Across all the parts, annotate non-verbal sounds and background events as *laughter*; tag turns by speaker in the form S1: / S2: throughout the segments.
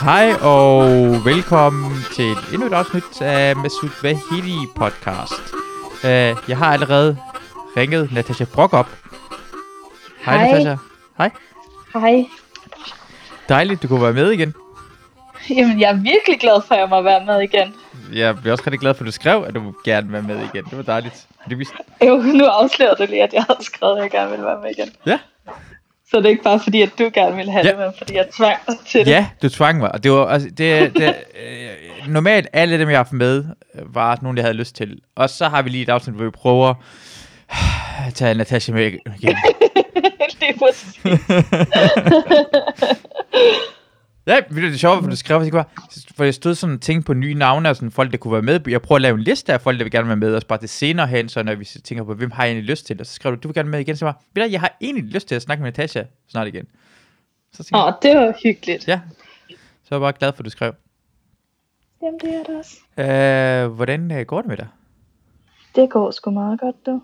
S1: Hej og velkommen til endnu et afsnit af Masud Vahidi podcast. Uh, jeg har allerede ringet Natasha Brock op. Hej,
S2: Hej.
S1: Natasha. Hej.
S2: Hej.
S1: Dejligt, du kunne være med igen.
S2: Jamen, jeg er virkelig glad for, at jeg må være med igen.
S1: Jeg blev også rigtig glad for, at du skrev, at du vil gerne vil være med igen. Det var dejligt. Det vidste...
S2: Jo, nu afslører du lige, at jeg havde skrevet, at jeg gerne ville være med igen.
S1: Ja.
S2: Så det er ikke bare fordi, at du gerne ville have
S1: Ja.
S2: ja. det, men fordi jeg tvang dig til det.
S1: Ja, du tvang mig. Og det var altså, det, det, øh, normalt alle dem, jeg har haft med, øh, var nogle, jeg havde lyst til. Og så har vi lige et afsnit, hvor vi prøver at tage Natasha med igen.
S2: det *laughs* er præcis.
S1: Ja, ved du, det er sjovt, for du skrev, det var, for jeg stod sådan og tænkte på nye navne, og sådan folk, der kunne være med. Jeg prøver at lave en liste af folk, der vil gerne være med, og spare det senere hen, så når vi tænker på, hvem har jeg egentlig lyst til? Og så skrev du, du vil gerne med igen, så jeg, ved du, jeg har egentlig lyst til at snakke med Natasha snart igen. Så tænkte
S2: Åh,
S1: jeg,
S2: oh, det var hyggeligt.
S1: ja, så var jeg bare glad for, at du skrev.
S2: Jamen, det er det også.
S1: Øh, hvordan øh, går det med dig?
S2: Det går sgu meget godt, du.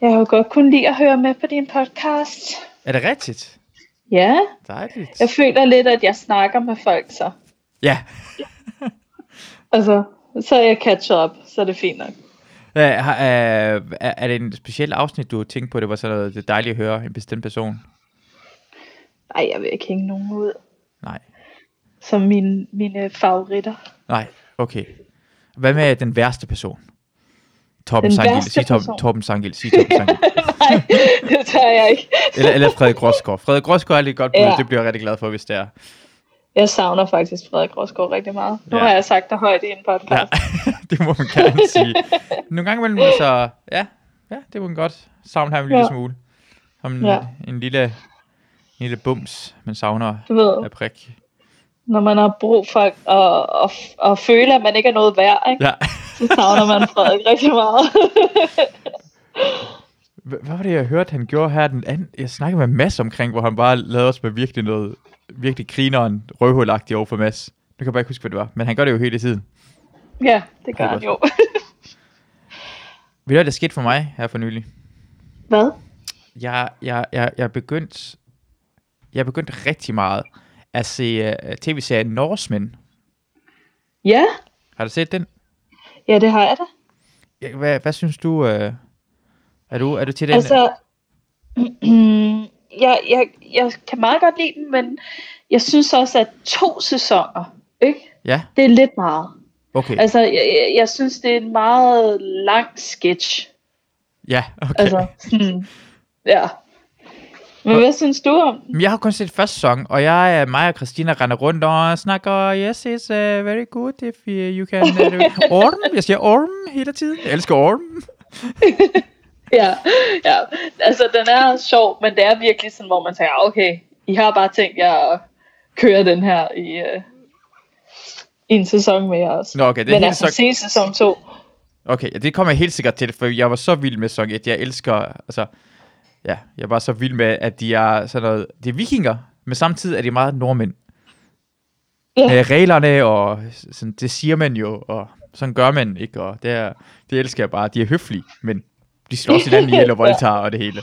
S2: Jeg har jo godt kunne lide at høre med på din podcast.
S1: Er det rigtigt?
S2: Ja,
S1: Dejligt.
S2: jeg føler lidt, at jeg snakker med folk så.
S1: Ja.
S2: Altså, så er jeg catch up, så er det fint nok.
S1: Øh, har- øh, er, er det en speciel afsnit, du tænkte på, det var sådan noget det er dejligt at høre en bestemt person?
S2: Ej, jeg vil ikke hænge nogen ud
S1: Nej.
S2: som mine, mine favoritter.
S1: Nej, okay. Hvad med den værste person? Torben
S2: Den
S1: Sangil.
S2: værste
S1: Sig Torben,
S2: person?
S1: Torben Sangil. Sig Torben Sangil.
S2: Nej, *laughs* det tør jeg ikke.
S1: eller, eller Frederik Rosgaard. Frederik Rosgaard er lidt godt bud.
S2: Ja.
S1: Det bliver jeg rigtig glad for, hvis det er.
S2: Jeg savner faktisk Frederik Rosgaard rigtig meget. Nu
S1: Ja.
S2: ja. har jeg sagt det højt i en
S1: Ja. *laughs*
S2: podcast. Ja.
S1: det må man gerne sige. Nogle gange imellem, så... Ja, ja det må man godt savne ham en lille
S2: Ja.
S1: smule. Som en,
S2: Ja.
S1: en, lille, en lille bums, man savner
S2: Du ved,
S1: af prik.
S2: når man har brug for at, at, at føle, at man ikke er noget værd, ikke?
S1: Ja.
S2: så savner man Frederik rigtig
S1: *laughs*
S2: meget.
S1: Hvad hvad var det, jeg hørte, han gjorde her den anden? Jeg snakkede med Mads omkring, hvor han bare lavede os med virkelig noget, virkelig grineren, røvhulagtig over for Mads. Nu kan jeg bare ikke huske, hvad det var, men han gør det jo hele tiden.
S2: ja, det gør
S1: Det er
S2: han jo.
S1: Ved du, hvad der skete for mig her for nylig?
S2: Hvad?
S1: Jeg, jeg, jeg, jeg er begyndt, jeg er begyndt rigtig meget at se uh, tv-serien Norsemen.
S2: Ja,
S1: Har du set den?
S2: ja det har jeg da.
S1: Ja, Hvad, hvad synes du, uh, er du, er du til den?
S2: Altså, *clears throat* jeg, jeg, jeg kan meget godt lide den, men jeg synes også, at to sæsoner, ikke?
S1: Ja,
S2: det er lidt meget.
S1: okay.
S2: Altså, jeg, jeg, jeg synes, det er en meget lang sketch.
S1: ja, okay.
S2: Altså, sådan, ja. Men hvad synes du om den?
S1: Men Jeg har kun set første sæson, og jeg, øh, mig og Christina render rundt og snakker, yes, it's uh, very good if uh, you can... Uh,
S2: *laughs*
S1: orm, jeg siger orm hele tiden. Jeg elsker orm.
S2: Ja, ja. Altså, den er sjov, men det er virkelig sådan, hvor man tænker, okay, I har bare tænkt jer at køre den her i, øh, i en sæson mere også.
S1: Nå, okay, det er
S2: men
S1: helt
S2: altså,
S1: så...
S2: se sæson 2.
S1: Okay, ja, det kommer jeg helt sikkert til, for jeg var så vild med sæson 1. Jeg elsker, altså... Ja, jeg var så vild med, at de er sådan noget... Det er vikinger, men samtidig er de meget nordmænd.
S2: Ja.
S1: Øh, reglerne, og sådan, det siger man jo, og sådan gør man, ikke? Og det, er, det elsker jeg bare. De er høflige, men de slår også hinanden ihjel og
S2: *laughs* Ja.
S1: voldtager og det hele.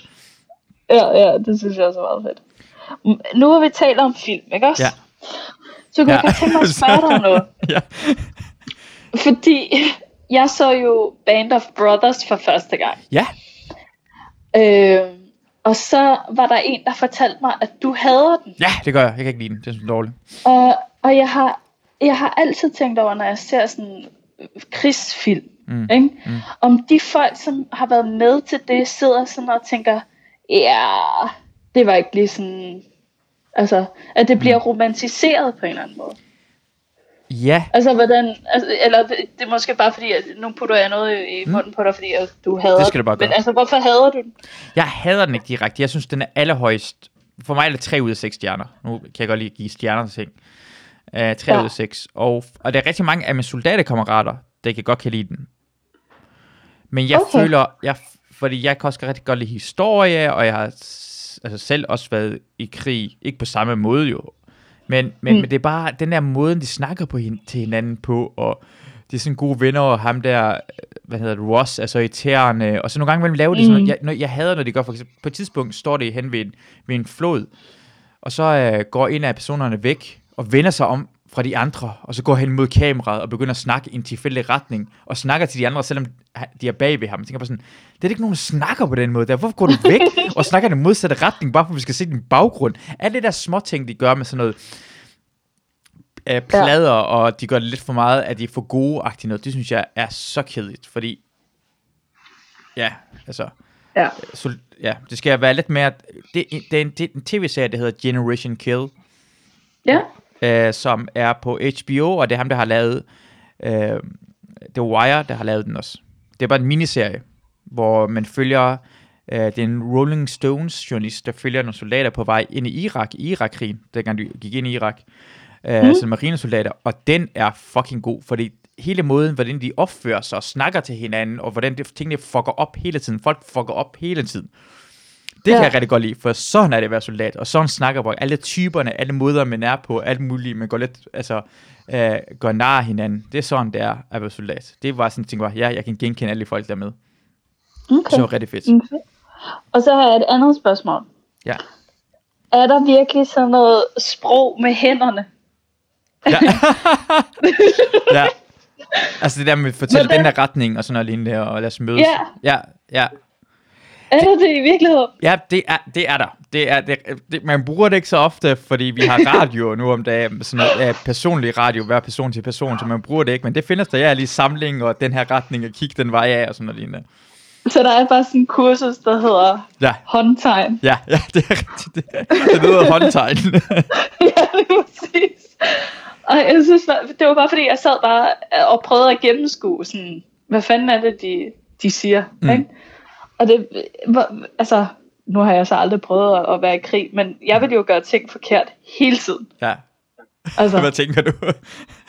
S2: Ja, ja, det synes jeg også er meget fedt. M- Nu har vi talt om film, ikke også?
S1: Ja.
S2: Så
S1: Ja.
S2: kunne ja. jeg godt tænke mig at spørge
S1: *laughs*
S2: dig om noget.
S1: Ja.
S2: Fordi jeg så jo Band of Brothers for første gang.
S1: Ja,
S2: Øh, og så var der en, der fortalte mig, at du hader den.
S1: Ja, det gør jeg. Jeg kan ikke lide den. Det er sådan dårligt.
S2: Og, og jeg, har, jeg har altid tænkt over, når jeg ser sådan øh, krigsfilm,
S1: Mm.
S2: mm. Ikke?
S1: Mm.
S2: Mm. om de folk, som har været med til det, sidder sådan og tænker, ja, det var ikke lige sådan... Altså, at det bliver mm. romantiseret på en eller anden måde.
S1: Ja,
S2: Altså, hvordan... Altså, eller det, det er måske bare fordi, at nu putter jeg noget i munden på dig, fordi at du hader
S1: Mm. Det skal du bare
S2: den. Men
S1: gøre.
S2: altså, hvorfor hader du den?
S1: jeg hader den ikke direkte. Jeg synes, den er allerhøjst. For mig er det 3 ud af 6 stjerner. Nu kan jeg godt lige give stjerner til ting. Uh, 3 ja.
S2: Ja.
S1: ud af 6. Og, og der er rigtig mange af mine soldaterkammerater, der kan godt kan lide den. Men jeg okay.
S2: Okay.
S1: føler, jeg, fordi jeg kan også rigtig godt lide historie, og jeg har s- altså selv også været i krig. Ikke på samme måde jo. Men, men, mm.
S2: Mm.
S1: men det er bare den der måde, de snakker på hin- til hinanden på, og de er sådan gode venner, og ham der, hvad hedder det, Ross er så irriterende, og så nogle gange imellem laver de mm. sådan noget, jeg, når, jeg hader, når de gør, for eksempel, på et tidspunkt står det hen ved en, ved en flod, og så øh, går en af personerne væk, og vender sig om fra de andre, og så går hen mod kameraet, og begynder at snakke i en tilfældig retning, og snakker til de andre, selvom de er bag ved ham. Jeg tænker bare sådan, det er ikke nogen, der snakker på den måde der. Hvorfor går du væk og snakker i den modsatte retning, bare for at vi skal se din baggrund? Alle det der små ting, de gør med sådan noget, øh, plader, ja. og de gør det lidt for meget, at de er for gode-agtige noget. Det synes jeg er så kedeligt, fordi... Ja, altså...
S2: Ja.
S1: Så, ja, det skal være lidt mere... Det, det, er en, det er en tv-serie, der hedder Generation Kill.
S2: Ja.
S1: Øh, som er på HBO, og det er ham, der har lavet... Øh, The Wire, der har lavet den også. Det er bare en miniserie, hvor man følger... Øh, det er en Rolling Stones journalist, der følger nogle soldater på vej ind i Irak, i Irakkrigen, dengang de gik ind i Irak øh, mm. som marinesoldater, og den er fucking god, fordi hele måden, hvordan de opfører sig og snakker til hinanden, og hvordan det, tingene fucker op hele tiden, folk fucker op hele tiden. Det ja. kan jeg rigtig godt lide, for sådan er det at være soldat, og sådan snakker folk, alle typerne, alle måder, man er på, alt muligt, man går lidt, altså, øh, går nar hinanden. Det er sådan, det er at være soldat. Det var sådan en ting, hvor ja, jeg kan genkende alle de folk, der er med.
S2: Okay.
S1: Så det var rigtig fedt.
S2: Okay. Og så har jeg et andet spørgsmål.
S1: Ja.
S2: Er der virkelig sådan noget sprog med hænderne?
S1: Ja. ja. Altså det der med at fortælle
S2: Men
S1: den
S2: der-
S1: der retning og sådan noget lignende, og lad os mødes.
S2: Ja.
S1: Ja, ja.
S2: Er der det i virkeligheden?
S1: ja det, er, det er der. Det er, det, det, man bruger det ikke så ofte, fordi vi har radio nu om dagen, sådan noget uh, personlig radio, hver person til person, så man bruger det ikke, men det findes der, ja, lige samling og den her retning, og kig den vej af og sådan noget lignende.
S2: Så der er bare sådan en kursus, der hedder
S1: Ja,
S2: håndtegn. *laughs*
S1: ja, ja, det er rigtigt. Det, det lyder håndtegn. *laughs*
S2: ja, det er præcis. Og jeg synes, bare- det var bare fordi, jeg sad bare og prøvede at gennemskue, sådan, hvad fanden er det, de, de siger?
S1: Mm.
S2: Mm. Ikke? Og det, hvor- altså, nu har jeg så aldrig prøvet at, at være i krig, men jeg ville jo gøre ting forkert hele tiden.
S1: ja, *laughs* hvad
S2: Altså,
S1: tænker du?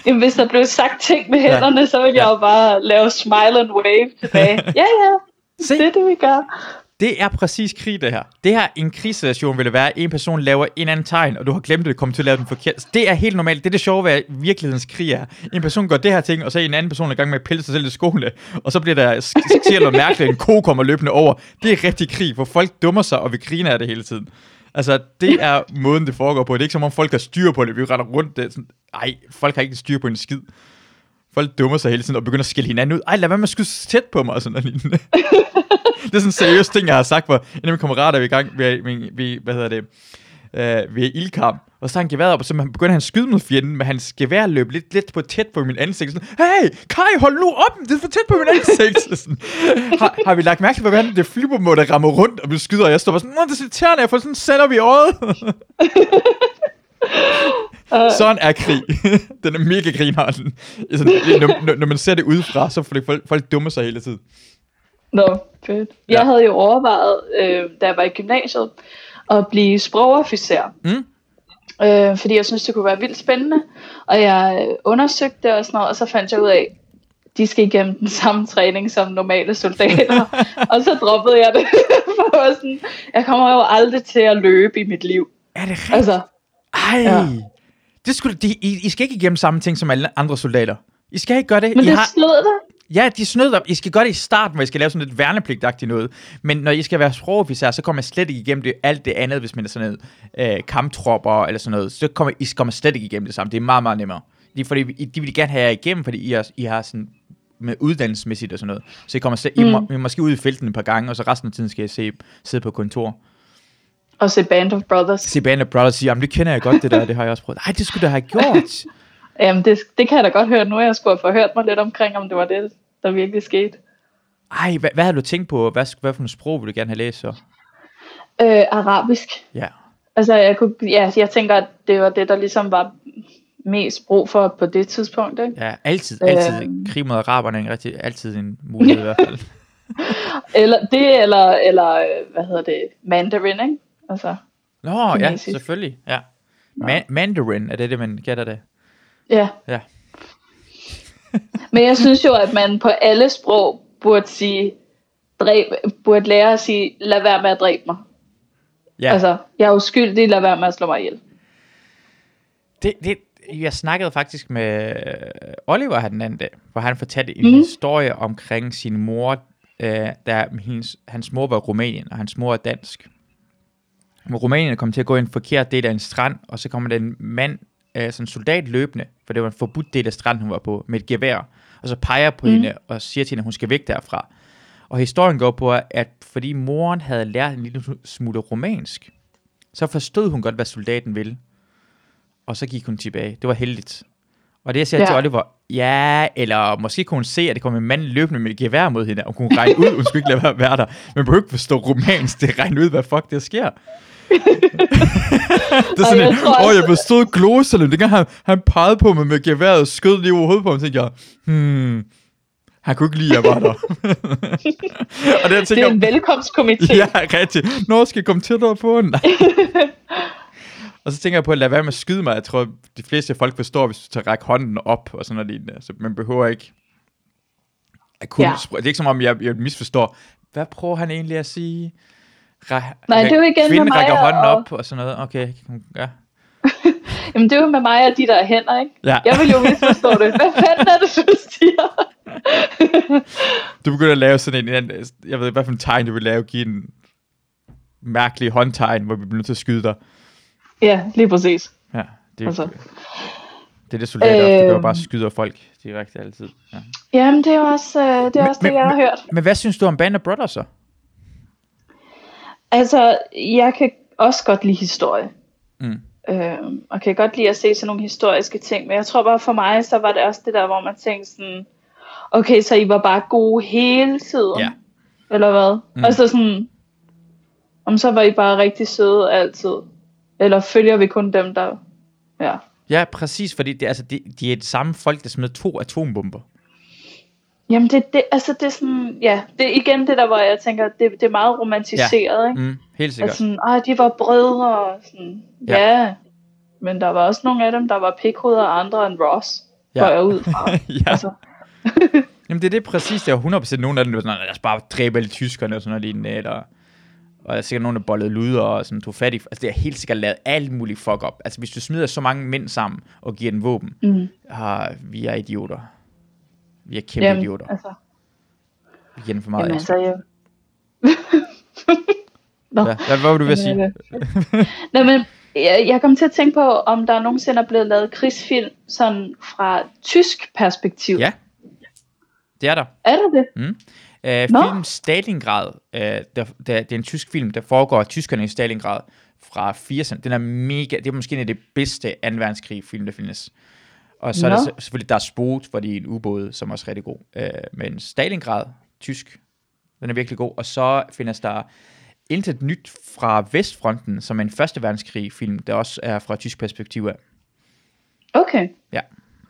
S2: jamen, hvis der blev sagt ting med hænderne, så ville jeg jo bare lave smile and wave
S1: *laughs*
S2: tilbage. Ja, ja,
S1: Se,
S2: det er det, vi gør.
S1: Det er præcis krig, det her. Det her, en krigssituation vil det være, en person laver en anden tegn, og du har glemt det, kommer til at lave den forkert. Det er helt normalt. Det er det sjove ved at virkelighedens krig er. En person gør det her ting, og så er en anden person i gang med at pille sig selv i skoene, og så bliver der sk- sker noget mærkeligt, en ko kommer løbende over. Det er rigtig krig, hvor folk dummer sig, og vi griner af det hele tiden. Altså, det er måden, det foregår på. Det er ikke som om folk har styr på det. Vi render rundt. Det er sådan, ej, folk har ikke styr på en skid. Folk dummer sig hele tiden og begynder at skille hinanden ud. Ej, lad være med at skyde så tæt på mig og sådan noget lignende. det er sådan en seriøs ting, jeg har sagt, hvor en af mine kammerater er i gang ved, ved, ved hvad hedder det, øh, ved ildkamp, og så tager han geværet op, og så begynder han at skyde mod fjenden, men hans gevær løb lidt, lidt på tæt på min ansigt. Sådan, hey, Kai, hold nu op, det er for tæt på min ansigt. *laughs* Så sådan, har, har, vi lagt mærke til, hvordan det flyvermål, der rammer rundt, og vi skyder, og jeg står bare sådan, Nå, det er så irriterende, jeg får sådan sætter vi i øjet. sådan er krig. *laughs* den er mega grineren. Sådan, når, når, når, man ser det udefra, så får det- folk, folk dummer sig hele tiden.
S2: Nå, fedt. Jeg
S1: Ja.
S2: ja. havde jo overvejet, øh, da jeg var i gymnasiet, at blive sprogofficer.
S1: Mm.
S2: Øh, fordi jeg synes det kunne være vildt spændende. Og jeg øh, undersøgte det og sådan noget, og så fandt jeg ud af, de skal igennem den samme træning som normale
S1: *laughs*
S2: soldater. og så droppede jeg det. *laughs* for jeg var sådan, jeg kommer jo aldrig til at løbe i mit liv.
S1: Er det rigtigt?
S2: Altså,
S1: Ej. Ja.
S2: Ja.
S1: Det skulle, de, I, I skal ikke igennem samme ting som alle andre soldater. I skal ikke gøre det.
S2: men
S1: I
S2: det har... slog dig.
S1: ja, de snød dig. I skal gøre det i starten, hvor I skal lave sådan lidt værnepligtagtigt noget. Men når I skal være sprogofficer, så kommer I slet ikke igennem det, alt det andet, hvis man er sådan noget øh, kamptropper eller sådan noget. Så kommer I kommer slet ikke igennem det samme. Det er meget, meget nemmere. Det er fordi, I- de vil gerne have jer igennem, fordi I har, I har sådan med uddannelsesmæssigt og sådan noget. Så I kommer slet, mm. I, må, I måske ud i felten et par gange, og så resten af tiden skal I se, sidde på kontor.
S2: Og se Band of Brothers.
S1: Se Band of Brothers sige, jamen det kender jeg godt det der, det har jeg også prøvet. Nej, det skulle du da have gjort.
S2: Jamen, det, det kan jeg da godt høre nu. Jeg skulle have forhørt mig lidt omkring, om det var det, der virkelig skete.
S1: Ej, hvad, hvad havde du tænkt på? Hvad, sk- hvad for en sprog vil du gerne have læst så?
S2: Øh, arabisk.
S1: Ja.
S2: Altså, jeg, kunne, ja, jeg tænker, at det var det, der ligesom var mest brug for på det tidspunkt. Ikke?
S1: ja altid, altid.
S2: Øhm.
S1: Krig mod araberne er en rigtig, altid en mulighed i hvert
S2: *laughs*
S1: fald.
S2: Eller det, eller, eller øh, hvad hedder det, mandarin, ikke? Altså,
S1: Nå, ja,
S2: Kinesisk.
S1: selvfølgelig. Ja. Ma- Mandarin, er det det, man gætter det?
S2: ja.
S1: Ja.
S2: Men jeg synes jo, at man på alle sprog burde sige, dræb, burde lære at sige, lad være med at dræbe mig.
S1: Ja,
S2: Altså, jeg er uskyldig, lad være med at slå mig ihjel.
S1: det, det, jeg snakkede faktisk med øh, Oliver her den anden dag, hvor han fortalte
S2: Mhm.
S1: en mm. historie omkring sin mor, øh, der hendes, hans mor var Rumænien, og hans mor er dansk. Men Rumænien kom til at gå i en forkert del af en strand, og så kommer der en mand, øh, sådan en soldat løbende, for det var en forbudt del af stranden, hun var på, med et gevær, og så peger på mm. hende og siger til hende, at hun skal væk derfra. Og historien går på, at fordi moren havde lært en lille smule romansk, så forstod hun godt, hvad soldaten ville. Og så gik hun tilbage. Det var heldigt. Og det, jeg siger ja.
S2: Ja.
S1: til Oliver, ja, eller måske kunne hun se, at det kom en mand løbende med et gevær mod hende, og kunne regne ud, *laughs* hun skulle ikke lade være, være der. Men behøver ikke forstå romansk, det regne ud, hvad fuck der sker. det er
S2: Og
S1: sådan
S2: jeg
S1: en,
S2: tror
S1: åh,
S2: også-
S1: jeg forstod gloserne, dengang han, han pegede på mig med geværet og skød lige over hovedet på ham, tænkte jeg, hmm, han kunne ikke lide, at jeg var
S2: *laughs*
S1: der. og det, jeg
S2: Det
S1: tænker,
S2: er
S1: *laughs*
S2: en velkomstkomité.
S1: Ja, rigtigt. Nå, skal jeg komme tættere på
S2: *laughs*
S1: den? og så tænker jeg på at lade være med at skyde mig. Jeg tror, de fleste folk forstår, hvis du tager række hånden op og sådan noget lignende. Så man behøver ikke at kunne... Ja.
S2: Ja.
S1: Det er ikke som om, jeg, jeg misforstår. Hvad prøver han egentlig at sige? Ra-
S2: Nej, det er jo igen med
S1: Kvinden
S2: mig
S1: rækker
S2: og-
S1: hånden op og sådan noget. Okay, hun- ja.
S2: Jamen, det er jo med mig og de der hænder, ikke?
S1: ja.
S2: Jeg vil jo misforstå det. Hvad fanden er det, du siger?
S1: Du begynder at lave sådan en... en- Jeg ved ikke, hvad for en tegn du vil lave. Give en mærkelig håndtegn, hvor vi bliver nødt til at skyde dig.
S2: ja, lige præcis.
S1: Ja, det er
S2: Altså.
S1: Det er det soldater øh... ofte gør,
S2: Øhm.
S1: bare skyder folk direkte altid. Ja.
S2: Jamen, det er jo også, øh, det, er
S1: Men-
S2: også det,
S1: men-
S2: jeg har
S1: men-
S2: hørt.
S1: Men hvad synes du om Band of Brothers så?
S2: Altså, jeg kan også godt lide historie.
S1: Mm.
S2: Øh, og kan godt lide at se sådan nogle historiske ting. Men jeg tror bare for mig, så var det også det der, hvor man tænkte sådan, okay, så I var bare gode hele tiden.
S1: Ja.
S2: Eller hvad?
S1: Mm.
S2: Mm. Altså sådan, om så var I bare rigtig søde altid. Eller følger vi kun dem, der... Ja.
S1: Ja, præcis, fordi det, altså, de, de er det samme folk, der smed to atombomber.
S2: Jamen det, det, altså det er sådan, ja, det er igen det der, hvor jeg tænker, det, det er meget romantiseret, ja. ikke?
S1: Mm, helt sikkert.
S2: At sådan, ah, de var brødre, og sådan,
S1: Ja.
S2: ja. ja. Men der var også nogle af dem, der var pikhoveder, og andre end Ross,
S1: Ja.
S2: ja. går jeg ud
S1: *laughs*
S2: fra.
S1: ja.
S2: altså. *laughs*
S1: Jamen, det er det præcis, det er 100% nogen af dem, der var sådan, "Nå, lad os bare dræbe alle tyskerne og sådan noget lignende, eller... Og der er sikkert nogen, der bollede luder og sådan tog fat i... Altså, det er helt sikkert lavet alt muligt fuck op. Altså, hvis du smider så mange mænd sammen og giver dem våben,
S2: Mm.
S1: ah, vi er idioter. Vi er kæmpe Jamen,
S2: Jamen,
S1: idioter.
S2: altså,
S1: Vi giver dem for meget.
S2: jamen,
S1: Altså.
S2: altså, jeg... Nå,
S1: Ja. Hvad, hvad var du ved at sige?
S2: Jamen, øh, Nå, men jeg, jeg kom til at tænke på, om der nogensinde er blevet lavet krigsfilm sådan fra tysk perspektiv.
S1: Ja. Det er der.
S2: Er der det?
S1: Øh,
S2: Nå.
S1: film Stalingrad, øh, der, der, det er en tysk film, der foregår af tyskerne i Stalingrad fra 80'erne. Den er mega, det er måske en af de bedste 2. verdenskrig film, der findes. Og så er der
S2: Nå.
S1: se- selvfølgelig, der er Spot, hvor de er en ubåd, som er også rigtig god. Øh, men Stalingrad, tysk, den er virkelig god. Og så findes der intet nyt fra Vestfronten, som er en første verdenskrig film, der også er fra tysk perspektiv af.
S2: Okay.
S1: Ja.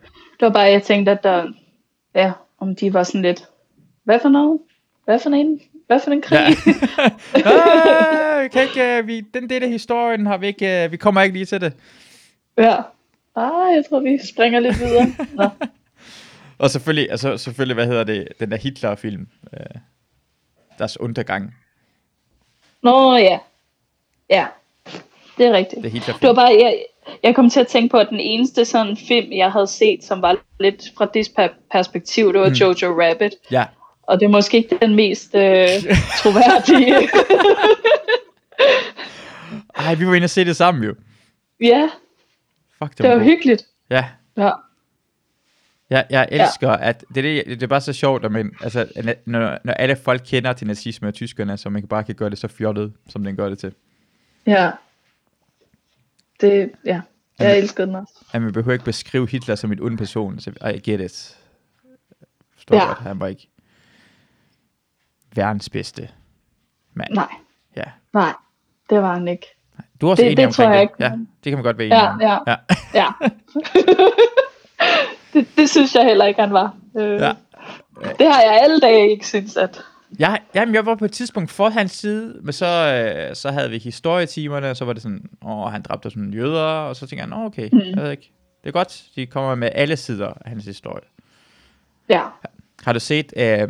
S2: Det var bare, jeg tænkte, at der, ja, om de var sådan lidt, hvad for noget? Hvad for en? Hvad for en krig?
S1: Ja.
S2: *laughs*
S1: ah, vi kan ikke, øh, vi, den del af historien har vi ikke, øh, vi kommer ikke lige til det.
S2: *laughs* ja. Ah, jeg tror, vi springer lidt videre. Nå.
S1: Og selvfølgelig, altså, selvfølgelig hvad hedder det, den der Hitler-film, øh, Deres Undergang,
S2: Nå, ja. Ja, det er
S1: det er
S2: rigtigt. Det var
S1: Hitler-film.
S2: bare, jeg, jeg kom til at tænke på, at den eneste sådan film, jeg havde set, som var lidt fra det per- perspektiv, det var
S1: Mm.
S2: mm. Jojo Rabbit.
S1: Ja,
S2: Og det er måske ikke den mest
S1: *laughs*
S2: øh, troværdige. *laughs*
S1: ej, vi var inde og se det sammen jo.
S2: ja,
S1: Fuck, det
S2: det
S1: var, god.
S2: var hyggeligt.
S1: Ja,
S2: Ja.
S1: jeg, jeg elsker, ja. at det, er det, det er bare så sjovt, at man, altså, at når, når alle folk kender til nazisme og tyskerne, så man kan bare kan gøre det så fjollet, som den gør det til.
S2: Ja. Det, ja. Jeg
S1: Jamen-
S2: elskede den også.
S1: At man behøver ikke beskrive Hitler som en ond person, så I get it. Forstår ja.
S2: Ja.
S1: godt, han var ikke verdens bedste mand.
S2: Nej,
S1: Ja.
S2: nej. Det var han ikke.
S1: Du er også
S2: Det-
S1: enig
S2: det
S1: omkring
S2: tror jeg
S1: det.
S2: ikke.
S1: Ja, det kan man godt være enig
S2: Ja,
S1: om.
S2: ja.
S1: ja.
S2: Ja. *laughs* det, det synes jeg heller ikke, han var. Øh,
S1: Ja.
S2: ja. Det har jeg alle dage ikke synes, at...
S1: Jeg, jamen, jeg var på et tidspunkt for hans side, men så, øh, så havde vi historietimerne, og så var det sådan, åh, han dræbte sådan nogle jøder, og så tænkte jeg, nå okay, mm. jeg ved ikke. Det er godt, de kommer med alle sider af hans historie.
S2: Ja.
S1: Har du set øh,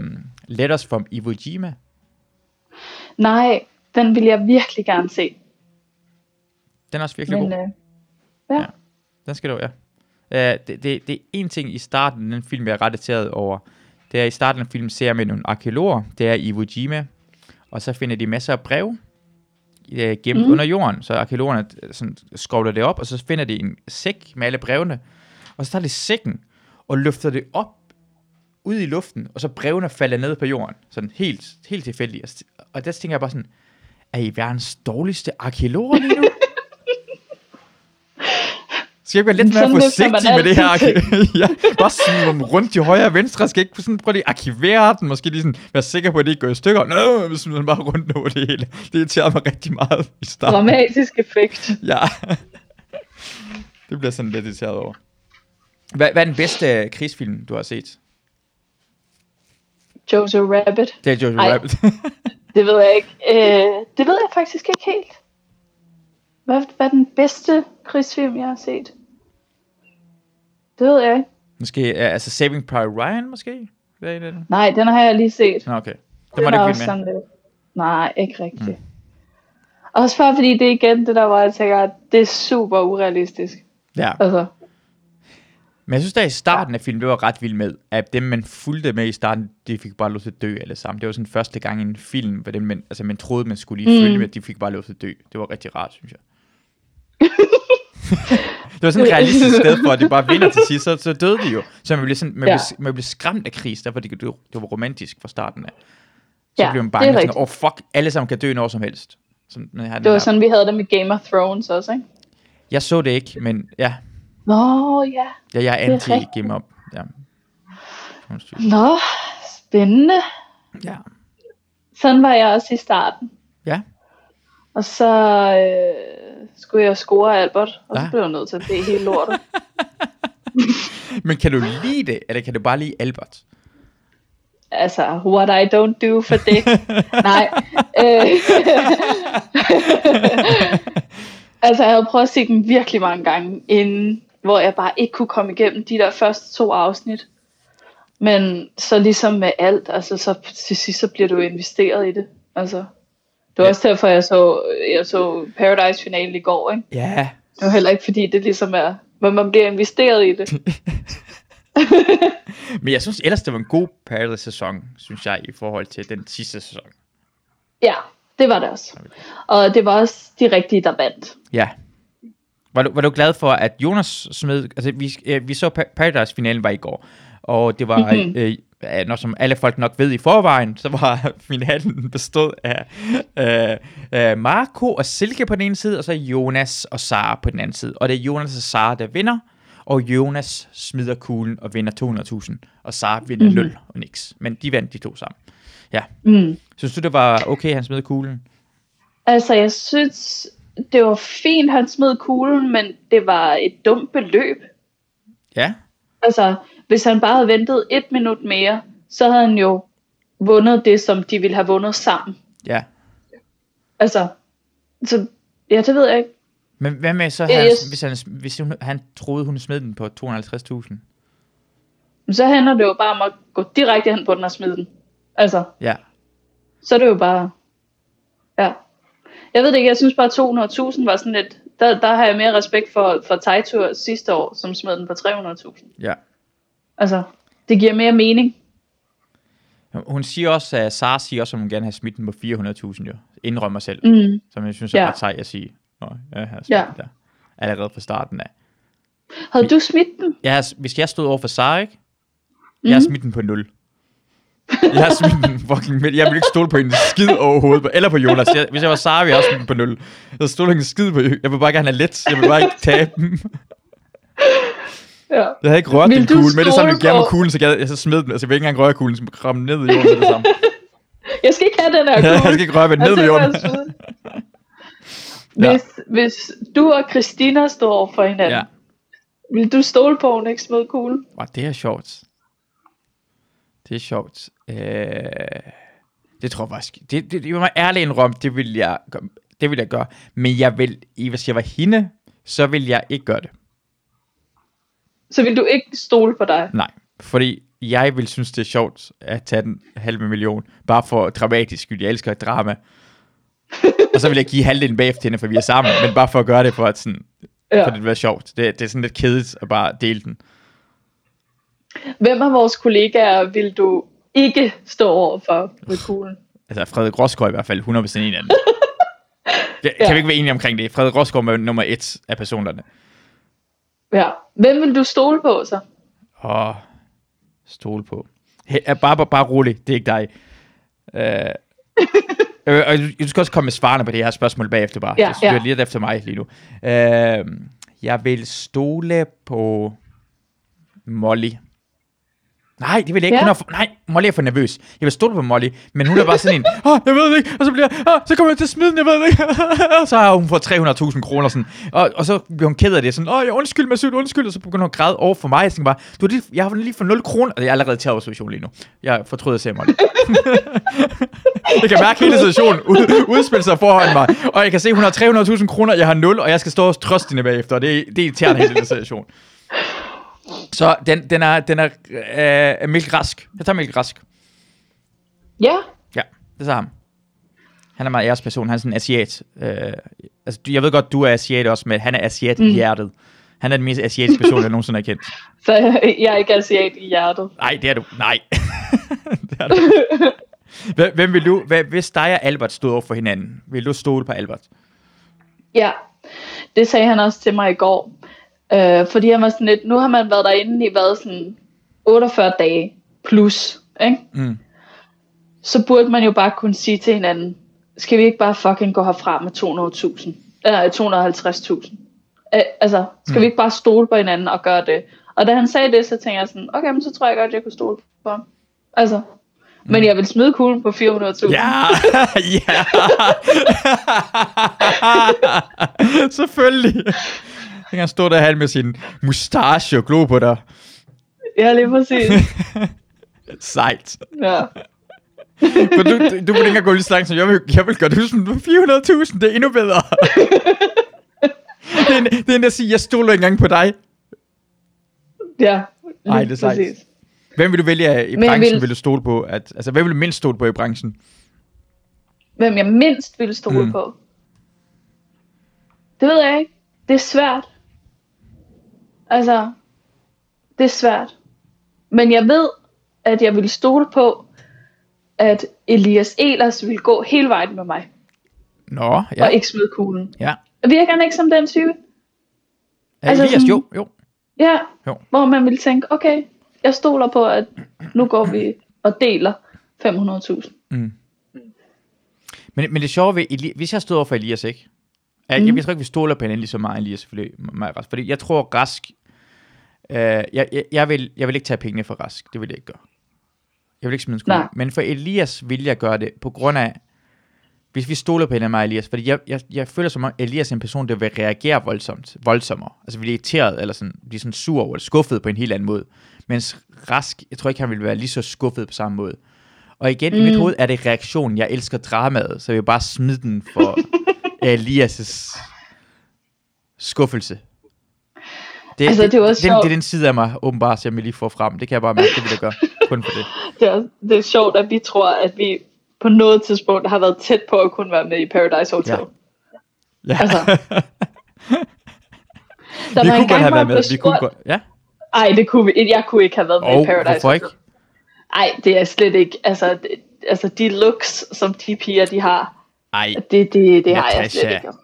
S1: Letters from Iwo Jima?
S2: Nej, den vil jeg virkelig gerne se.
S1: Den er også virkelig
S2: Men,
S1: god.
S2: øh, ja.
S1: Den skal du, ja. Uh, det, det, det er en ting i starten af den film, jeg er ret irriteret over. Det er i starten af filmen ser jeg med nogle arkeologer. Det er i Iwo Jima. Og så finder de masser af brev øh, gemt mm.
S2: Mhm.
S1: under jorden. Så arkeologerne øh, sådan, skovler det op, og så finder de en sæk med alle brevene. Og så tager de sækken og løfter det op ud i luften, og så brevene falder ned på jorden. Sådan helt, helt tilfældigt. Og s- Og der tænker jeg bare sådan, er I verdens dårligste arkeologer lige
S2: *laughs*
S1: nu? Skal jeg ikke være lidt
S2: Men
S1: mere
S2: sådan løfter
S1: forsigtig med
S2: man
S1: det her?
S2: *laughs* altid
S1: arki- *laughs* ja, bare smide dem rundt til højre og venstre. Skal jeg ikke sådan prøve lige at arkivere den? Måske lige sådan være sikker på, at det ikke går i stykker. Nå, vi smider den bare rundt over det hele. Det irriterer mig rigtig meget i starten.
S2: Dramatisk effekt.
S1: Ja. *laughs* Det bliver sådan lidt irriteret over. Hvad, hvad er den bedste øh, krigsfilm, du har set?
S2: Jojo Rabbit.
S1: Det er Jojo
S2: Ej.
S1: Rabbit. *laughs*
S2: Det ved jeg ikke. Øh, det ved jeg faktisk ikke helt. Hvad, hvad er den bedste krigsfilm, jeg har set? Det ved jeg ikke.
S1: måske, øh, altså Saving Private Ryan, måske? Hvad er det?
S2: Nej, den har jeg lige set.
S1: Nå, okay. Det
S2: Den
S1: må
S2: er
S1: du ikke
S2: også
S1: vinde med.
S2: sådan lidt. Nej, ikke rigtigt. Mm. Også bare fordi det er igen det der, hvor jeg tænker, at det er super urealistisk.
S1: Ja.
S2: Altså,
S1: Men jeg synes da i starten af filmen, det var ret vild med, at dem man fulgte med i starten, de fik bare lov til at dø alle sammen. Det var sådan første gang i en film, hvor dem man, altså man troede, man skulle lige mm.
S2: Mm.
S1: følge med, de fik bare lov til at dø. Det var rigtig rart,
S2: *laughs*
S1: synes jeg. det var sådan et
S2: Det- *laughs*
S1: realistisk sted for, at de bare vinder til sidst, så, så døde de jo. Så man blev, sådan, man, ja.
S2: Ja.
S1: blev, man blev skræmt af kris, derfor det, det, det var romantisk fra starten af. Så
S2: Ja,
S1: blev man
S2: det er
S1: bange, sådan,
S2: rigtigt.
S1: åh oh, fuck, alle sammen kan dø når som helst. Sådan, man har den
S2: det var
S1: der-
S2: sådan, vi havde det med Game of Thrones også, ikke?
S1: Jeg så det ikke, men ja,
S2: Nå, ja.
S1: jeg, jeg er
S2: er
S1: anti-game up.
S2: *laughs*
S1: Ja. Undskyld.
S2: Nå, spændende.
S1: Ja.
S2: Sådan var jeg også i starten.
S1: Ja.
S2: Og så øh, skulle jeg score Albert, og
S1: Ja.
S2: så blev jeg nødt til at bede hele lortet.
S1: Men kan du lide det, eller kan du bare lide Albert?
S2: altså, what I don't do for dick. Nej. Øh, altså, jeg havde prøvet at se den virkelig mange gange, inden, hvor jeg bare ikke kunne komme igennem de der første to afsnit. Men så ligesom med alt, altså, så til sidst så bliver du investeret i det. Altså, det var
S1: Ja.
S2: også derfor, jeg så, jeg så Paradise-finalen i går, ikke?
S1: Ja.
S2: Det var heller ikke, fordi det ligesom er, men man bliver investeret i det.
S1: Men jeg synes ellers, det var en god Paradise-sæson, synes jeg, i forhold til den sidste sæson.
S2: Ja, det var det også. Og det var også de rigtige, der vandt.
S1: Ja. Var du, var du glad for, at Jonas smed... Altså, vi, øh, vi så Pa- Paradise-finalen var i går, og det var... Mm-hmm.
S2: Mhm.
S1: Øh, øh, når som alle folk nok ved i forvejen, så var *laughs* finalen bestod af øh, øh, Marco og Silke på den ene side, og så Jonas og Sara på den anden side. Og det er Jonas og Sara, der vinder, og Jonas smider kuglen og vinder 200.000, og Sara vinder mm-hmm. 0 og niks. Men de vandt de to sammen. Ja.
S2: Mm.
S1: Synes du, det var okay, han smed kuglen?
S2: Altså, jeg synes, det var fint, han smed kuglen, men det var et dumt beløb.
S1: Ja.
S2: Altså, hvis han bare havde ventet et minut mere, så havde han jo vundet det, som de ville have vundet sammen.
S1: Ja.
S2: Altså, så, ja, det ved jeg ikke.
S1: Men hvad med så,
S2: Ja,
S1: han,
S2: jeg-
S1: hvis, han, hvis hun, han troede, hun smed den på 250.000?
S2: Men så handler det jo bare om at gå direkte hen på den og smide den. Altså,
S1: Ja.
S2: så er det jo bare... Ja. Jeg ved det ikke, jeg synes bare 200.000 var sådan lidt... Der, der har jeg mere respekt for, for Teitur sidste år, som smed den på 300.000.
S1: ja.
S2: Altså, det giver mere mening.
S1: Hun siger også, at Sara siger også, at hun gerne har smidt den på 400.000 jo. Indrømmer selv. Mm.
S2: Mm.
S1: Som jeg synes er
S2: Ja.
S1: ret sej at sige. Nå, jeg har smidt
S2: Ja.
S1: den der. Allerede fra starten af.
S2: Havde du smidt den?
S1: Jeg har, hvis jeg stod over for Sara, ikke? Jeg
S2: Mm.
S1: har smidt den på 0. Jeg har smidt den fucking midt. Jeg vil ikke stole på en skid overhovedet. På, eller på Jonas. Jeg, hvis jeg var Sara, ville jeg også smidt den på 0. Jeg stole ikke en skid på. Jeg vil bare gerne have let. Jeg vil bare ikke tabe dem.
S2: Ja.
S1: Jeg havde ikke rørt
S2: Vil
S1: den
S2: du
S1: kugle med det samme. Jeg
S2: stole
S1: gav mig
S2: på-
S1: kuglen, så jeg, jeg så smed den. Altså, jeg vil ikke engang røre kuglen, så ramte ned i jorden med det
S2: *laughs*
S1: samme.
S2: Jeg skal ikke have den her
S1: Jeg
S2: kugle.
S1: skal ikke røre ved den
S2: Jeg
S1: ned i
S2: tænker,
S1: jorden.
S2: jeg smider den.
S1: *laughs*
S2: Hvis, hvis du og Christina står over for hinanden,
S1: Ja.
S2: ja. vil du stole på, at hun ikke smed kuglen?
S1: Wow, det er sjovt. Det er sjovt. Øh, det tror jeg faktisk. Det, det, det, jeg må ærligt indrømme, det vil jeg, gøre- det vil jeg gøre. Men jeg vil, i- hvis jeg var hende, så vil jeg ikke gøre det.
S2: Så vil du ikke stole på dig.
S1: Nej, fordi jeg vil synes, det er sjovt at tage den halve million, bare for dramatisk skyld. Jeg elsker drama. og så vil jeg give halvdelen bagefter hende, for vi er sammen, men bare for at gøre det for at sådan, Ja.
S2: Ja.
S1: Kan det være sjovt. Det, det er sådan lidt kedeligt at bare dele den.
S2: Hvem af vores kollegaer vil du ikke stå overfor med kuglen?
S1: Altså Frederik Rosgaard i hvert fald 100% en af dem. Det, ja.
S2: Ja.
S1: Kan vi ikke være enige omkring det? Frederik Rosgaard er nummer et af personerne.
S2: Ja. Hvem vil du stole på så?
S1: Åh, stol på. He, er bare, bare, bare rolig, det er ikke dig.
S2: Øh.
S1: Uh, og du, du skal også komme med svarene på det her spørgsmål bagefter bare.
S2: Ja,
S1: Ja, det er
S2: ja.
S1: lige efter mig lige nu. Uh, jeg vil stole på Molly. Nej, det vil jeg ikke.
S2: Ja.
S1: Hun er for, nej, Molly er for nervøs. Jeg vil stole på Molly, men hun er bare sådan en, *laughs* oh, jeg ved det ikke, og så, bliver, oh, så kommer jeg til at smide den, jeg ved det ikke. *laughs* og så har hun fået 300.000 kroner, sådan, og, og så bliver hun ked af det, sådan, åh, oh, jeg undskyld mig, sødt, undskyld, og så begynder hun at græde over for mig. Jeg tænker bare, du, har lige, jeg har lige fået 0 kroner, og jeg er allerede til observation lige nu. Jeg fortryder at se Molly. *laughs* jeg kan mærke hele situationen ud, udspille sig foran mig, og jeg kan se, hun har 300.000 kroner, jeg har 0, og jeg skal stå og trøste hende bagefter, og det, det er irriterende hele den situation. Så den, den er, den er øh, er Mikkel Rask. Jeg tager Mikkel Rask.
S2: Ja.
S1: Ja, det tager ham. Han er meget æresperson. Han er sådan en asiat. Øh, altså, du- jeg ved godt, du er asiat også, men han er asiat mm. i hjertet. Han er den mest asiatiske person, jeg nogensinde har kendt.
S2: Så *laughs* jeg er ikke asiat i hjertet.
S1: Nej, det er du. Nej. *laughs* det er du. Hvem- Hvem vil du, hvad- hvis dig og Albert stod over for hinanden, vil du stole på Albert?
S2: Ja, det sagde han også til mig i går. Øh, fordi han var sådan lidt, nu har man været derinde i været sådan 48 dage plus, ikke?
S1: Mm.
S2: Så burde man jo bare kunne sige til hinanden, skal vi ikke bare fucking gå herfra med 200.000? Eller 250.000? Øh, altså, skal mm. vi ikke bare stole på hinanden og gøre det? Og da han sagde det, så tænkte jeg sådan, okay, men så tror jeg godt, jeg kunne stole på ham. Altså, mm. men jeg vil smide kuglen på 400.000.
S1: Ja, *laughs* ja. *laughs* Selvfølgelig. Jeg kan han stå der og have det med sin mustache og glo på dig.
S2: ja lige præcis.
S1: Sejt.
S2: Ja.
S1: For du, du, du vil ikke engang gå lige så langt, som jeg vil, jeg vil gøre. Du er sådan, 400.000, det er endnu bedre. det, er, en- det er endda at sige, jeg stoler ikke engang på dig.
S2: ja.
S1: Ej,
S2: lige
S1: det er sejt. Hvem vil du vælge af- i
S2: Men jeg
S1: branchen, vil...
S2: vil-
S1: vil du stole på? At, altså, hvem vil du mindst stole på i branchen?
S2: hvem jeg mindst ville stole
S1: Mm.
S2: mm. på. Det ved jeg ikke. Det er svært. Altså, det er svært. Men jeg ved, at jeg ville stole på, at Elias Elers ville gå hele vejen med mig,
S1: Nå,
S2: ja.
S1: ja.
S2: og ikke smide kuglen.
S1: ja.
S2: Virker han ikke som den type?
S1: Altså,
S2: Altså
S1: Elias,
S2: sådan-
S1: jo, jo.
S2: Ja,
S1: Jo.
S2: hvor man ville tænke, okay, jeg stoler på, at nu går vi og deler 500.000.
S1: Men, men det sjove ved, Eli- hvis jeg stod over for Elias, ikke? Jeg, mm. jeg, jeg tror ikke, vi stoler på hinanden lige så meget, Elias, selvfølgelig, mig og Rask. Fordi jeg tror, Rask... Øh, jeg, jeg, jeg, vil, jeg vil ikke tage pengene fra Rask. Det vil jeg ikke gøre. Jeg vil ikke smide en skole.
S2: Nej.
S1: Men for Elias vil jeg gøre det, på grund af... Hvis vi stoler på hinanden, mig og Elias. Fordi jeg, jeg, jeg føler som om, Elias er en person, der vil reagere voldsomt. Voldsommere. Altså blive irriteret, eller sådan, blive sådan sur over, det, skuffet på en helt anden måde. Mens Rask, jeg tror ikke, han ville være lige så skuffet på samme måde. Og igen, mm. i mit hoved er det reaktion. Jeg elsker dramaet, så jeg vil bare smide den for Elias' skuffelse. Det,
S2: Altså, det er jo også
S1: den,
S2: sjovt.
S1: det er den side af mig, åbenbart, som jeg lige får frem. Det kan jeg bare mærke, det vil jeg gøre. Kun for det.
S2: Det er, det er sjovt, at vi tror, at vi på noget tidspunkt har været tæt på at kunne være med i Paradise Hotel.
S1: Ja.
S2: Ja.
S1: Ja.
S2: *laughs* Altså, Der
S1: vi
S2: var
S1: kunne
S2: engang,
S1: godt have været
S2: hvor jeg blev
S1: med. Vi kunne
S2: spurgt-
S1: godt. Ja.
S2: Ej, det kunne vi ikke. Jeg kunne ikke have været med
S1: Og
S2: i Paradise.
S1: hvorfor ikke?
S2: Hotel. Ej, det er slet ikke. Altså, det, altså de looks, som de piger, de har,
S1: Ej,
S2: det, det, det har jeg slet
S1: Natasha.
S2: ikke.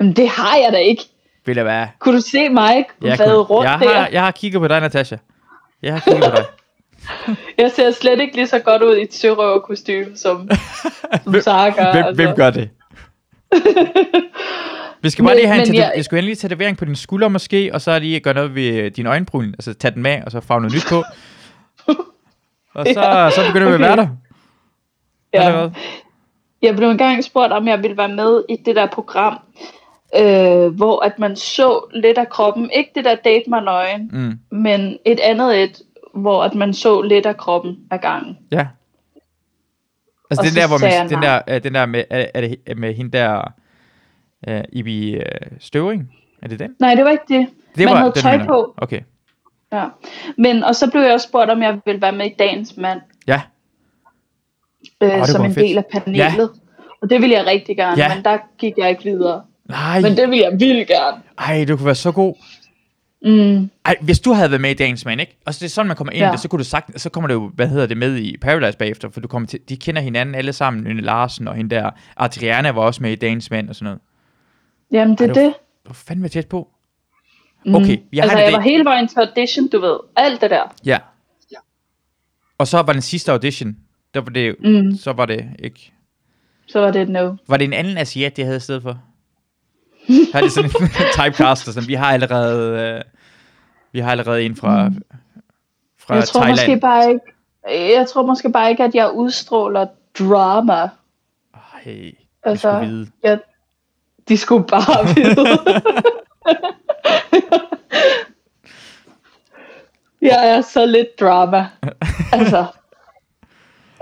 S2: Jamen, det har jeg da ikke.
S1: vil det være.
S2: Kunne du se mig
S1: Jeg,
S2: vade
S1: kunne-
S2: rundt
S1: jeg,
S2: der?
S1: har, jeg har kigget på dig, Natasha. Jeg har kigget på dig.
S2: Jeg ser slet ikke lige så godt ud i et sørøverkostyme, som, som Sara gør.
S1: Hvem, hvem gør
S2: *laughs*
S1: det? Vi skal bare
S2: Men-
S1: lige have en
S2: men
S1: tatu-
S2: jeg-
S1: jeg... skulle endelig tatovering på din skulder måske, og så lige gøre noget ved øh, din øjenbryn, altså tage den med, og så farve noget
S2: *laughs*
S1: nyt på. Og så, ja.
S2: Ja,
S1: så begynder vi at
S2: okay.
S1: være der.
S2: ja.
S1: Allerede.
S2: Jeg blev engang spurgt, om jeg ville være med i det der program, øh, hvor at man så lidt af kroppen. Ikke det der date mig nøgen,
S1: Mm.
S2: men et andet et, hvor at man så lidt af kroppen ad gangen.
S1: Ja. Altså
S2: Og
S1: den
S2: så
S1: der, hvor
S2: sagde
S1: man,
S2: jeg
S1: den der,
S2: nej.
S1: øh, den der med, er, er det med hende der, uh, Ibi uh, Støvring? Er det den?
S2: Nej, det var ikke det.
S1: Det
S2: man havde
S1: den,
S2: tøj
S1: mener.
S2: på.
S1: Okay.
S2: Ja. Men, og så blev jeg også spurgt, om jeg ville være med i Dagens Mand,
S1: Ja,
S2: øh,
S1: det
S2: som
S1: var
S2: en
S1: fedt.
S2: del af panelet. Og det ville jeg rigtig gerne,
S1: Ja.
S2: men der gik jeg ikke videre.
S1: Nej,
S2: Men det vil jeg vildt gerne.
S1: ej, du kunne være så god.
S2: Mm.
S1: Ej, hvis du havde været med i Dagens Mand, ikke? Og så det er sådan, man kommer ind i
S2: Ja.
S1: det, så kunne du sagt, så kommer det jo, hvad hedder det, med i Paradise bagefter, for du kommer til, de kender hinanden alle sammen, Nynne Larsen og hende der, Adriana var også med i Dagens Mand og sådan noget.
S2: Jamen, det er
S1: Ej, det var-
S2: det.
S1: Hvor fanden var tæt på?
S2: Mm.
S1: Okay, jeg har
S2: altså,
S1: en
S2: jeg
S1: idé.
S2: var hele vejen til audition, du ved. Alt det der.
S1: Ja. Og så var den sidste audition, der var det,
S2: Mm.
S1: så var det ikke.
S2: Så var det et no.
S1: Var det en anden asiat, jeg havde i stedet for? Har det sådan en
S2: *laughs*
S1: typecaster, som vi har allerede, øh, vi har allerede en fra, fra
S2: Mm. Jeg tror,
S1: Thailand.
S2: måske bare ikke, jeg tror måske bare ikke, at jeg udstråler drama.
S1: Ej, altså...
S2: Altså-
S1: skulle vide.
S2: Jeg, de skulle
S1: *laughs*
S2: bare vide. jeg er så lidt drama. Altså.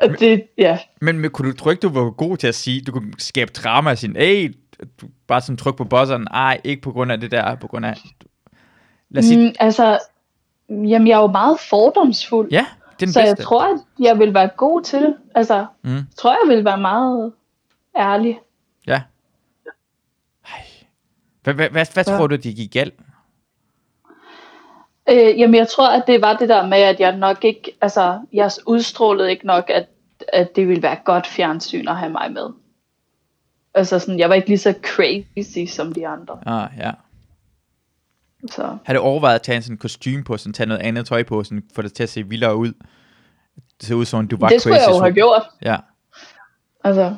S2: Og Det, ja.
S1: Men, men kunne du trykke, du var god til at sige, du kunne skabe drama og sige, hey, du bare sådan tryk på bosseren, nej, ikke på grund af det der, på grund af... Lad os sige, mm.
S2: Mm, altså, jamen, jeg er jo meget fordomsfuld.
S1: ja, det er den
S2: så
S1: bedste.
S2: jeg tror, at jeg vil være god til det. Altså,
S1: Mm.
S2: mm. jeg tror, jeg vil være meget ærlig.
S1: Ja. Ej. Hvad, hvad, hvad, hvad
S2: Ja.
S1: tror du, de gik galt?
S2: Øh, jamen, jeg tror, at det var det der med, at jeg nok ikke, altså, jeg udstrålede ikke nok, at, at det ville være godt fjernsyn at have mig med. Altså sådan, jeg var ikke lige så crazy som de andre.
S1: Ah, ja.
S2: Så
S1: Har du overvejet at tage en sådan kostume på, sådan tage noget andet tøj på, sådan få det til at se vildere ud? Det ser ud som om, du var
S2: det skulle
S1: crazy.
S2: jeg jo
S1: som-
S2: have gjort.
S1: Ja,
S2: Altså,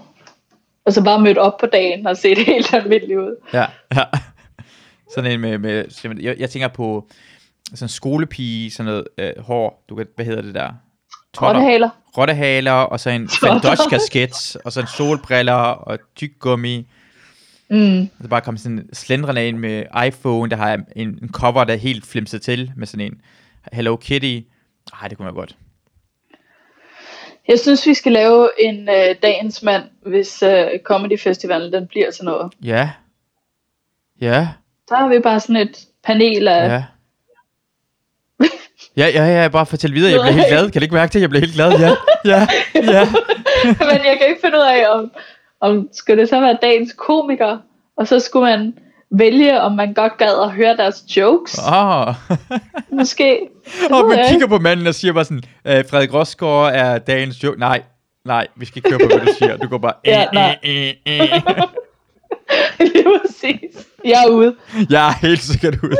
S2: altså bare mødt op på dagen og set *laughs* helt almindeligt ud.
S1: ja, *laughs* ja. Sådan en med, med simpelthen- jeg, jeg tænker på sådan en skolepige, sådan noget øh, hår, du kan, hvad hedder det der? Totter.
S2: Rottehaler.
S1: Rottehaler, og så en fandosh-kasket, og så en solbriller, og tyggummi.
S2: Mm.
S1: Og så bare kom sådan slendrende ind med iPhone, der har en, en cover, der er helt flimset til med sådan en Hello Kitty. Ej, det kunne man godt.
S2: Jeg synes, vi skal lave en øh, dagens mand, hvis øh, Comedy Festivalen den bliver til noget.
S1: Ja. Ja.
S2: Så har vi bare sådan et panel af...
S1: Ja. Ja, ja, ja, bare fortæl videre. Jeg blev helt glad. Kan du ikke mærke det? Jeg blev helt glad. Ja, ja, ja.
S2: *laughs* Men jeg kan ikke finde ud af, om, om skulle det så være dagens komiker, og så skulle man vælge, om man godt gad at høre deres jokes,
S1: Åh. Oh.
S2: måske. Det
S1: Og
S2: ved
S1: man
S2: jeg
S1: kigger på manden og siger bare sådan, "Øh, Frederik Rosgaard er dagens joke. Nej, nej, vi skal ikke køre på, hvad du siger. Du går bare,
S2: Ja,
S1: "Øh,
S2: nej.
S1: øh, øh, øh."
S2: ikke. *laughs* Lige præcis. Jeg er ude.
S1: Jeg er helt sikkert ude.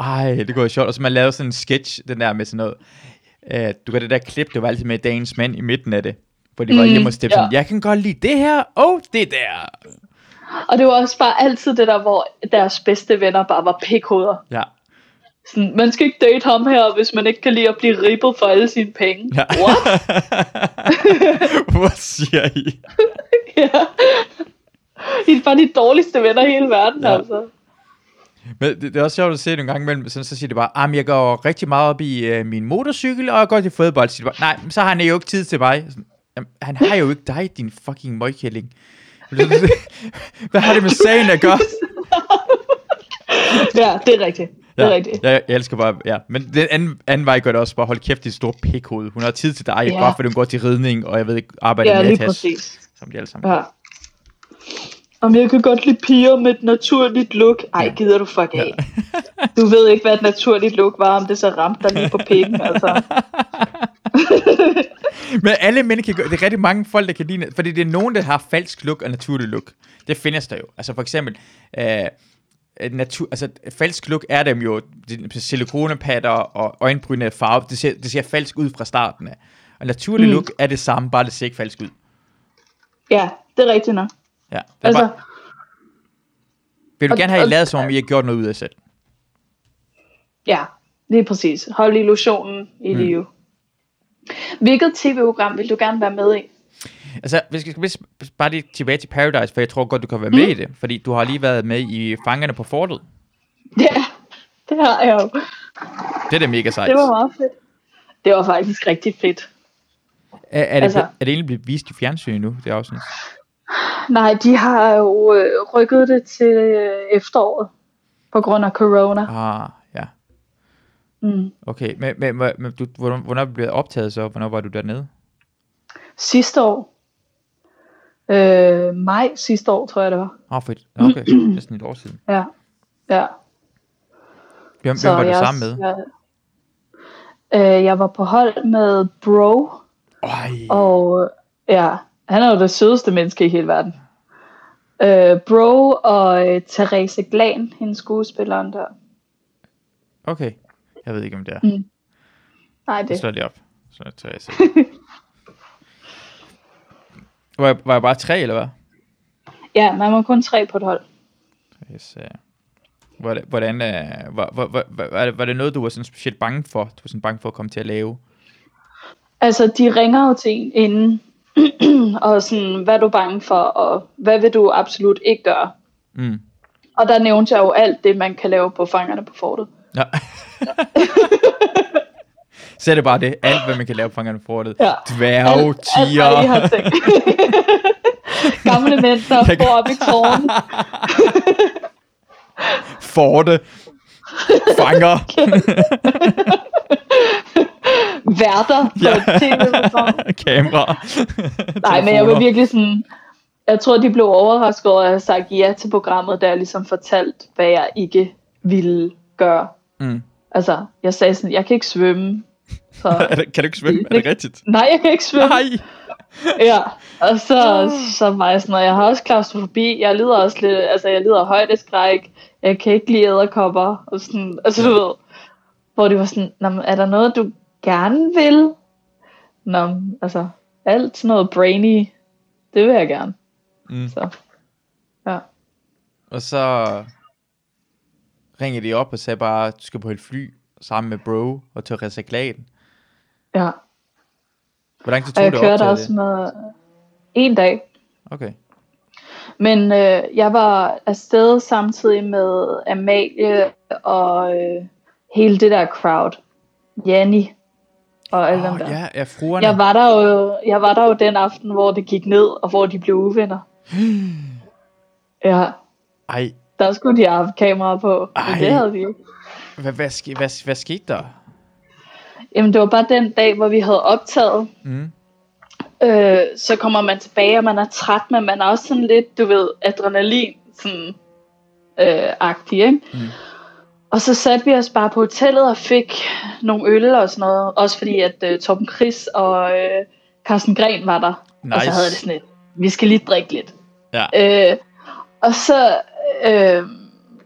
S1: Ej, det kunne være sjovt. Og så man lavede sådan en sketch, den der med sådan noget. Øh, du kan det der klip, det var altid med Dagens Mand i midten af det. Hvor de var
S2: Mm,
S1: hjemme hos Stephen.
S2: ja.
S1: Jeg kan godt lide det her, og det der.
S2: Og det var også bare altid det der, hvor deres bedste venner bare var pikhoveder.
S1: Ja.
S2: Sådan, man skal ikke date ham her, hvis man ikke kan lide at blive ribbet for alle sine penge.
S1: ja.
S2: *laughs* What?
S1: *laughs* Hvad siger I?
S2: ja. *laughs* I er bare de dårligste venner i hele verden,
S1: Ja.
S2: ja. altså.
S1: Men det, det, er også sjovt at se nogle gange imellem, sådan, så siger det bare, at jeg går rigtig meget op i øh, min motorcykel, og jeg går til fodbold. Så Siger det bare, Nej, men så har han jo ikke tid til mig. Sådan, "Jamen, han har jo ikke dig, din fucking møgkælling. *laughs* Hvad har det med sagen at
S2: *laughs*
S1: gøre?
S2: Ja, det er rigtigt. Det er
S1: Ja,
S2: rigtigt.
S1: jeg, jeg elsker bare, ja. Men den anden, anden vej gør det også bare, hold kæft, dit store pikhoved. Hun har tid til dig, ja.
S2: Ja.
S1: bare fordi hun går til ridning, og jeg ved ikke, arbejder
S2: Ja,
S1: med
S2: lige
S1: tas,
S2: præcis.
S1: som de alle sammen.
S2: Ja. Om jeg kan godt lide piger med et naturligt look. Ej, gider du fuck af. *laughs* Du ved ikke, hvad et naturligt look var, om det så ramte dig lige på
S1: *laughs*
S2: pikken. Altså.
S1: Men alle mænd kan gøre, det er rigtig mange folk, der kan lide, fordi det er nogen, der har falsk look og naturlig look. Det findes der jo. Altså for eksempel, øh, øh, natur, altså falsk look er dem jo, det- silikonepatter og øjenbryn er farve, det ser, det ser falsk ud fra starten af. Og naturlig mm.
S2: Mm.
S1: look er det samme, bare det ser ikke falsk ud.
S2: Ja, det er rigtigt nok.
S1: Ja, det er
S2: Altså,
S1: bare, vil du
S2: og-
S1: gerne have, at I
S2: og-
S1: lavet, som om I har gjort noget ud af jer selv?
S2: ja, lige præcis. Hold illusionen i mm. live. Hvilket tv-program vil du gerne være med i? *laughs*
S1: Altså, vi skal vi skal bare lige tilbage til Paradise, for jeg tror godt, du kan være med mm. i det. Fordi du har lige været med i Fangerne på Fortet.
S2: Ja, det har jeg jo.
S1: Det er da mega sejt.
S2: Det var meget fedt. Det var faktisk rigtig fedt.
S1: er, er, det, altså...
S2: altså-
S1: er det egentlig blevet vist i fjernsyn endnu, det afsnit?
S2: Nej, de har jo øh, rykket det til øh, efteråret på grund af corona.
S1: Ah, ja. Ah.
S2: Mm.
S1: Okay, men, men, men, men du, hvornår, hvornår blev det optaget så? Hvornår var du dernede?
S2: Sidste år. øh, maj sidste år, tror jeg det var.
S1: Åh, oh, fedt. Nå,
S2: *clears throat*
S1: Okay, det er sådan et år siden.
S2: Ja, ja.
S1: Hvem, hvem var du
S2: jeg-
S1: sammen med?
S2: Jeg, øh, jeg var på hold med Bro,
S1: Ej,
S2: og øh, ja, han er jo det sødeste menneske i hele verden. Øh, Bro og øh, Therese Glan, hendes skuespilleren der.
S1: okay. Jeg ved ikke, om det er.
S2: Nej,
S1: Jeg
S2: det.
S1: slår lige op. Så tager jeg selv.
S2: *laughs*
S1: var, jeg, var jeg bare tre, eller hvad?
S2: Ja, man må kun tre på et hold.
S1: Yes, ja. Hvordan, hvordan øh, var, var, var, var, det- var det noget, du var sådan specielt bange for? Du var sådan bange for at komme til at lave?
S2: Altså, de ringer jo til en inden, *clears throat* og sådan, hvad er du bange for, og hvad vil du absolut ikke gøre?
S1: Mm.
S2: Og der nævnte jeg jo alt det, man kan lave på fangerne på fortet. *laughs*
S1: Nå. Så er det bare det. Alt, hvad man kan lave på fangerne på fortet.
S2: Ja.
S1: Dværge,
S2: alt, alt, hvad I
S1: tiger.
S2: har
S1: *laughs*
S2: tænkt. Gamle mænd, der
S1: Jeg kan-
S2: bor oppe i tårn. *laughs*
S1: forte, fanger.
S2: Værter på
S1: Ja. *laughs*
S2: et tv-program.
S1: Kamera.
S2: Nej, men jeg var
S1: Telefoner.
S2: virkelig sådan... Jeg tror, de blev overrasket over, at jeg havde sagt ja til programmet, da jeg ligesom fortalte, hvad jeg ikke ville gøre.
S1: Mm.
S2: Altså, jeg sagde sådan, jeg kan ikke svømme. Så,
S1: *laughs* Er det, kan du ikke svømme? Er det rigtigt?
S2: nej, jeg kan ikke svømme.
S1: Nej.
S2: Ja, og så, så var jeg sådan, og jeg har også klaustrofobi, jeg lider også lidt, altså jeg lider af højdeskræk, jeg kan ikke lide æderkopper, og sådan, altså du ved, hvor det var sådan, Nå, men er der noget, du gerne vil? Nå, men, altså, alt sådan noget brainy, det vil jeg gerne,
S1: Mm.
S2: så, ja.
S1: Og så ringede de op og sagde bare, du skal på et fly sammen med bro og Theresa Gladen.
S2: ja.
S1: Hvor lang tid
S2: Og
S1: tog
S2: jeg
S1: det op
S2: kørte
S1: til
S2: også
S1: det?
S2: med en dag,
S1: Okay.
S2: Men øh, jeg var afsted samtidig med Amalie og øh, hele det der crowd. Janni og alle oh, dem
S1: Oh,
S2: der.
S1: ja, ja, fruerne.
S2: Jeg var, der jo, jeg var der jo den aften, hvor det gik ned, og hvor de blev uvenner. Ja,
S1: Ej,
S2: der skulle de have haft kamera på, men
S1: Ej.
S2: det havde de ikke.
S1: hvad, hvad, ske, hvad, hvad skete der?
S2: Jamen, det var bare den dag, hvor vi havde optaget.
S1: Mm.
S2: Øh, så kommer man tilbage, og man er træt, men man er også sådan lidt, du ved, adrenalin, sådan øh, agtig, ikke?
S1: Mm.
S2: Mm. Og så satte vi os bare på hotellet og fik nogle øl og sådan noget. Også fordi, at øh, Torben Chris og øh, Carsten Gren var der.
S1: Nice.
S2: Og så havde det sådan et, vi skal lige drikke lidt.
S1: Ja.
S2: Øh, og så øh,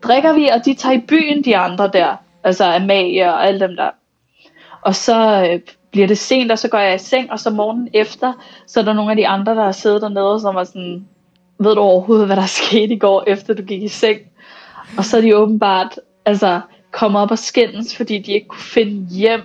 S2: drikker vi, og de tager i byen, de andre der. Altså Amalie og alle dem der. Og så øh, bliver det sent, og så går jeg i seng, og så morgenen efter, så er der nogle af de andre, der har siddet dernede, som var sådan, ved du overhovedet, hvad der *laughs* skete i går, efter du gik i seng? Og så er de åbenbart altså, kommet op og skændes, fordi de ikke kunne finde hjem,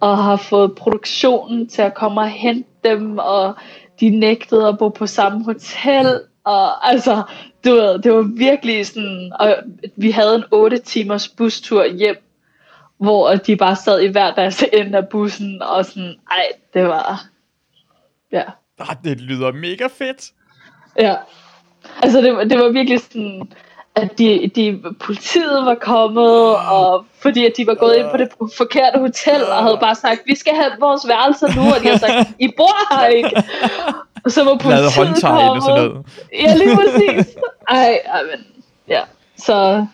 S2: og har fået produktionen til at komme og hente dem, og de nægtede at bo på samme hotel, og altså, du ved, det var virkelig sådan, og vi havde en 8 timers bustur hjem, hvor at de bare sad i hver deres *laughs* ende af bussen, og sådan, ej, det var, ja,
S1: Ah, det lyder mega fedt.
S2: ja. Altså, det, var- det var virkelig sådan, at de, de, politiet var kommet, og fordi at de var gået ind på det forkerte hotel, og havde bare sagt, vi skal have vores værelser nu, og de havde sagt, I bor her ikke. Og så var
S1: Lavet
S2: politiet
S1: håndtegn eller sådan
S2: kommet.
S1: noget.
S2: Ja, lige præcis. Ej, ej, men, ja. Så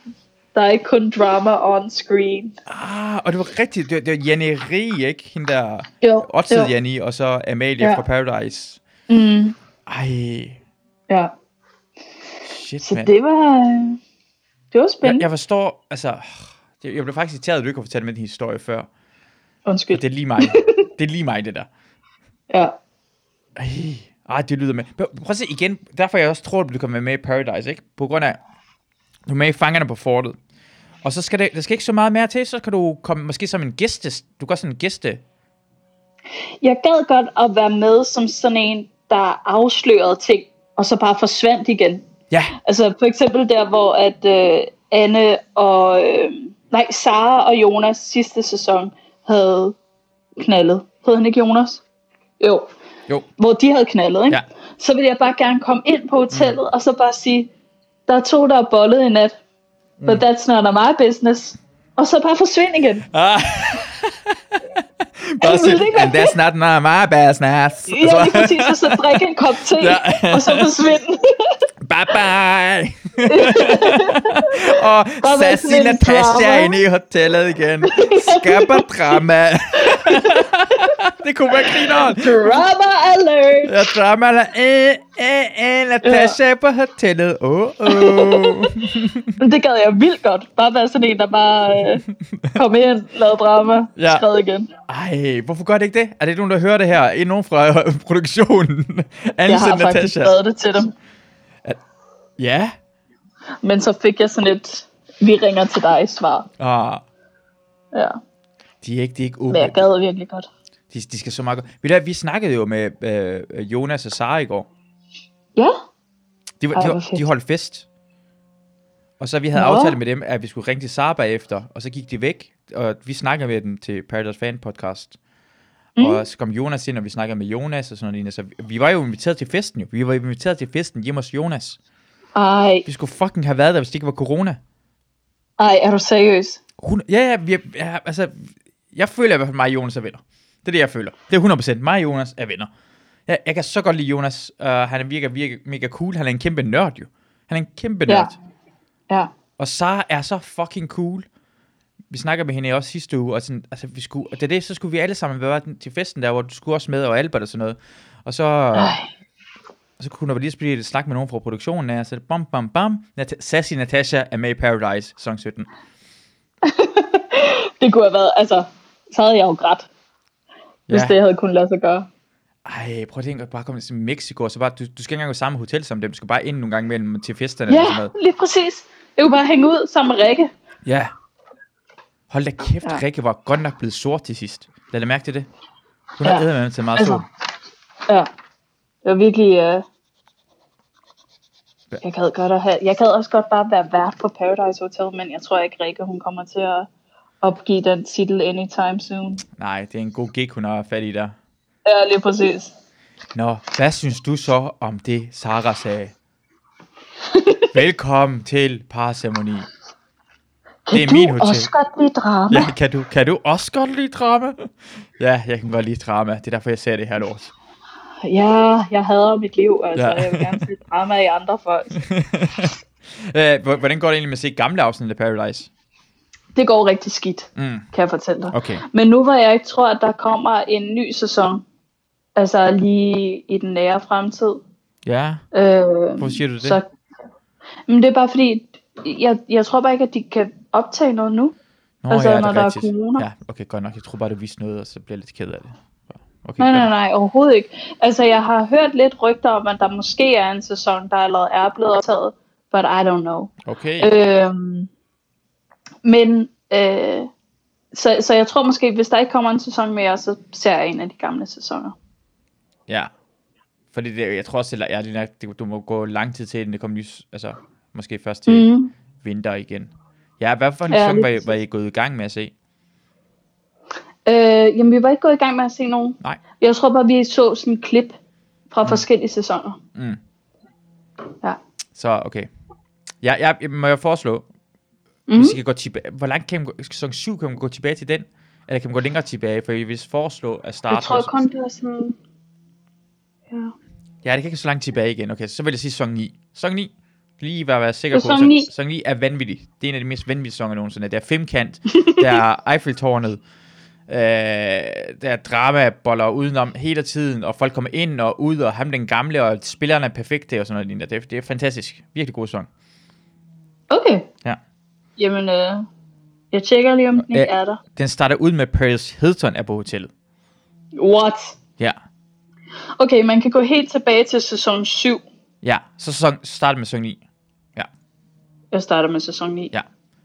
S2: der er ikke kun drama on screen.
S1: Ah, og det var rigtigt. Det var, det var Janne Rie, ikke? Hende der...
S2: Jo,
S1: Otzed Janni, og så Amalie
S2: Ja.
S1: fra Paradise.
S2: Mm,
S1: Ej,
S2: ja.
S1: shit,
S2: Så
S1: mand.
S2: det var, øh, det var
S1: Jeg,
S2: spændende.
S1: jeg forstår, altså... Jeg jeg blev faktisk irriteret, at du ikke har fortalt mig den historie før.
S2: Undskyld.
S1: Det er lige
S2: *laughs*
S1: mig. det er lige mig, det der.
S2: Ja.
S1: Ej, ej det lyder med. Prøv prøv at se igen. Derfor jeg også tror, at du kan være med i Paradise, ikke? På grund af, du er med i Fangerne på Fortet. Og så skal det, der skal ikke så meget mere til, så kan du komme måske som en gæste. Du gør sådan en gæste.
S2: Jeg gad godt at være med som sådan en, der afslørede ting, og så bare forsvandt igen.
S1: Ja,
S2: Altså for eksempel der, hvor at øh, Anne og... Øh, nej, Sara og Jonas sidste sæson havde knaldet. Hed han ikke Jonas? Jo.
S1: jo.
S2: Hvor de havde knaldet, ikke?
S1: Ja.
S2: Så ville jeg bare gerne komme ind på hotellet, mm. og så bare sige, der er to, der er bollet i nat. But
S1: Mm.
S2: that's not my business. Og så bare forsvinde igen.
S1: Ah. bare
S2: ville det
S1: sådan,
S2: ikke være
S1: and that's not my my business.
S2: Ja, lige præcis, og så drikke en kop te,
S1: Altså. Ja.
S2: og så
S1: *laughs*
S2: forsvinde.
S1: Bye bye! *laughs* og
S2: Bare være
S1: Sassy
S2: sådan en
S1: Natasha
S2: drama.
S1: inde i hotellet igen. Skaber drama. *laughs* det kunne være grineren.
S2: Drama alert!
S1: Jeg drama la eh, eh, eh, Natasha på hotellet. Åh, oh, oh.
S2: Men det gad jeg vildt godt. Bare være sådan en, der bare øh, kom ind, lavede drama,
S1: Ja.
S2: ja. skrev igen.
S1: Ej, hvorfor gør det ikke det? Er det ikke nogen, der hører det her? Er nogen fra øh, produktionen?
S2: Jeg
S1: Anse
S2: har faktisk
S1: Natasha.
S2: skrevet det til dem.
S1: Ja.
S2: Men så fik jeg sådan et, vi ringer til dig svar.
S1: Ah,
S2: Ja.
S1: de er ikke, de er ikke
S2: Men jeg
S1: åbne.
S2: gad virkelig godt.
S1: De, de skal så meget godt. Ved du, hvad, vi snakkede jo med øh, Jonas og Sara i går.
S2: Ja,
S1: De, var,
S2: Ej,
S1: de,
S2: hvor
S1: var-
S2: fedt.
S1: de holdt fest. Og så vi havde
S2: Nå.
S1: aftalt med dem, at vi skulle ringe til Sara bagefter, og så gik de væk, og vi snakker med dem til Paradise Fan Podcast. Mm. Og så kom Jonas ind, og vi snakker med Jonas og sådan noget. lignende. Så vi, vi var jo inviteret til festen jo. Vi var inviteret til festen hjemme hos Jonas.
S2: ej,
S1: Vi skulle fucking have været der, hvis det ikke var corona.
S2: ej, er du seriøs?
S1: Hun, ja, ja, vi er, ja, altså, jeg føler i hvert fald, mig og Jonas er venner. Det er det, jeg føler. Det er 100%. Mig og Jonas er venner. Jeg, jeg kan så godt lide Jonas. Uh, han virker, virker mega cool. Han er en kæmpe nørd jo. Han er en kæmpe
S2: Ja.
S1: nørd.
S2: Ja.
S1: Og Sara er så fucking cool. Vi snakker med hende også sidste uge, og sådan, altså, vi skulle, og det er det, så skulle vi alle sammen være til festen der, hvor du skulle også med, og Albert og sådan noget. Og så,
S2: Ej,
S1: og så kunne der lige spille et snak med nogen fra produktionen af, så bam, bam, bam, Nat- Sassy Natasha er med i Paradise, song 17.
S2: det kunne have været, altså, så havde jeg jo grædt, hvis det havde kunnet lade sig gøre.
S1: Ej, prøv at tænke at bare komme til Mexico, og så bare, du, du skal ikke engang gå i samme hotel som dem, du skal bare ind nogle gange imellem til festerne.
S2: Ja,
S1: eller sådan noget.
S2: lige præcis. Jeg kunne bare hænge ud sammen med Rikke.
S1: Ja. Hold da kæft, ja.
S2: Ja.
S1: Rikke var godt nok blevet sort til sidst. Lad dig mærke til det. Hun
S2: Ja.
S1: har ja. med til meget
S2: Altså.
S1: sol.
S2: Ja, det var virkelig... Øh...
S1: Ja.
S2: Jeg gad, godt at have... jeg gad også godt bare være vært på Paradise Hotel, men jeg tror ikke, Rikke hun kommer til at opgive den titel anytime soon.
S1: Nej, det er en god gig, hun har fat i der.
S2: Ja, lige præcis.
S1: Nå, hvad synes du så om det, Sara
S2: *laughs*
S1: sagde? Velkommen til parceremoni. Det er
S2: Kan
S1: min
S2: du
S1: hotel.
S2: også godt lide drama?
S1: Ja, kan du, kan du også godt lide drama? Ja, jeg kan godt lide drama. Det er derfor, jeg ser det her lort.
S2: Ja, jeg hader mit liv, altså.
S1: Ja.
S2: Ja. Jeg vil gerne se drama i andre folk.
S1: Øh, hvor- hvordan går det egentlig med at se gamle afsnit af Paradise?
S2: Det går rigtig skidt,
S1: Mm.
S2: kan jeg fortælle dig.
S1: Okay.
S2: Men nu hvor jeg ikke tror, at der kommer en ny sæson, altså lige i den nære fremtid,
S1: Ja,
S2: øh,
S1: hvorfor siger du det?
S2: så... Men det er bare fordi, jeg, jeg tror bare ikke, at de kan optage noget nu.
S1: Nå,
S2: altså,
S1: det
S2: når der er
S1: rigtigt.
S2: corona.
S1: Ja, okay, godt nok. Jeg tror bare, du viste noget, og så bliver jeg lidt ked af det. Okay,
S2: Nej,
S1: godt
S2: nej,
S1: nok.
S2: nej, overhovedet ikke. Altså, jeg har hørt lidt rygter om, at der måske er en sæson, der allerede er blevet optaget, but I don't know.
S1: Okay,
S2: Øhm, men, øh, så, så jeg tror måske, hvis der ikke kommer en sæson mere, så ser jeg en af de gamle sæsoner.
S1: ja. Fordi det, jeg tror også, at ærligt nok, det- du må gå lang tid til, inden det kommer nys. Altså, måske først til
S2: Mm.
S1: vinter igen. Ja, hvad for en
S2: Ja,
S1: sæson
S2: lige
S1: var I,
S2: præcis.
S1: var I gået i gang med at se?
S2: Øh, jamen, vi var ikke gået i gang med at se nogen.
S1: Nej.
S2: Jeg tror bare, vi så sådan en klip fra forskellige sæsoner.
S1: Mm.
S2: Ja.
S1: Så, okay. Ja, ja, må jeg foreslå,
S2: Mm.
S1: Hvis I kan gå tilbage, hvor langt kan man gå, sæson 7, kan man gå tilbage til den? Eller kan man gå længere tilbage? For jeg vil foreslå at starte...
S2: Jeg tror
S1: med-
S2: kun, det var sådan... Ja.
S1: Ja, det kan ikke så langt tilbage igen. Okay, så vil jeg sige sæson 9. Sæson 9. Lige for at være sikker på.
S2: Sæson
S1: sæson-
S2: 9.
S1: Sæson 9 er vanvittig. Det er en af de mest vanvittige sæsoner nogensinde. Der er femkant. der er Eiffeltårnet. Øh, der er dramaboller udenom hele tiden, og folk kommer ind og ud, og ham den gamle, og spillerne er perfekte og sådan noget. lignende. Det er, det er fantastisk. Virkelig god sæson.
S2: Okay.
S1: Ja.
S2: Jamen, øh, jeg tjekker lige, om den ikke
S1: Øh.
S2: er der.
S1: Den starter ud med Paris Hilton er på hotellet.
S2: What?
S1: Ja.
S2: Okay, man kan gå helt tilbage til sæson 7.
S1: Ja, så sæson, starter med sæson 9.
S2: Jeg starter med sæson 9.
S1: Ja.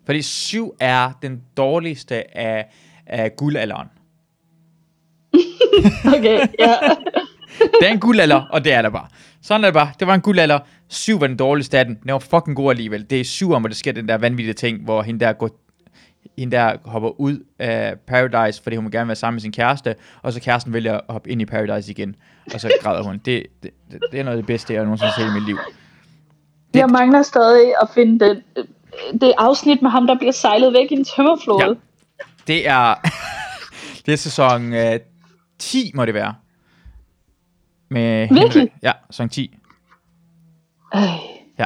S1: Fordi 7 er den dårligste af, af guldalderen.
S2: *laughs* Okay, ja.
S1: Det er en guldalder, og det er der bare. Sådan er det bare. Det var en guldalder. 7 var den dårligste af den. Den var fucking god alligevel. Det er 7 hvor der sker den der vanvittige ting, hvor hende der, går, hende der hopper ud af Paradise, fordi hun vil gerne være sammen med sin kæreste, og så kæresten vælger at hoppe ind i Paradise igen, og så græder hun. Det, det, det er noget af det bedste, jeg nogensinde har set i mit liv.
S2: Jeg mangler stadig at finde den, øh, det afsnit med ham, der bliver sejlet væk i en tømmerflåde.
S1: *laughs* Ja. Det er... det er sæson... Øh, 10 må det være. Med
S2: Virkelig?
S1: Henrik. Ja, sæson 10.
S2: Ej.
S1: Ja.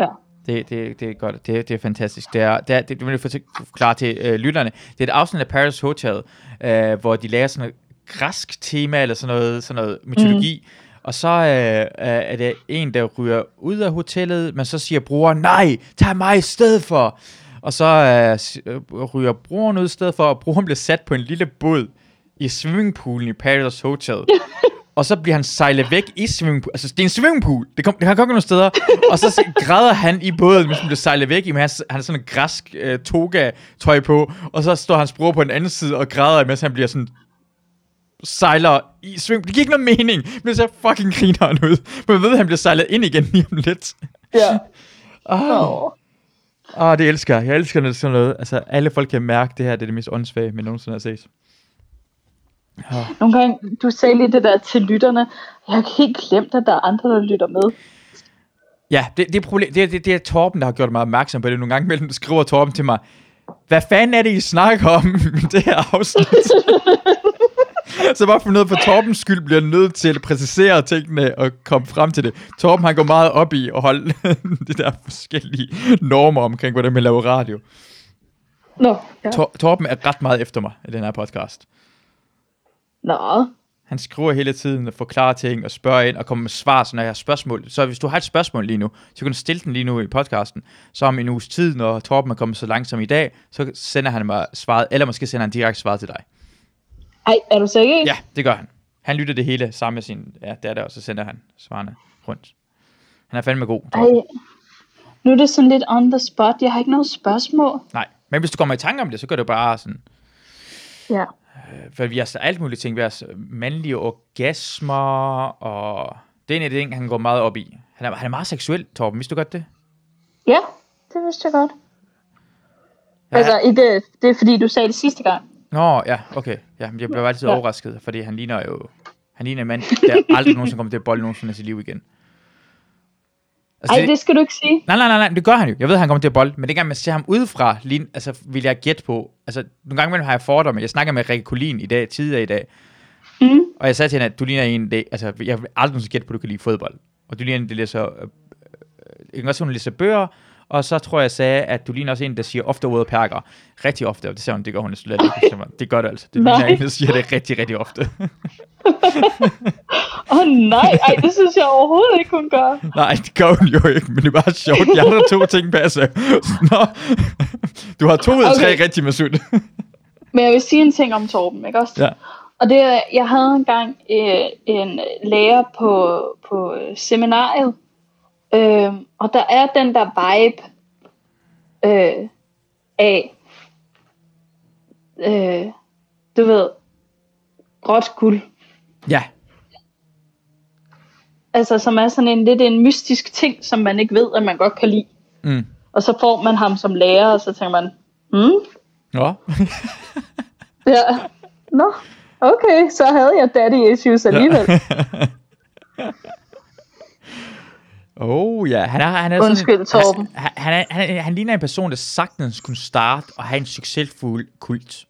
S2: Ja.
S1: Det, det, det er godt. Det, det er fantastisk. Det er, det, er, det vil jeg fortæ- forklare til øh, lytterne. Det er et afsnit af Paris Hotel, øh, hvor de laver sådan noget græsk tema, eller sådan noget, sådan noget mytologi. Mm. Og så øh, øh, er det en, der ryger ud af hotellet, men så siger brugeren, nej, tag mig i stedet for. Og så øh, s- øh, ryger brugeren ud i stedet for, og brugeren bliver sat på en lille båd i swimmingpoolen i Paradise Hotel. og så bliver han sejlet væk i swimmingpool. Altså, det er en swimmingpool. Det, kom, det kan komme nogle steder. Og så se- græder han i båden, hvis han bliver sejlet væk. i, Men han, han har sådan en græsk øh, toga-tøj på. Og så står hans bror på den anden side og græder, mens han bliver sådan sejler i sving. Det giver ikke nogen mening. Men det ser fucking grineren ud. Men jeg ved, at han bliver sejlet ind igen lige om lidt. *laughs*
S2: Ja.
S1: Åh, oh.
S2: Oh.
S1: oh, det elsker jeg. Jeg elsker når det er sådan noget. Altså, alle folk kan mærke, det her det er det mest åndssvage, man nogensinde har set.
S2: Nogle gange, du sagde lige det der til lytterne. Jeg har helt glemt, at der er andre, der lytter med.
S1: Ja, det, det, er problem, det, er- det, det er Torben, der har gjort mig opmærksom på det. Nogle gange mellem skriver Torben til mig, hvad fanden er det, I snakker om i *laughs* det her afsnit? *laughs* Så bare for noget for Torbens skyld bliver jeg nødt til at præcisere tingene og komme frem til det. Torben han går meget op i at holde *laughs* de der forskellige normer omkring, hvordan man laver radio.
S2: Nå, ja.
S1: Tor- Torben er ret meget efter mig i den her podcast.
S2: Nå.
S1: Han skriver hele tiden og forklarer ting og spørger ind og kommer med svar, så når jeg har spørgsmål. Så hvis du har et spørgsmål lige nu, så kan du stille den lige nu i podcasten. Så om en uges tid, når Torben er kommet så langt som i dag, så sender han mig svaret, eller måske sender han direkte svaret til dig.
S2: Ej, er du sikker?
S1: Ja, det gør han. Han lytter det hele sammen med sin ja, datter, og så sender han svarene rundt. Han er fandme god.
S2: Ej.
S1: Torben.
S2: Nu er det sådan lidt on the spot. Jeg har ikke noget spørgsmål.
S1: Nej, men hvis du kommer i tanke om det, så gør det bare sådan,
S2: Ja.
S1: For vi har så alt muligt ting. Vi har så mandlige orgasmer, og det er en af de ting, han går meget op i. Han er, han er meget seksuel, Torben. Vidste du godt det?
S2: Ja, det vidste jeg godt.
S1: Ja.
S2: Ja. Altså, ikke, det er fordi, du sagde det sidste gang.
S1: Nå, ja, okay. Ja, men jeg blev altid
S2: Ja.
S1: overrasket, fordi han ligner jo... Han ligner en mand, der aldrig nogensinde kommer til at bolle nogensinde i sit liv igen. Altså,
S2: Ej, det skal du ikke sige.
S1: Nej, nej, nej, nej, men det gør han jo. Jeg ved, han kommer til at bolde, men det gang man ser ham udefra, lige, altså, vil jeg gætte på, altså, nogle gange imellem har jeg fordomme. Jeg snakker med Rikke Kolin i dag, tidligere i dag,
S2: Mm.
S1: og jeg sagde til hende, at du ligner en, det, altså, jeg vil aldrig nogensinde gætte på, at du kan lide fodbold. Og du ligner en, der læser, øh, øh, jeg kan også se, hun læser bøger, og så tror jeg, jeg sagde, at du ligner også en, der siger ofte ordet perker. Rigtig ofte, og det sagde hun, det gør hun slet ikke.
S2: *laughs*
S1: Så Det gør det altså. Det ligner
S2: Nej.
S1: en, der siger det rigtig, rigtig ofte.
S2: Åh oh, nej, ej, det synes jeg overhovedet ikke, hun gør.
S1: Nej, det gør hun jo ikke, men det er bare sjovt. De andre to ting passer. Nå, du har to ud af
S2: Okay.
S1: tre rigtige, Masud.
S2: Men jeg vil sige en ting om Torben, ikke også?
S1: Ja.
S2: Og det er, jeg havde engang øh, en lærer på, på øh, seminariet, øh, og der er den der vibe øh, af, øh, du ved, gråt guld.
S1: Ja,
S2: Altså, som er sådan en lidt en mystisk ting, som man ikke ved, at man godt kan lide.
S1: Mm.
S2: Og så får man ham som lærer, og så tænker man, hmm,
S1: Nå.
S2: Ja. Nå, okay, så havde jeg daddy issues alligevel. Ja.
S1: oh ja, han er, han er sådan,
S2: Undskyld, Torben.
S1: Han, han, er, han, er, han ligner en person, der sagtens kunne starte og have en succesfuld kult.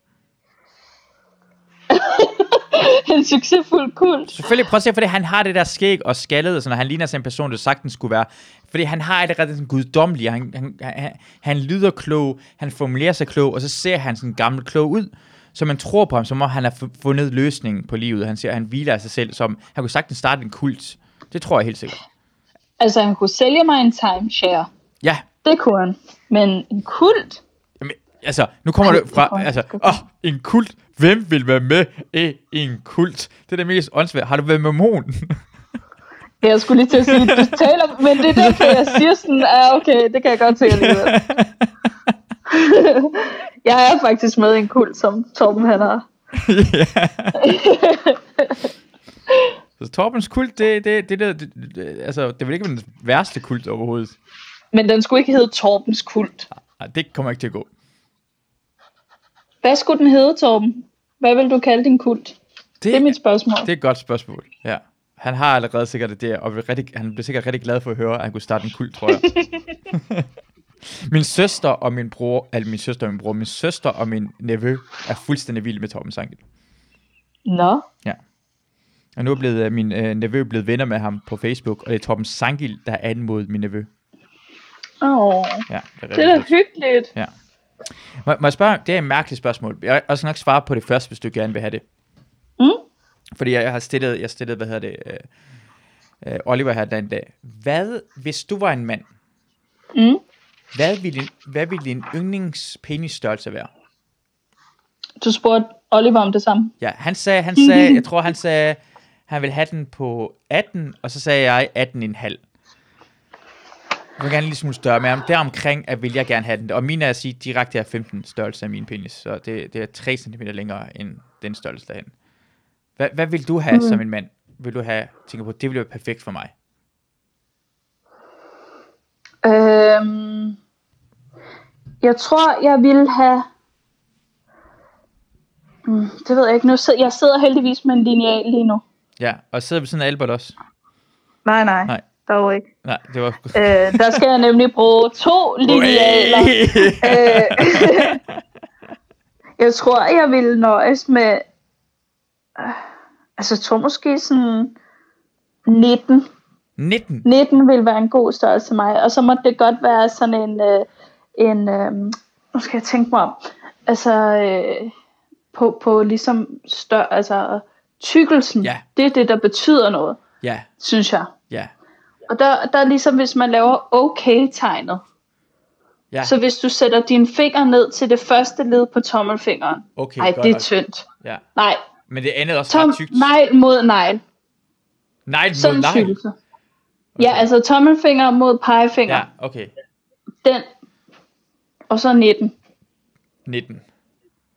S2: *laughs* en succesfuld kult.
S1: Selvfølgelig, prøv at se, fordi han har det der skæg og skaldet, og sådan, og han ligner sådan en person, der sagtens skulle være. Fordi han har et ret sådan guddommeligt, han, han, han, han lyder klog, han formulerer sig klog, og så ser han sådan gammel klog ud. Så man tror på ham, som om han har fu- fundet løsningen på livet. Han siger, han hviler af sig selv, som han kunne sagtens starte en kult. Det tror jeg helt sikkert.
S2: Altså, han kunne sælge mig en timeshare.
S1: Ja,
S2: Det kunne han. Men en kult?
S1: Jamen, altså, nu kommer
S2: Ej,
S1: det fra,
S2: hvor er
S1: altså,
S2: det godt.
S1: åh, en kult. Hvem vil være med i en kult? Det er det mest åndssvagt. Har du været mormon?
S2: Ja, Jeg skulle lige til at sige, du taler, men det er derfor, jeg siger sådan, ja, okay, det kan jeg godt se alligevel. jeg er faktisk med i en kult, som Torben han har.
S1: ja. Så Torbens kult, det, det, det, det, det, det, altså, det vil ikke være den værste kult overhovedet.
S2: Men den skulle ikke hedde Torbens kult.
S1: Nej, det kommer ikke til at gå.
S2: Hvad skulle den hedde, Torben? Hvad vil du kalde din kult? Det er mit spørgsmål.
S1: Det er et godt spørgsmål, ja. Han har allerede sikkert det der, og vil rigtig, han bliver sikkert rigtig glad for at høre, at han kunne starte en kult,
S2: *laughs*
S1: tror jeg. min søster og min bror, altså min søster og min bror, min søster og min nevø er fuldstændig vild med Torben Sankel.
S2: Nå.
S1: Og nu er blevet, øh, min øh, nevø blevet venner med ham på Facebook, og det er Torben Sangil, der har anmodet min nevø.
S2: Åh,
S1: Ja, det
S2: det er da hyggeligt.
S1: Må, må jeg spørge, det er et mærkeligt spørgsmål. Jeg, jeg skal nok svare på det først, hvis du gerne vil have det.
S2: Mm.
S1: Fordi jeg, jeg har stillet, jeg stillede, hvad hedder det, øh, øh, Oliver her den dag. Hvad, hvis du var en mand,
S2: Mm.
S1: hvad ville, en- hvad ville din yndlingspenisstørrelse være?
S2: Du spurgte Oliver om det samme.
S1: Ja, han sagde, han sagde, jeg tror han sagde, han ville have den på 18, og så sagde jeg 18,5. Jeg vil gerne en lille smule større, men om- deromkring at vil jeg gerne have den. Og min er at sige direkte er 15 størrelse af min penis, så det, det er 3 cm længere end den størrelse derhen. Hvad, hvad vil du have mm. som en mand? Vil du have, tænker på, det ville være perfekt for mig.
S2: Øhm, jeg tror, jeg ville have... Mm, det ved jeg ikke. Nu sidder, jeg sidder heldigvis med en lineal lige nu.
S1: Ja, og sidder ved siden af Albert også?
S2: Nej, nej.
S1: Nej.
S2: Dog ikke.
S1: Nej, det var...
S2: Øh, der skal jeg nemlig bruge to linealer. Øh, jeg tror, jeg ville nøjes med... øh, Altså, jeg tror måske sådan 19.
S1: 19.
S2: 19 ville være en god størrelse til mig. Og så måtte det godt være sådan en... Øh, en øh, nu skal jeg tænke mig om. Altså, øh, på, på ligesom større... Altså, tykkelsen.
S1: Ja.
S2: Det er det, der betyder noget,
S1: Ja,
S2: synes jeg.
S1: ja,
S2: Og der, der er ligesom, hvis man laver okay-tegnet.
S1: ja.
S2: Så hvis du sætter dine fingre ned til det første led på tommelfingeren.
S1: Okay,
S2: Nej,
S1: godt
S2: det er
S1: nok.
S2: tyndt.
S1: Ja.
S2: Nej,
S1: Men det andet er også
S2: tom,
S1: ret tykt.
S2: negl mod negl.
S1: Nej, mod
S2: Sådan
S1: nej.
S2: tykkelse. Ja, altså tommelfinger mod pegefinger.
S1: Ja,
S2: Ja.
S1: okay.
S2: Den. Og så 19.
S1: 19.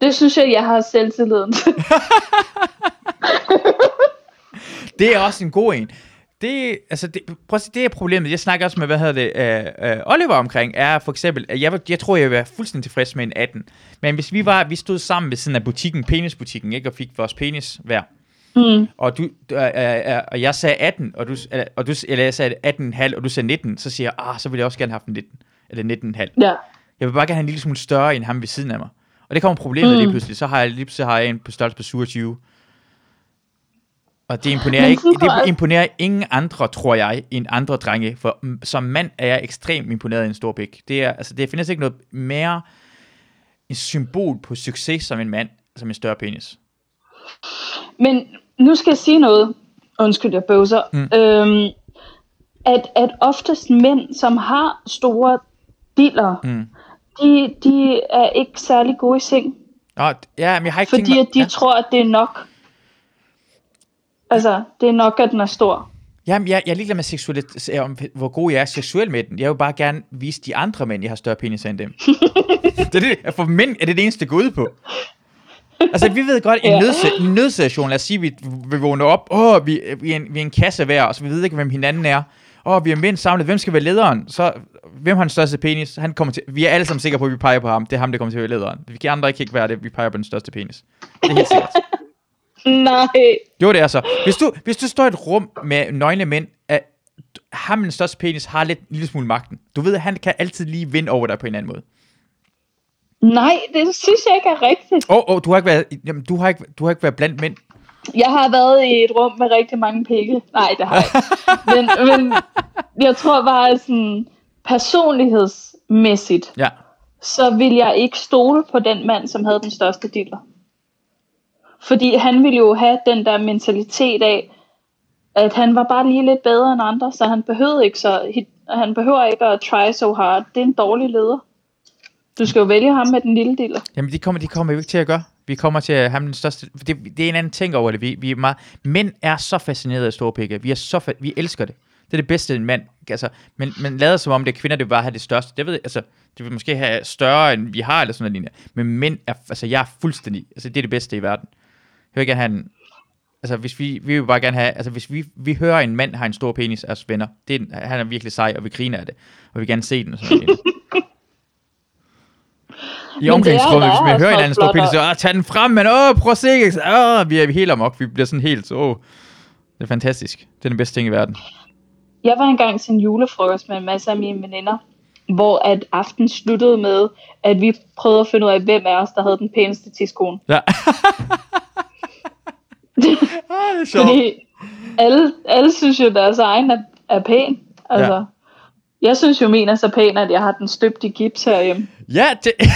S2: Det synes jeg, jeg har selvtilliden til.
S1: Det er også en god en. Det, altså det, prøv at se, det er problemet. Jeg snakker også med, hvad hedder det, øh, øh, Oliver omkring, er for eksempel, at jeg, vil- jeg tror, jeg vil være fuldstændig tilfreds med en 18. Men hvis vi var, vi stod sammen ved siden af butikken, penisbutikken, ikke, og fik vores penis hver,
S2: Mm.
S1: og, du, øh, øh, øh, og jeg sagde 18, og du, øh, og du, eller jeg sagde 18,5, og du sagde 19, så siger jeg, ah, så vil jeg også gerne have haft en 19, eller 19,5.
S2: Ja.
S1: Jeg vil bare gerne have en lille smule større end ham ved siden af mig. Og det kommer problemet mm.
S2: Mm.
S1: lige pludselig. Så har jeg lige pludselig har jeg en på størrelse på 27. Og det imponerer,
S2: Men
S1: ikke,
S2: sådan tror
S1: det
S2: jeg-
S1: imponerer ingen andre, tror jeg, end andre drenge. For mm, som mand er jeg ekstremt imponeret af en stor pik. Det, er, altså, det findes ikke noget mere et symbol på succes som en mand, som en større penis.
S2: Men nu skal jeg sige noget. Undskyld, jeg bøvser.
S1: Mm.
S2: Mm. Øhm, at, at oftest mænd, som har store diller,
S1: Mm.
S2: de, de er ikke særlig gode i seng.
S1: Nå, d- ja, men jeg har ikke
S2: Fordi at
S1: tænkt
S2: de
S1: mig,
S2: ja. tror, at det er nok. Altså, det er nok, at den er stor.
S1: ja, jamen, jeg, jeg er ligeglad med seksualitet, se- om, hvor god jeg er seksuelt med den. Jeg vil bare gerne vise de andre mænd, jeg har større penis end dem. det er det, for mænd er det det eneste, det går ud på. Altså, vi ved godt, i en,
S2: Ja.
S1: nødse, i en nødsituation, lad os sige, vi, vi vågner op, åh, vi, vi, er en, vi er en kasse hver, og så vi ved ikke, hvem hinanden er. Åh, vi er mænd samlet, hvem skal være lederen? Så, hvem har den største penis? Han kommer til, vi er alle sammen sikre på, at vi peger på ham. Det er ham, der kommer til at være lederen. Vi kan andre kan ikke være det, vi peger på den største penis. Det er helt sikkert.
S2: Nej.
S1: Jo, det er så. Hvis du, hvis du står i et rum med nøgne mænd, at ham med den største penis har lidt, en lille smule magten. Du ved, at han kan altid lige vinde over dig på en anden måde.
S2: Nej, det synes jeg ikke er rigtigt.
S1: Åh, oh, oh, du har ikke været, jamen, du har ikke, du har ikke været blandt mænd.
S2: Jeg har været i et rum med rigtig mange pikke. Nej, det har jeg ikke. Men, men jeg tror bare, at sådan, personlighedsmæssigt,
S1: Ja.
S2: så vil jeg ikke stole på den mand, som havde den største dealer. Fordi han ville jo have den der mentalitet af, at han var bare lige lidt bedre end andre, så han behøvede ikke så, han behøver ikke at try so hard. Det er en dårlig leder. Du skal jo vælge ham med den lille dealer.
S1: Jamen, det kommer, det kommer vi ikke til at gøre. Vi kommer til at have den største... for Det, det er en anden ting over det. Vi, vi er meget, mænd er så fascineret af store pikke. Vi, er så fa- vi elsker det. Det er det bedste, en mand... Altså, men, men lader som om, det er kvinder, det bare har det største. Det ved jeg, altså, det vil måske have større, end vi har, eller sådan noget lignende. Men mænd er... Altså, jeg er fuldstændig... Altså, det er det bedste i verden. Jeg vil gerne have en... Altså, hvis vi, vi vil bare gerne have... Altså, hvis vi, vi hører, en mand har en stor penis af os venner. Det er, en- han er virkelig sej, og vi griner af det. Og vi vil gerne se den, og sådan noget
S2: *laughs*
S1: lignende. I
S2: er
S1: omklædningsrummet,
S2: jo
S1: hvis
S2: der
S1: man
S2: også
S1: hører en
S2: noget
S1: anden stor penis,
S2: flot
S1: så "Åh, tag den frem, men åh, prøv at se, ikke? Så, åh, vi er helt amok, vi bliver sådan helt, åh, det er fantastisk. Det er den bedste ting i verden.
S2: Jeg var engang til en julefrokost med en masse af mine veninder, hvor at aften sluttede med,
S1: *laughs*
S2: at *laughs* vi prøvede at finde ud af, hvem af os, der havde den pæneste tidskone.
S1: Ja. Ah, det er sjovt.
S2: Fordi alle, alle synes jo, deres egen er, er pæn. Altså, ja. Jeg synes jo, min er så pæn, at jeg har den støbt i gips herhjemme.
S1: Ja, det... *laughs*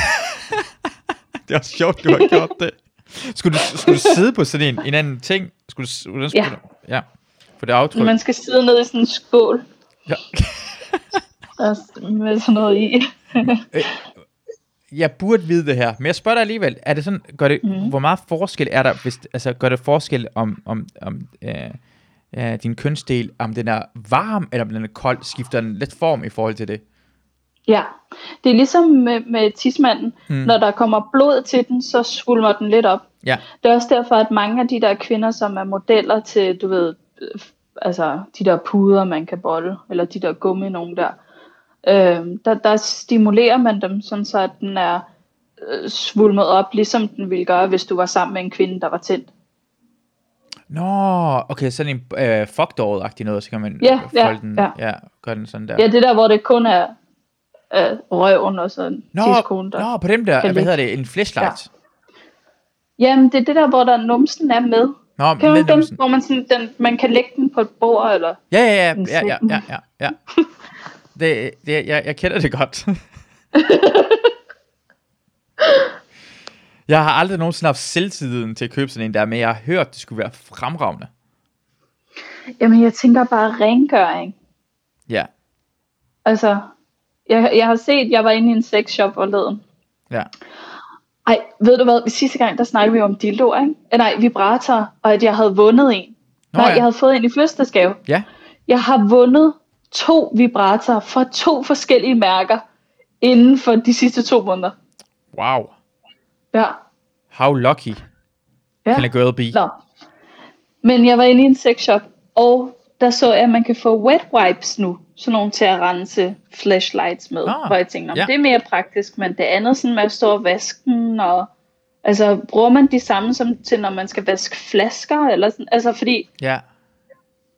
S1: det er også sjovt, du har gjort det. Skulle du, skulle du sidde på sådan en, en anden ting? Skulle du, hvordan skulle
S2: Ja.
S1: du, ja. For det aftryk.
S2: Man skal sidde ned i sådan en skål
S1: Ja.
S2: *laughs* og s- med sådan noget i.
S1: Jeg burde vide det her, men jeg spørger dig alligevel. Er det sådan, gør det, mm.
S2: Mhm.
S1: Hvor meget forskel er der, hvis, altså, gør det forskel om, om, om øh, øh, din kønsdel, om den er varm, eller om den er kold, skifter den lidt form i forhold til det?
S2: Ja, det er ligesom med, med tismanden. Mm. Når der kommer blod til den, så svulmer den lidt op.
S1: Ja,
S2: Det er også derfor, at mange af de der kvinder, som er modeller til, du ved, øh, altså de der puder, man kan bolle, eller de der gummi nogen der, øh, der, der stimulerer man dem, sådan så at den er øh, svulmet op, ligesom den ville gøre, hvis du var sammen med en kvinde, der var tændt.
S1: Nå, okay, sådan en øh, fuckdoll-agtig noget, så kan man
S2: Ja,
S1: øh,
S2: ja,
S1: folde den,
S2: ja.
S1: ja, gøre den sådan der.
S2: Ja, det der, hvor det kun er øh, røven og sådan
S1: nå,
S2: tidskone, der...
S1: nå, på dem der,
S2: kan
S1: hvad
S2: ligge.
S1: hedder det, en flashlight?
S2: Jamen, det er det der, hvor der numsen er med.
S1: Nå,
S2: Kan
S1: med
S2: man dem,
S1: numsen.
S2: hvor man, sådan, den, man kan lægge den på et bord, eller...
S1: Ja, ja,
S2: En
S1: ja, ja,
S2: seng.
S1: ja, ja, ja. Det, det, jeg, jeg kender det
S2: *laughs*
S1: godt. jeg har aldrig nogensinde haft selvtilliden til at købe sådan en der, men jeg har hørt, det skulle være fremragende.
S2: Jamen, jeg tænker bare rengøring.
S1: Ja,
S2: Altså, jeg, jeg har set, jeg var inde i en sexshop forleden.
S1: ja.
S2: Ej, ved du hvad, sidste gang, der snakkede vi om dildo, ikke? Eh, nej, vibrator, og at jeg havde vundet en.
S1: Nå,
S2: nej,
S1: ja.
S2: jeg havde fået en i fødselsdagsgave.
S1: Ja,
S2: Jeg har vundet to vibratorer fra to forskellige mærker inden for de sidste to måneder.
S1: wow.
S2: Ja,
S1: How lucky
S2: ja.
S1: can a girl be?
S2: Nå. Men jeg var inde i en sexshop, og der så jeg, at man kan få wet wipes nu. Sådan nogle til at rense flashlights med.
S1: Ah,
S2: Ah, hvor jeg tænkte,
S1: ja.
S2: ja. det er mere praktisk, men det andet sådan med at stå og vaske den, og altså bruger man de samme som til, når man skal vaske flasker, eller sådan, altså fordi,
S1: Ja.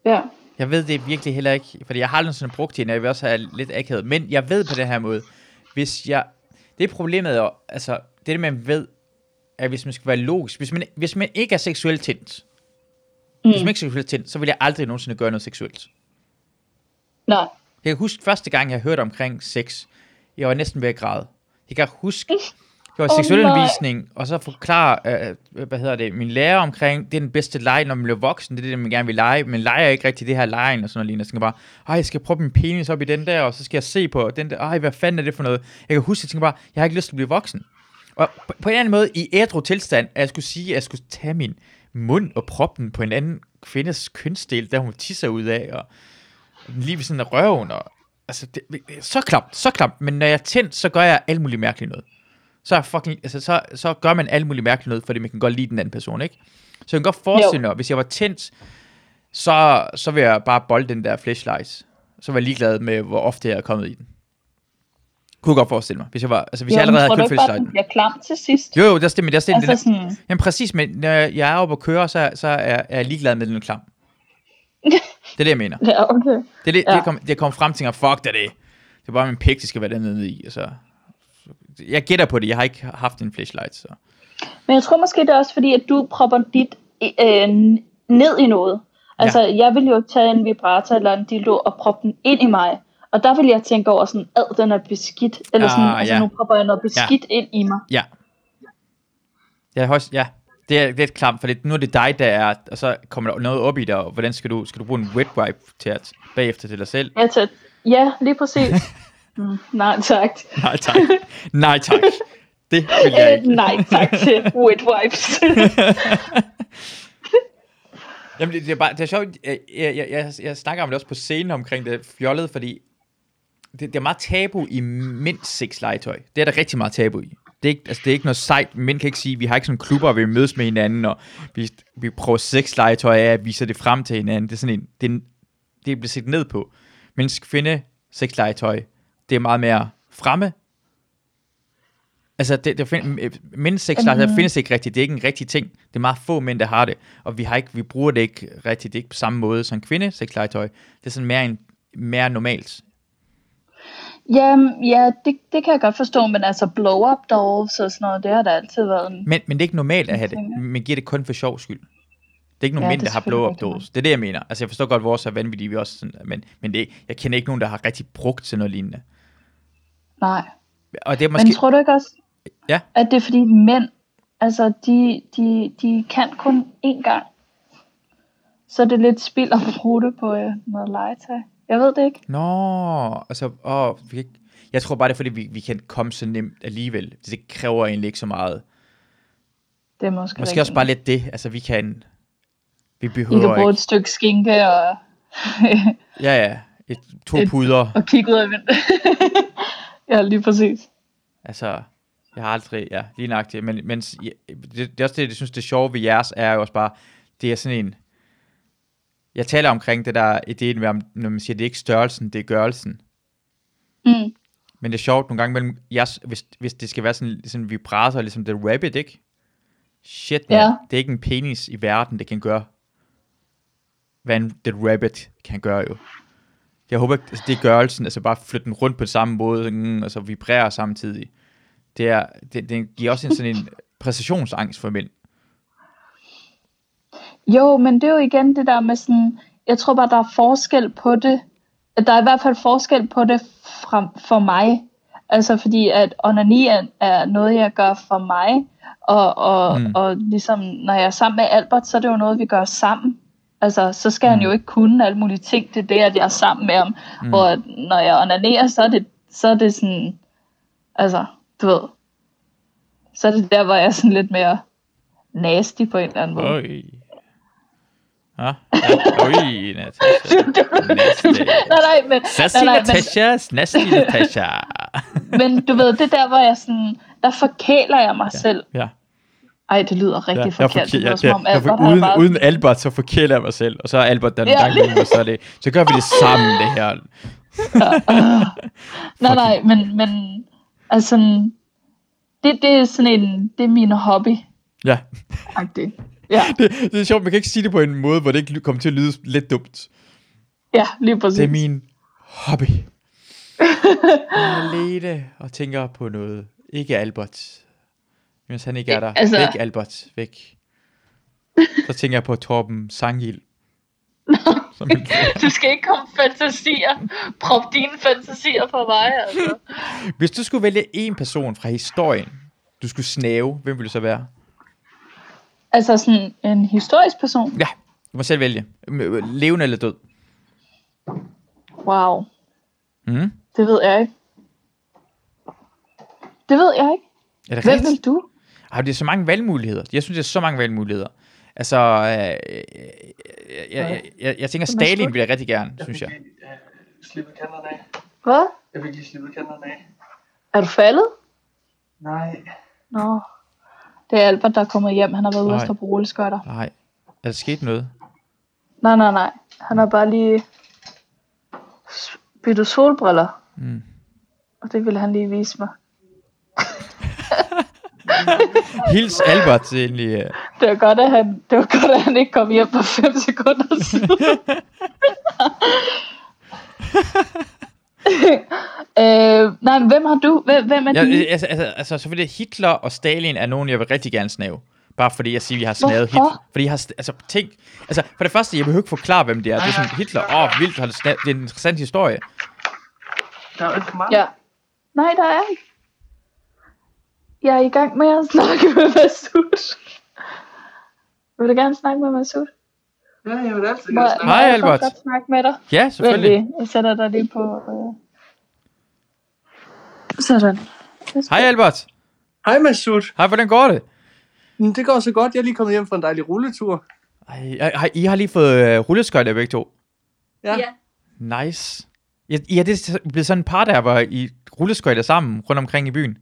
S2: ja,
S1: Jeg ved det virkelig heller ikke, fordi jeg har aldrig sådan brugt hende, og jeg vil også have lidt akavet. Men jeg ved på den her måde, hvis jeg... Det er problemet, og, altså, det er det, man ved, at hvis man skal være logisk, hvis man, hvis man ikke er seksuelt tændt, mm. hvis man ikke er seksuelt tændt, så vil jeg aldrig nogensinde gøre noget seksuelt.
S2: nej,
S1: Jeg kan huske første gang, jeg hørte omkring sex. Jeg var næsten ved at græde. Jeg kan huske, det var
S2: Åh,
S1: seksuel
S2: nej.
S1: undervisning, og så forklare, øh, hvad hedder det, min lærer omkring, det er den bedste leg, når man bliver voksen, det er det, man gerne vil lege, men leger ikke rigtig det her lejen og sådan noget lignende. Så tænker jeg bare, ej, jeg skal prøve min penis op i den der, og så skal jeg se på den der, ej, hvad fanden er det for noget? Jeg kan huske, jeg tænker bare, jeg har ikke lyst til at blive voksen. Og på, på en eller anden måde, i ædru tilstand, at jeg skulle sige, at jeg skulle tage min mund og proppe den på en anden kvindes kønsdel, der hun tisser ud af, og lige ved sådan af røven, og, altså, det, så klamt, så klamt, men når jeg er tændt, så gør jeg alt muligt mærkeligt noget. Så, er jeg fucking, altså, så, så gør man alt muligt mærkeligt noget, fordi man kan godt lide den anden person, ikke? Så jeg kan godt forestille mig, hvis jeg var tændt, så, så vil jeg bare bolde den der flashlight. Så var jeg ligeglad med, hvor ofte jeg er kommet i den. Kunne jeg godt forestille mig, hvis jeg, var, altså, hvis jeg allerede havde købt
S2: bare, den
S1: flashlighten.
S2: bliver klam til sidst?
S1: Jo, jo, det er det, men det er også det, den
S2: altså
S1: er-
S2: sådan,
S1: Jamen præcis, men når jeg er oppe og kører, så, så er, er jeg ligeglad med den er
S2: *laughs*
S1: klam. Det er det, jeg mener. Det
S2: ja, okay.
S1: er det, ja. det,
S2: Ja.
S1: jeg kom, det, jeg kom frem til, at fuck det er det. Det er bare min pik, det skal være dernede i. Og så. Jeg gætter på det, jeg har ikke haft en flashlight. Så.
S2: Men jeg tror måske, det er også fordi, at du propper dit øh, ned i noget. Altså, ja. jeg vil jo tage en vibrator eller en dildo og proppe den ind i mig. Og der vil jeg tænke over sådan, ad, den er beskidt. Eller sådan,
S1: Ah,
S2: ah, altså,
S1: ja.
S2: nu propper jeg noget beskidt ja. ind i mig.
S1: Ja. Ja, højst, ja. Det er lidt klamt, for det, nu er det dig, der er, og så kommer der noget op i dig, og hvordan skal du, skal du bruge en wet wipe til at, bagefter til dig selv?
S2: Ja, til, ja lige
S1: *laughs*
S2: præcis. mm, nej, tak.
S1: Nej tak. Nej tak. Det vil jeg
S2: Øh,
S1: ikke.
S2: *laughs* nej, tak til wet wipes.
S1: *laughs* Jamen, det, det, er bare, det er sjovt, jeg, jeg, jeg, jeg, jeg snakker om det også på scenen omkring det fjollede, fordi det, det er meget tabu i mindst seks legetøj. Det er der rigtig meget tabu i. Det er ikke, altså, det er ikke noget sejt. Mænd kan ikke sige, vi har ikke sådan klubber, hvor vi mødes med hinanden, og vi, vi prøver seks legetøj af, og viser det frem til hinanden. Det er sådan en, det, er en, det bliver set ned på. Mens kvinde seks legetøj, det er meget mere fremme. Altså, det, det find, øh, mænd seks
S3: Øhm.
S1: legetøj findes ikke rigtigt. Det er ikke en rigtig ting. Det er meget få mænd, der har det. Og vi, har ikke, vi bruger det ikke rigtigt. Det er ikke på samme måde som kvinde seks legetøj. Det er sådan mere, en, mere normalt.
S2: ja, ja det, det kan jeg godt forstå, men altså blow-up dolls og sådan noget, det har der altid været en...
S1: Men, men det er ikke normalt at have det. Man giver det kun for sjov skyld. er ikke nogen
S3: Ja,
S1: ja, mænd,
S3: det
S1: der
S3: er
S1: har
S3: selvfølgelig
S1: blow up
S3: rigtigt nok.
S1: dolls. Det er det, jeg mener. Altså, jeg forstår godt, vores er vanvittige, vi er også sådan, men, men det, jeg kender ikke nogen, der har rigtig brugt til noget lignende.
S2: Nej.
S1: Og det er
S2: Måske...
S1: måske...
S2: Men tror du ikke også,
S1: Ja.
S2: at det er fordi mænd, altså de, de, de kan kun én gang. Så det er lidt spild at bruge det på øh, noget legetøj. Jeg ved det ikke.
S1: Nå, altså, åh, vi kan ikke... Jeg tror bare, det er fordi, vi, vi kan komme så nemt alligevel. Det kræver egentlig ikke så meget.
S2: Det er måske,
S1: Måske
S2: rigtigt.
S1: også bare lidt det. Altså, vi kan... Vi
S2: I kan
S1: behøver
S2: bruge
S1: ikke...
S2: et stykke skinke og, *laughs*
S1: Ja, ja. Et, to
S2: Et-
S1: puder.
S2: og kigge ud af vinduet. *laughs* ja, lige præcis.
S1: Altså, jeg har aldrig, ja, lige nøjagtigt. Men, men s- ja, det, det, er også det, jeg synes, det sjove ved jeres er jo også bare, det er sådan en, jeg taler omkring det der ideen med, om- når man siger, det er ikke størrelsen, det er gørelsen.
S2: Mm.
S1: Men det er sjovt nogle gange mellem, jeres, hvis, hvis det skal være sådan, sådan en vibrator, ligesom The Rabbit, ikke? Shit, man.
S2: Ja.
S1: det er ikke en penis i verden, det kan gøre, hvad en The Rabbit kan gøre jo. Jeg håber ikke, altså det er gørelsen, altså bare flytte den rundt på samme måde, mm, og så vibrere samtidig. Det, er, det, det giver også en sådan en præcisionsangst for mænd.
S2: Jo, men det er jo igen det der med sådan, jeg tror bare, der er forskel på det. Der er i hvert fald forskel på det fra, for mig. Altså fordi, at onani er, er noget, jeg gør for mig. Og, og,
S1: Mm.
S2: mm. og ligesom, når jeg er sammen med Albert, så er det jo noget, vi gør sammen. Altså, så skal mm. han jo ikke kunne alle mulige ting. Det er det, at jeg er sammen med ham. Mm. Hvor at når jeg onanerer, så er det, så er det sådan, altså, du ved. Så er det der, hvor jeg er sådan lidt mere nasty på en eller anden måde.
S1: Øj. Ja, øj, Natasha. Nasty.
S2: *laughs* nej, nej, men,
S1: Sassy
S2: nej, nej,
S1: Natasha, nasty Natasha.
S2: men, men du ved, det der, hvor jeg sådan, der forkæler jeg mig ja. selv.
S1: Ja.
S2: Ej, det lyder rigtig ja, forkert.
S1: forkæ-
S2: Det lyder
S1: ja,
S2: som om
S1: ja, jeg
S2: Albert
S1: for,
S2: har
S1: uden,
S2: bare-
S1: uden Albert, så forkæler jeg mig selv. Og så er Albert der nogle
S2: Ja,
S1: gange imellem, og så, er det, så gør vi det sammen, det her.
S2: Nej, nej, men, men altså, sådan, det, det er sådan en, det er min hobby.
S1: Ja,
S2: Ja,
S1: det, det er sjovt, man kan ikke sige det på en måde, hvor det ikke ly- kommer til at lyde lidt dumt.
S2: ja, lige præcis. *laughs*
S1: Det er min hobby. Jeg er alene og tænker på noget. Ikke Albert. Hvis han ikke er der.
S3: Altså-
S1: Væk Albert, væk. Så tænker jeg på Torben Sangild. Som en
S3: Du skal ikke komme fantasier. Prop dine fantasier på mig, altså.
S1: Hvis du skulle vælge en person fra historien, du skulle snæve, hvem ville du så være?
S2: Altså sådan en historisk person.
S1: Ja, du må selv vælge. M- øh, Levende eller død?
S2: Wow,
S1: Mm.
S2: det ved jeg ikke. Det ved jeg ikke.
S1: Er det
S2: Hvem
S1: rigtigt?
S2: vil du?
S1: Ej, det er så mange valgmuligheder. Jeg synes, det er så mange valgmuligheder. Altså, øh, jeg, jeg, jeg, jeg tænker,
S2: Den er
S1: Stalin
S2: slut.
S1: vil jeg rigtig gerne, synes jeg.
S4: fik lige, øh, slippet kanterne af.
S2: Hvad?
S4: Jeg fik lige slippet kanterne af.
S2: Er du faldet?
S4: Nej.
S2: Nå, det er Albert, der er kommet hjem. Han har været ude og
S1: Nej.
S2: stå på rulleskøjter.
S1: Nej, er der sket noget?
S2: Nej, nej, nej. Han har bare lige byttet solbriller.
S1: Mm.
S2: Og det ville han lige vise mig.
S1: Hils Albert egentlig. øh.
S2: Det var godt, at han, det var godt, at han ikke kom hjem på 5 sekunder
S1: *laughs*
S2: siden. øh, nej, men hvem har du? Hvem, hvem er
S1: Jeg,
S2: din?
S1: altså, altså, altså, selvfølgelig Hitler og Stalin er nogen, jeg vil rigtig gerne snave. Bare fordi jeg siger, at jeg har snavet
S2: Hvorfor?
S1: Hitler. Fordi jeg har, st- altså, tænk, altså, for det første, jeg behøver ikke forklare, hvem det er. Det er sådan, Hitler, åh, oh, vildt, har du snavet. Det er en interessant historie.
S4: Der er jo ikke for meget.
S2: Ja. Nej, der er ikke. Jeg er i gang med at snakke med Masud. Vil du gerne snakke med Masud?
S4: Ja, jeg vil altid
S2: Må,
S4: gerne snakke.
S2: må jeg
S1: Albert.
S2: godt snakke med dig?
S1: Ja,
S2: Vent
S1: selvfølgelig.
S2: lige, jeg sætter dig lige på... Øh... Sådan.
S1: Hej Albert.
S4: Hej Masud.
S1: Hej, hvordan går det?
S4: Mm, Det går så godt. Jeg er lige kommet hjem fra en dejlig rulletur.
S1: Ej, ej, ej, I har lige fået øh, rulleskøjter begge to.
S4: Ja.
S3: Ja.
S1: Nice. I, I er det så- blevet sådan en par der, hvor I rulleskøjter sammen rundt omkring i byen.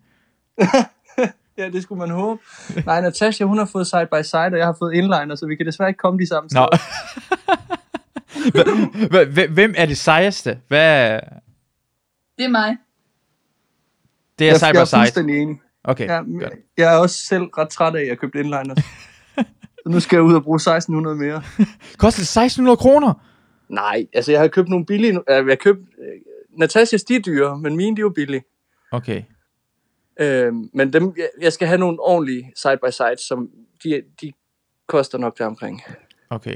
S4: Ja, det skulle man håbe. Nej, Natasha, hun har fået side by side, og jeg har fået inliner, så vi kan desværre ikke komme de samme
S1: Nå.
S4: steder.
S1: Hva- hva- hva- Hvem er det sejeste? Hvad,
S3: Det er mig.
S1: det er
S4: jeg,
S1: side
S4: jeg
S1: by
S4: er
S1: side.
S4: fuldstændig enig.
S1: Okay,
S4: Ja,
S1: godt.
S4: jeg er også selv ret træt af, at jeg købte inliners.
S1: *laughs*
S4: så nu skal jeg ud og bruge 1600 mere.
S1: Koster det 1600 kroner?
S4: Nej, altså jeg har købt nogle billige... Øh, jeg har købt... Øh, Natasjas, de er dyre, men mine, de er jo billige.
S1: Okay.
S4: Øh, men dem, jeg, jeg skal have nogle ordentlige side-by-side, som de, de koster nok der omkring.
S1: Okay.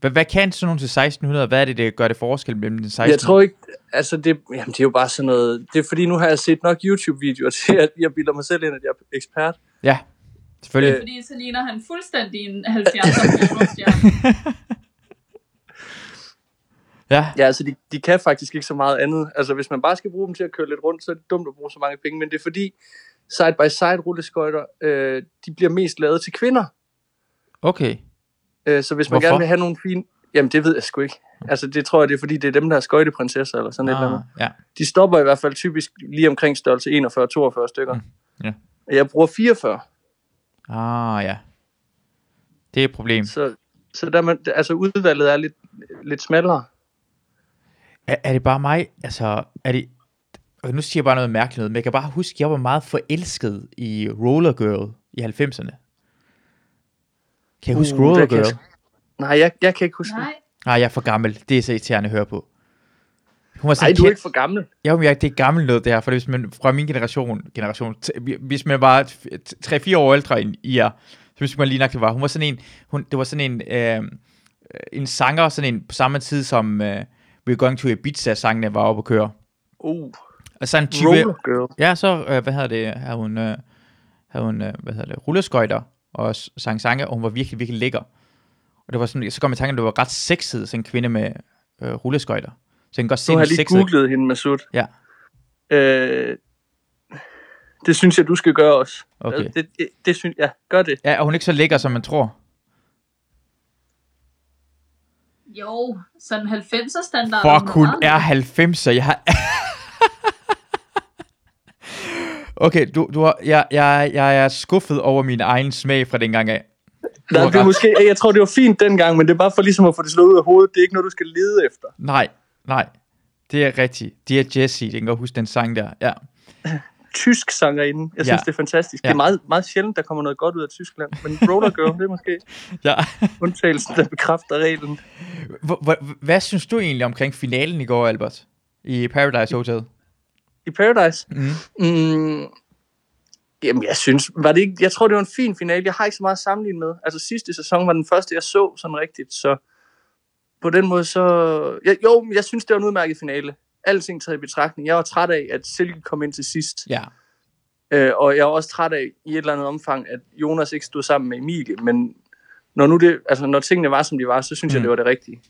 S1: Hvad, hvad kan sådan nogle til 1600? Hvad er det, der gør det forskel mellem den 1600?
S4: Jeg tror ikke, altså det, jamen det er jo bare sådan noget, det er fordi nu har jeg set nok YouTube-videoer *laughs* til, at jeg bilder mig selv ind, at jeg er ekspert.
S1: Ja, selvfølgelig. Øh,
S5: Fordi så ligner han fuldstændig en
S2: *laughs*
S5: 70'er
S1: ja.
S4: Ja, altså de, de kan faktisk ikke så meget andet. Altså hvis man bare skal bruge dem til at køre lidt rundt, så er det dumt at bruge så mange penge, men det er fordi side-by-side rulleskøjter, øh, de bliver mest lavet til kvinder.
S1: Okay.
S4: Øh, så hvis man
S1: Hvorfor?
S4: gerne vil have nogle fine... Jamen det ved jeg sgu ikke. Altså det tror jeg, det er fordi, det er dem, der er skøjteprinsesser eller sådan ah. et eller
S1: Ah,
S4: andet.
S1: ja.
S4: De stopper i hvert fald typisk lige omkring størrelse 41-42 stykker.
S1: Mm, ja.
S4: Jeg bruger 44.
S1: Ah, ja. Det er et problem.
S4: Så, så der man, altså udvalget er lidt, lidt smallere.
S1: Er, er det bare mig? Altså, er det... Og nu siger jeg bare noget mærkeligt noget, men jeg kan bare huske, at jeg var meget forelsket i Roller Girl i 90'erne. Kan jeg huske
S4: Uh,
S1: uh, Roller
S4: det kan jeg
S1: Girl?
S4: Nej, jeg, jeg kan ikke huske det.
S5: Nej,
S1: Nej, jeg er for gammel. Det er så irriterende at høre på. Hun var
S4: Nej,
S1: sådan
S4: du er
S1: en
S4: ikke for gammel.
S1: Jo, men jeg, det er gammelt noget, det her, for hvis man fra min generation, generation t- hvis man var t- t- 3-4 år ældre end I er, så hvis man lige nok det var. Hun var sådan en, hun, det var sådan en, øh, en sanger, sådan en på samme tid som øh, We're Going to Ibiza-sangene var oppe at køre.
S4: Uh,
S1: Og Altså, sådan en type,
S4: roller girl.
S1: ja, så, øh, hvad hedder det, havde hun, øh, havde hun øh, hvad hedder det, rulleskøjter og s- sang sange, og hun var virkelig, virkelig lækker. Og det var sådan, så kom jeg i tanke, om, at det var ret sexet, sådan en kvinde med øh, rulleskøjter. Så jeg kan godt se,
S4: Nu har jeg
S1: den
S4: lige
S1: sexede.
S4: googlet hende, Masud.
S1: Ja.
S4: Øh, det synes jeg, du skal gøre også.
S1: Okay.
S4: Altså, Det, det, det synes jeg. Ja, gør det.
S1: Ja, og hun er ikke så lækker, som man tror.
S5: jo, sådan 90'er standard.
S1: Fuck, hun er 90'er. Jeg har... *laughs* okay, du, du har, jeg, jeg, jeg er skuffet over min egen smag fra dengang af.
S4: Nej, det er
S1: ret.
S4: måske, jeg tror, det var fint dengang, men det er bare for ligesom at få det slået ud af hovedet. Det er ikke noget, du skal lede efter.
S1: Nej, nej. Det er rigtigt. Det er Jessie. Jeg kan godt huske den sang der. Ja.
S4: Tysk sangerinde. Jeg synes,
S1: Ja.
S4: det er fantastisk.
S1: Ja.
S4: Det er meget, meget sjældent, der kommer noget godt ud af Tyskland. Men roller girl, det er måske
S1: ja.
S4: undtagelsen, der bekræfter reglen.
S1: Hvor- hvor- Hvad synes du egentlig omkring finalen i går, Albert? I Paradise Hotel?
S4: I Paradise,
S1: Mm.
S4: Mm, jamen, jeg synes, var det ikke, jeg tror, det var en fin finale. Jeg har ikke så meget at sammenligne med. Altså, sidste sæson var den første, jeg så sådan rigtigt, så på den måde, så... Jeg, jo, men jeg synes, det var en udmærket finale. Alting taget i betragtning. Jeg var træt af, at Silke kom ind til sidst.
S1: Ja.
S4: Øh, og jeg var også træt af, i et eller andet omfang, at Jonas ikke stod sammen med Emilie, men når, nu det, altså, når tingene var, som de var, så
S1: Mm.
S4: synes mm. jeg, det var det rigtige.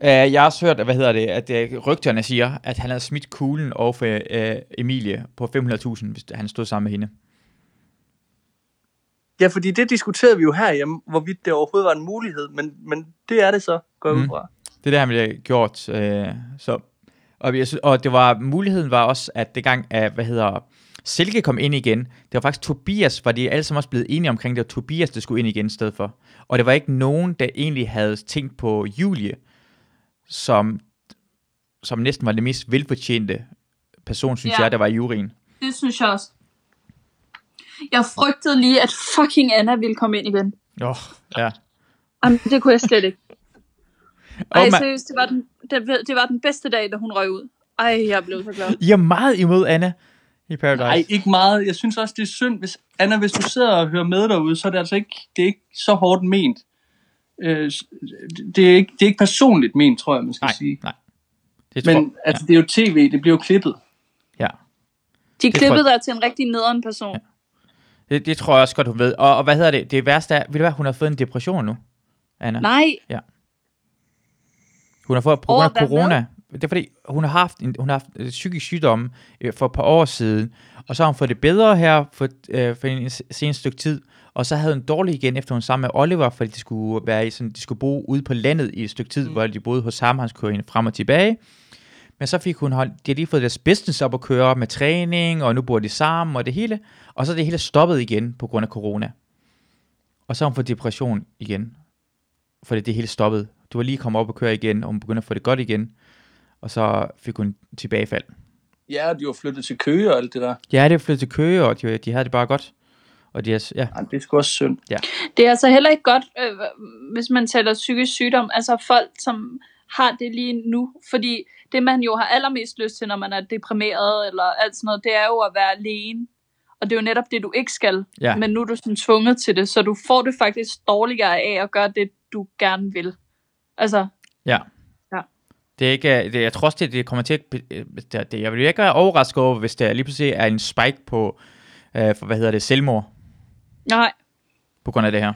S1: Uh, jeg har også hørt, hvad hedder det, at uh, rygterne siger, at han havde smidt kuglen over for uh, Emilie på 500.000, hvis han stod sammen med hende.
S4: Ja, fordi det diskuterede vi jo herhjemme, hvorvidt det overhovedet var en mulighed, men, men det er det så, går jeg ud
S1: Mm.
S4: fra.
S1: Det er det, han ville gjort. Øh, så. Og, jeg synes, og det var, muligheden var også, at det gang, at, hvad hedder, Silke kom ind igen, det var faktisk Tobias, var de alle sammen også blevet enige omkring, det var Tobias, der skulle ind igen i stedet for. Og det var ikke nogen, der egentlig havde tænkt på Julie, som, som næsten var det mest velfortjente person, synes
S5: Ja.
S1: ja. jeg, der var i juryen.
S5: Det synes jeg også. Jeg frygtede lige, at fucking Anna ville komme ind igen.
S1: Åh, oh, ja.
S5: Jamen, det kunne jeg slet ikke. Ej,
S1: Åh, man-
S5: seriøst, det var, den, det, det var den bedste dag, da hun røg ud. Ej, jeg blev så glad.
S1: I er meget imod Anna i Paradise.
S4: Nej, ikke meget. Jeg synes også, det er synd. Hvis, Anna, hvis du sidder og hører med derude, så er det altså ikke, det er ikke så hårdt ment. Øh, s- det, er ikke, det er ikke personligt ment, tror jeg, man skal
S1: nej,
S4: sige.
S1: nej. Det tror,
S4: Men altså, det er jo tv, det bliver jo klippet.
S1: ja.
S5: De
S1: tror
S5: klippede dig til en rigtig nederen person. Ja.
S1: Det, det tror jeg også godt, hun ved. Og, og hvad hedder det? Det værste er, ved du hvad, hun har fået en depression nu, Anna.
S5: Nej,
S1: Hun har fået på grund
S5: Åh,
S1: af
S5: hvad med?
S1: corona. Det er fordi, hun har haft en, hun har haft øh, psykisk sygdom øh, for et par år siden, og så har hun fået det bedre her for, øh, for en s- seneste stykke tid, og så havde hun dårligt igen, efter hun sammen med Oliver, fordi de skulle, være i, sådan, de skulle bo ude på landet i et stykke tid, mm. hvor de boede hos ham, han skulle køre hende frem og tilbage. Men så fik hun holdt, de har lige fået deres business op at køre med træning, og nu bor de sammen og det hele. Og så er det hele stoppet igen på grund af corona. Og så har hun fået depression igen fordi det hele stoppede. Du var lige kommet op og køre igen, og hun begyndte at få det godt igen, og så fik hun tilbagefald.
S4: Ja, og de var flyttet til Køge og alt det der.
S1: Ja, det flyttede til Køge, og de, de havde det bare godt. Og de, er- ja,
S4: Ej, det er sgu også synd.
S5: det er altså heller ikke godt, øh, hvis man taler psykisk sygdom. Altså folk, som har det lige nu. Fordi det, man jo har allermest lyst til, når man er deprimeret eller alt sådan noget, det er jo at være alene.
S2: Og det er jo netop det, du ikke skal.
S1: Ja.
S2: Men nu er du sådan tvunget til det, så du får det faktisk dårligere af at gøre det, du gerne vil. Altså,
S1: Ja.
S2: Ja.
S1: Det er ikke, øh, det, jeg tror også, det, det kommer til at... be- øh, Det, det, jeg vil ikke være overrasket over, hvis der lige pludselig er en spike på, øh, for, hvad hedder det, selvmord,
S2: nej,
S1: på grund af det her.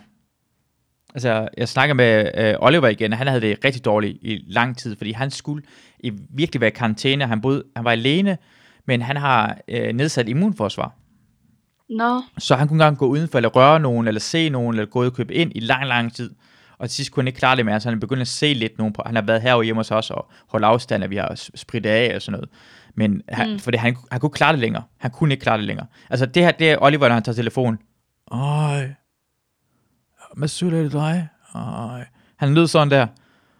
S1: Altså, jeg snakker med øh, Oliver igen, og han havde det rigtig dårligt i lang tid, fordi han skulle i, virkelig være i karantæne, og han, boede, han var alene, men han har øh, nedsat immunforsvar.
S2: nå,
S1: Så han kunne ikke engang gå udenfor, eller røre nogen, eller se nogen, eller gå ud og købe ind i lang, lang tid. Og til sidst kunne han ikke klare det mere, så han begyndte at se lidt nogen på. Han har været herovre hjemme hos os og holdt afstand, og vi har s- spritet af og sådan noget. Men han, mm. fordi han, han kunne ikke klare det længere. Han kunne ikke klare det længere. Altså det her, det er Oliver, når han tager telefonen. Øj, hvad sygt er det dig? Øj. Han lød sådan der.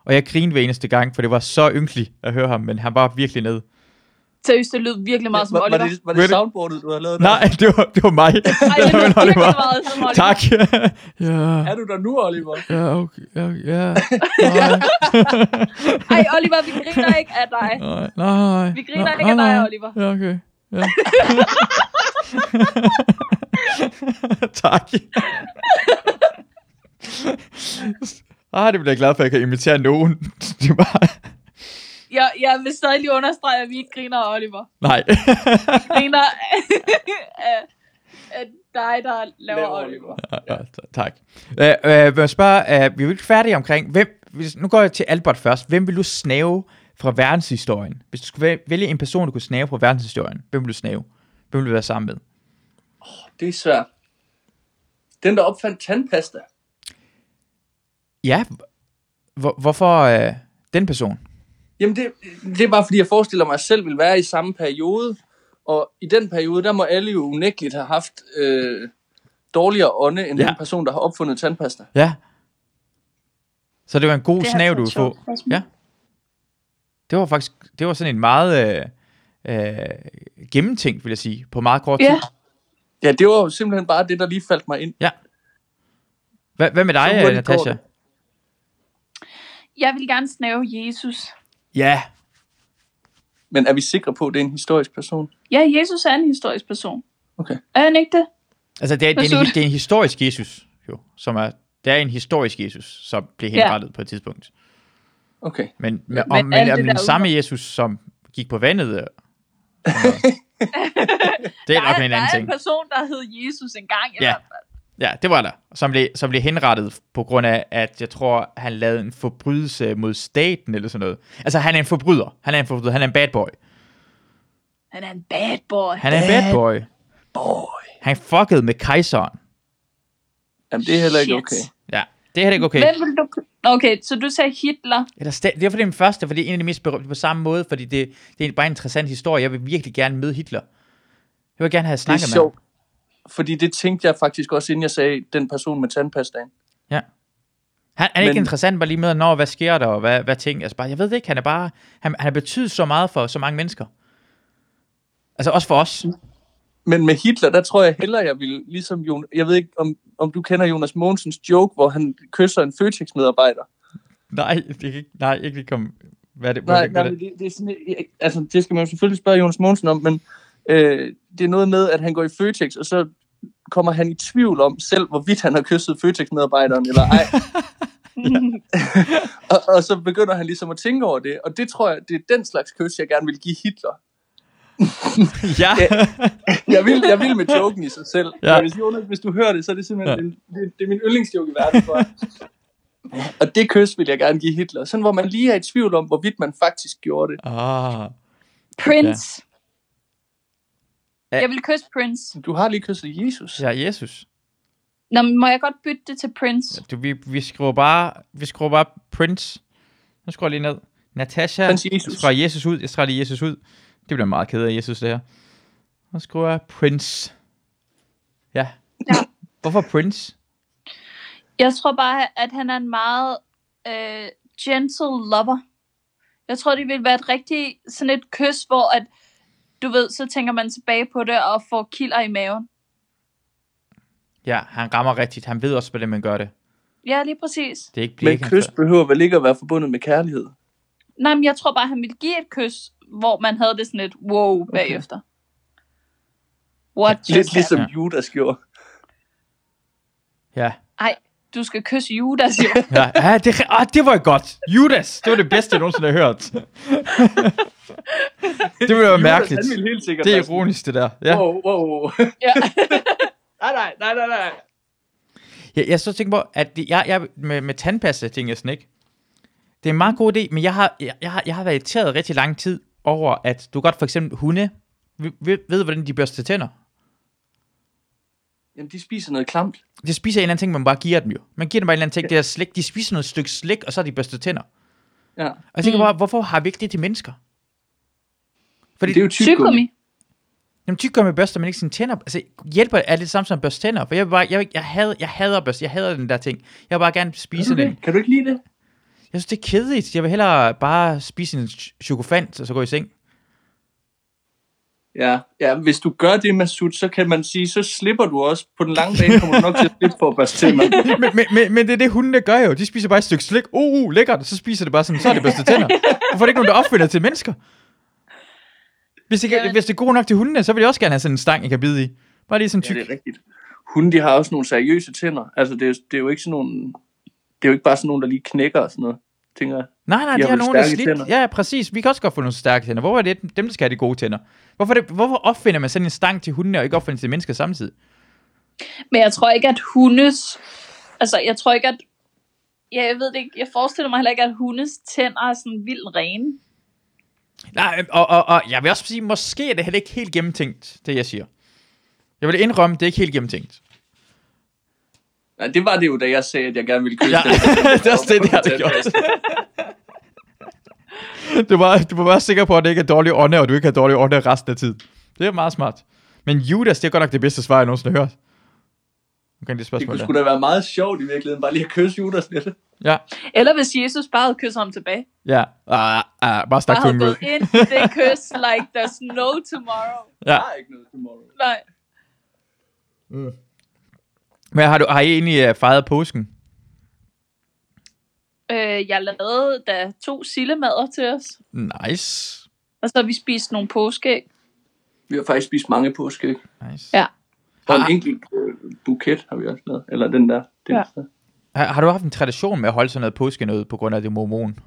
S1: Og jeg grinede hver eneste gang, for det var så ynkeligt at høre ham, men han var virkelig nede.
S2: seriøst, det lød virkelig meget som
S4: var,
S2: Oliver.
S4: var, det, var
S1: Ved
S4: det
S1: du-
S4: soundboardet, du har lavet?
S1: Nej, det var, *laughs* det var mig.
S2: Ej, det lød virkelig meget som Oliver.
S1: tak. *laughs* ja.
S4: Der? Er du der nu, Oliver?
S1: Ja, okay. Ja,
S2: *laughs*
S1: ja. Nej,
S2: Ej, Oliver, vi griner ikke af dig.
S1: nej, nej.
S2: Vi griner ikke af dig, Oliver.
S1: Ja, okay. Ja. *laughs* tak. ah, det bliver jeg glad for, at jeg kan invitere nogen. *laughs* det var...
S2: Jeg, jeg vil stadig lige understrege, at vi ikke griner af Oliver.
S1: Nej.
S2: Vi griner af, af dig, der laver Oliver.
S1: ja, t- tak. Øh, øh, vil jeg spørge, øh, vi er jo ikke færdige omkring, hvem, hvis, nu går jeg til Albert først. Hvem vil du snave fra verdenshistorien? Hvis du skulle væ- vælge en person, du kunne snave fra verdenshistorien, hvem vil du snave? Hvem vil du være sammen med?
S4: Det er svært. Den, der opfandt tandpasta.
S1: Ja, hvor, hvorfor øh, den person?
S4: Jamen, det, det er bare, fordi jeg forestiller mig, at jeg selv vil være i samme periode. Og i den periode, der må alle jo unægteligt have haft øh, dårligere ånde, end
S1: Ja.
S4: ja. den person, der har opfundet tandpasta.
S1: Ja. Så det var en god
S2: Det er
S1: snav,
S2: altså
S1: du
S2: et
S1: ville få.
S2: sjovt spørgsmål.
S1: Ja. Det var faktisk, det var sådan en meget øh, øh, gennemtænkt, vil jeg sige, på meget kort tid.
S2: Ja.
S4: Ja, det var jo simpelthen bare det, der lige faldt mig ind.
S1: Hva, hvad med dig,
S4: Så hurtigt går
S1: Natasha?
S4: det.
S2: Jeg vil gerne snave Jesus.
S1: Ja,
S4: Men er vi sikre på, at det er en historisk person?
S2: Ja, Jesus er en historisk person.
S4: Okay.
S2: Er han ikke det?
S1: altså det er, det, er en,
S2: Absolut.
S1: det er en historisk Jesus, jo, som er, det er en historisk Jesus, som blev
S2: Ja.
S1: henrettet ja. på et tidspunkt.
S4: Okay.
S1: Men, men,
S2: Ja,
S1: om,
S2: men
S1: men
S2: alt
S1: om
S2: det
S1: den
S2: der
S1: samme Jesus, som gik på vandet,
S2: *laughs*
S1: øh, og sådan noget. det er nok en
S2: der
S1: anden
S2: er
S1: ting.
S2: en person, der hed Jesus engang. i
S1: Ja.
S2: hvert fald.
S1: Ja, det var der. Som blev, som blev henrettet på grund af, at jeg tror, han lavede en forbrydelse mod staten eller sådan noget. Altså, han er en forbryder. Han er en forbryder. Han er en bad boy.
S2: Han er en bad boy.
S1: Han er en bad
S4: Bad
S1: boy.
S4: Boy.
S1: Han fuckede med kejseren.
S4: Jamen, det er heller ikke
S2: Shit.
S4: okay.
S1: Ja, det er heller ikke okay.
S2: Hvem vil du... Okay, så du sagde Hitler.
S1: Eller sta- det er fordi, det er den første, fordi det er en af de mest berømte på samme måde, fordi det, det er bare en interessant historie. Jeg vil virkelig gerne møde Hitler. Jeg vil gerne have
S4: Det er
S1: snakket med ham.
S4: sjovt. Fordi det tænkte jeg faktisk også, inden jeg sagde, den person med tandpastaen.
S1: Han, han er ikke
S4: Men-
S1: interessant bare lige med, når hvad sker der, og hvad, hvad ting. Altså bare, jeg ved det ikke, han er bare, han, han har betydet så meget for så mange mennesker. Altså også for os.
S4: Men med Hitler, der tror jeg hellere, jeg ville, ligesom Jon, jeg ved ikke, om, om du kender Jonas Mogensens joke, hvor han kysser en Føtex-medarbejder.
S1: Nej, det kan ikke, nej, ikke lige komme... Hvad er det?
S4: Nej,
S1: hvad er
S4: nej,
S1: det?
S4: men det, det, er sådan, et- altså, det skal man jo selvfølgelig spørge Jonas Mogensen om, men øh, det er noget med, at han går i Føtex, og så kommer han i tvivl om selv, hvorvidt han har kysset Føtex-medarbejderen eller
S1: *laughs*
S4: ej. *laughs* og, og så begynder han ligesom at tænke over det, og det tror jeg, det er den slags kys, jeg gerne vil give Hitler.
S1: Ja,
S4: Jeg vil, jeg vil med joken i sig selv.
S1: Ja.
S4: Ja. Men hvis, Jonas, hvis du hører det, så er det simpelthen
S1: Ja.
S4: ja. det, det, det er min yndlingsjoke i verden. Tror jeg. og det kys vil jeg gerne give Hitler. Sådan, hvor man lige er i tvivl om, hvorvidt man faktisk gjorde det.
S1: ah,
S2: Prince.
S1: Ja.
S2: Jeg vil kysse Prince.
S4: Du har lige kysset Jesus.
S1: ja Jesus.
S2: Nå, men må jeg godt bytte det til Prince?
S1: Du, vi, vi skriver bare, vi skriver bare Prince. Nu skruer jeg lige ned. Natasha,
S4: Prince Jesus.
S1: Jeg skruer Jesus ud. Jeg skruer lige Jesus ud. Det bliver meget ked af, Jesus, det her. Nu skruer jeg Prince. Ja.
S2: Ja.
S1: Hvorfor Prince?
S2: Jeg tror bare, at han er en meget øh, gentle lover. Jeg tror, det ville være et rigtig sådan et kys, hvor at, du ved, så tænker man tilbage på det og får kilder i maven.
S1: Ja, han rammer rigtigt. Han ved også, hvordan man gør det.
S2: Ja, lige præcis.
S1: Det er ikke
S4: Men
S1: blik, han
S4: kys
S1: får.
S4: behøver vel ikke at være forbundet med kærlighed.
S2: Nej, men jeg tror bare, han ville give et kys, hvor man havde det sådan et wow bagefter. What just
S4: Lidt ligesom
S1: Ja.
S4: Judas gjorde.
S1: Ja.
S2: Ej, du skal kysse Judas,
S4: *laughs*
S2: jo.
S1: Ja, ja det, ah, det var godt. Judas, det var det bedste, jeg nogensinde har hørt. det ville være mærkeligt.
S4: Judas, han ville helt sikkert
S1: Det er
S4: være sådan,
S1: ironisk, det der. Ja.
S4: Wow, wow, wow. *laughs*
S2: ja.
S4: nej, nej, nej, nej, nej.
S1: Jeg, jeg så tænker på, at det, jeg, jeg, med, med tandpasta tænker jeg sådan ikke. Det er en meget god idé, men jeg har, jeg, jeg, har, jeg har været irriteret rigtig lang tid over, at du godt for eksempel hunde, ved, ved, ved hvordan de børster tænder.
S4: Jamen, de spiser noget klamt.
S1: De spiser en eller anden ting, man bare giver dem jo. Man giver dem bare en eller anden ting, det der slik. De spiser noget stykke slik, og så har de børstet tænder.
S4: Ja.
S1: Og jeg tænker bare, hvorfor har vi ikke det til mennesker? Fordi
S4: Det er jo tyggegummi.
S2: Tyggegummi.
S1: Jamen, tyggegummi børster man ikke sine tænder. Altså, hjælper er det samme som at børste tænder. For jeg, vil bare, jeg, jeg, hader, jeg hader børste, jeg hader den der ting. Jeg vil bare gerne spise den.
S4: Kan du ikke lide det?
S1: Jeg synes, det er kedeligt. Jeg vil hellere bare spise en ch- chokofant, og så gå i seng.
S4: Ja, ja, hvis du gør det, Masud, så kan man sige, så slipper du også. På den lange bane kommer du nok til at slippe for at børste tænder.
S1: men, men, men, men, det er det, hundene gør jo. De spiser bare et stykke slik. Uh, uh lækkert. Så spiser det bare sådan, så er det børste *laughs* tænder. Hvorfor er det ikke nogen, der opfinder til mennesker? Hvis det, kan,
S2: Jamen.
S1: hvis det er god nok til hundene, så vil jeg også gerne have sådan en stang, jeg kan bide i. Bare lige sådan
S4: Ja,
S1: tyk.
S4: det er rigtigt. Hunde, de har også nogle seriøse tænder. Altså, det er, det er jo ikke sådan nogle... Det er jo ikke bare sådan nogle, der lige knækker og sådan noget, tænker jeg.
S1: Nej, nej, de
S4: De har
S1: har
S4: vel
S1: nogen, der
S4: stærke
S1: slidt.
S4: tænder.
S1: Ja, præcis. Vi kan også godt få nogle stærke tænder. Hvorfor er det dem, der skal have de gode tænder? Hvorfor, er det, hvorfor opfinder man sådan en stang til hundene, og ikke opfinder den til mennesker samtidig?
S2: Men jeg tror ikke, at hundes... Altså, jeg tror ikke, at... Ja, jeg ved det ikke. Jeg forestiller mig heller ikke, at hundes tænder er sådan vildt rene.
S1: Nej, øhm, og, og, og jeg vil også sige, måske er det heller ikke helt gennemtænkt, det jeg siger. Jeg vil indrømme, det er ikke helt gennemtænkt.
S4: Nej, det var det jo, da jeg sagde, at jeg gerne ville *laughs* kysse
S1: Ja,
S4: den.
S1: *laughs* det er også det, det har det gjort. *laughs* du, var, du var bare sikker på, at det ikke er dårlig ånde, og du ikke har dårlig ånde resten af tiden. Det er meget smart. Men Judas, det er godt nok det bedste svar, jeg nogensinde har hørt. Omkring det
S4: Det
S1: spørgsmål
S4: kunne
S1: der.
S4: sgu da være meget sjovt i virkeligheden, bare lige at kysse Judas lidt.
S1: Ja,
S2: Eller hvis Jesus bare havde kysset ham tilbage.
S1: ja. Ah, ah, bare stak
S2: Bare havde
S1: tungen ud.
S2: gået ind i det kys, like there's no tomorrow.
S1: Ja.
S4: Der er ikke noget tomorrow.
S2: Nej.
S1: Men har, du, har I egentlig øh, fejret påsken?
S2: Øh, jeg lavede da to sillemader til os.
S1: Nice.
S2: Og så har vi spist nogle påskeæg.
S4: Vi har faktisk spist mange påske.
S1: nice.
S2: Ja.
S4: Og en
S1: Ah.
S4: enkelt øh, buket har vi også lavet. Eller den der. Den
S2: Ja.
S4: der.
S1: Har, har, du haft en tradition med at holde sådan noget påske noget på grund af det mormon?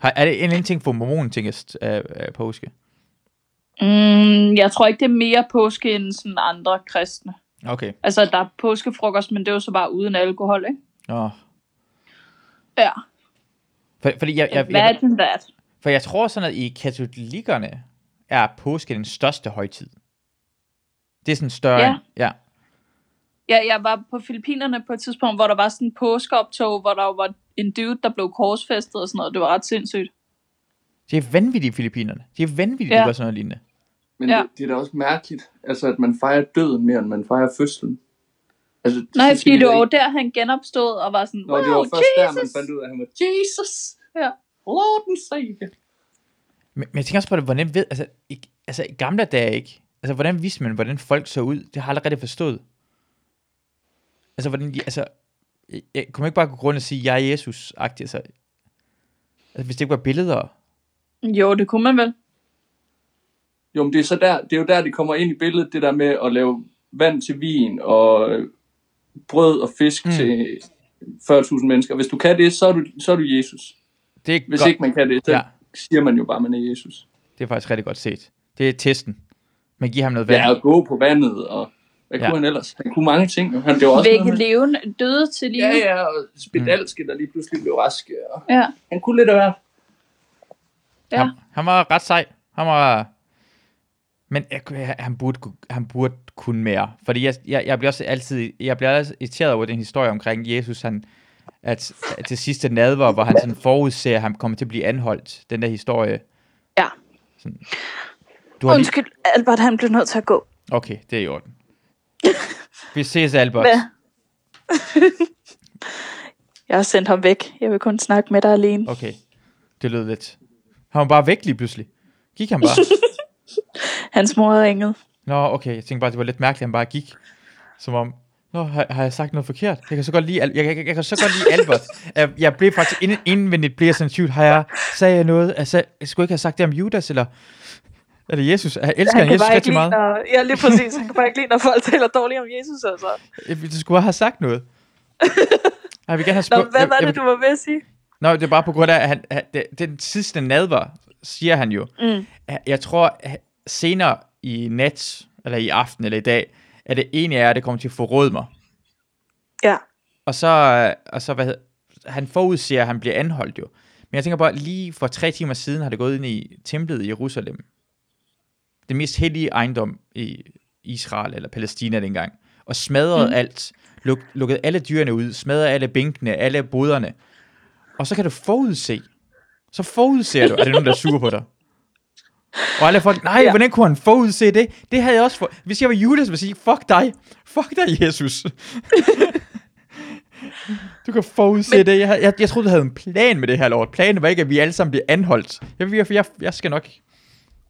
S1: Har, er det en eller anden ting for mormonen, tænkes af, af øh, påske?
S2: Mm, jeg tror ikke, det er mere påske end sådan andre kristne.
S1: Okay.
S2: Altså, der er påskefrokost, men det er jo så bare uden alkohol, ikke?
S1: Nå.
S2: Ja.
S1: For, fordi jeg, jeg, jeg,
S2: Imagine that.
S1: for jeg tror sådan, at i katolikkerne er påske den største højtid. Det er sådan større.
S2: Ja.
S1: end- ja.
S2: Ja, jeg var på Filippinerne på et tidspunkt, hvor der var sådan en påskeoptog, hvor der var en dude, der blev korsfæstet og sådan noget. Det var ret sindssygt.
S1: Det er vanvittigt i Filippinerne. Det er vanvittigt, ja.
S2: Ja.
S1: de gør sådan noget lignende.
S4: Men
S2: Ja.
S4: ja. det, det, er da også mærkeligt, altså, at man fejrer døden mere, end man fejrer fødslen. Altså, det
S2: Nej,
S4: synes
S2: fordi
S4: jeg
S2: det var
S4: heller
S2: jo
S4: ikke-
S2: der, han genopstod og var sådan,
S4: Nå,
S2: wow,
S4: det var først Jesus. der, man
S2: Jesus!
S4: fandt ud af, at han var Jesus.
S2: Ja.
S4: Lord and Savior.
S1: Men, men jeg tænker også på det, hvordan ved, altså, ikke, altså i gamle dage ikke, altså hvordan vidste man, hvordan folk så ud? Det har jeg aldrig rigtig forstået. Altså hvordan, de- altså, jeg, jeg kunne man ikke bare gå rundt og sige, jeg er Jesus-agtig, altså, altså hvis det ikke var billeder.
S2: Jo, det kunne man vel.
S4: Jo, men det er, så der, det er jo der, det kommer ind i billedet, det der med at lave vand til vin og øh, brød og fisk
S1: Mm.
S4: mm. til 40.000 mennesker. Hvis du kan det, så er du, så er du Jesus.
S1: Det er
S4: Hvis
S1: godt,
S4: ikke man kan det, så
S1: Ja.
S4: ja. siger man jo bare, at man er Jesus.
S1: det er faktisk rigtig godt set. Det er testen. Man giver ham noget vand.
S4: Ja, og gå på vandet, og hvad
S1: Ja.
S4: ja. kunne han ellers? Han kunne mange ting. jo. Han blev også noget
S2: Vække
S4: med,
S2: levende, døde til liv.
S4: ja, ja, og spedalske, der lige pludselig blev raske. Og
S2: ja.
S4: han kunne lidt af hvert.
S2: ja.
S1: Han, han var ret sej. Han var... Men jeg, kunne- han, burde, kunne- han burde kunne mere. Fordi jeg, jeg, jeg bliver også altid jeg bliver også irriteret over den historie omkring Jesus, han, at, at til sidste nadver, hvor han sådan forudser, at han kommer til at blive anholdt. Den der historie.
S2: Ja.
S1: Sådan. Du har lige...
S2: Undskyld, Albert, han blev nødt til at gå.
S1: Okay, det er i orden. Vi ses, Albert.
S2: Hvad? *laughs* Jeg har sendt ham væk. Jeg vil kun snakke med dig alene.
S1: Okay, det lød lidt. Han var bare væk lige pludselig. Gik han bare?
S2: Hans mor har ringet.
S1: Nå, okay, jeg tænkte bare, det var lidt mærkeligt, at han bare gik. Som om, nå, har, har jeg sagt noget forkert? Jeg kan så godt lide, Al- jeg, jeg, jeg, jeg kan så godt lide Albert. Jeg, jeg blev faktisk ind, indvendigt, blev jeg sådan i tvivl. Har jeg, sagde jeg noget? Altså, jeg skulle ikke have sagt det om Judas, eller... Er det Jesus? Jeg elsker han
S2: kan
S1: Jesus
S2: bare ikke
S1: rigtig
S2: lide,
S1: meget.
S2: når, ja, lige præcis. Han kan bare ikke lide, når folk taler dårligt om Jesus. Altså.
S1: Jeg- Du skulle bare have sagt
S2: *laughs*
S1: noget. Jeg vil gerne have
S2: Nå,
S1: spurgt.
S2: hvad
S1: jeg-
S2: var
S1: jeg
S2: det,
S1: vil-
S2: du var ved at sige?
S1: Nå, det er bare på grund af, at han, han, det, den sidste nadver, siger han jo.
S2: Mm.
S1: At- Jeg tror, at senere i nat, eller i aften, eller i dag, er det en af jer, der kommer til at forråde mig.
S2: Ja.
S1: Og så, og så hvad hedder, han forudser, at han bliver anholdt jo. Men jeg tænker bare, lige for tre timer siden har det gået ind i templet i Jerusalem. Det mest hellige ejendom i Israel eller Palæstina dengang. Og smadrede mm. alt. Luk, lukkede alle dyrene ud. Smadrede alle bænkene, alle boderne. Og så kan du forudse. Så forudser du, at det er nogen, der er sure på dig. Og alle folk, nej, ja.
S2: Ja.
S1: hvordan kunne han forudse det? Det havde jeg også for... Hvis jeg var Judas, ville jeg sige, fuck dig. Fuck dig, Jesus. Du kan forudse Men... det. Jeg, havde- jeg, jeg troede, du havde en plan med det her lort. Planen var ikke, at vi alle sammen bliver anholdt. Jeg, jeg, jeg, jeg skal nok...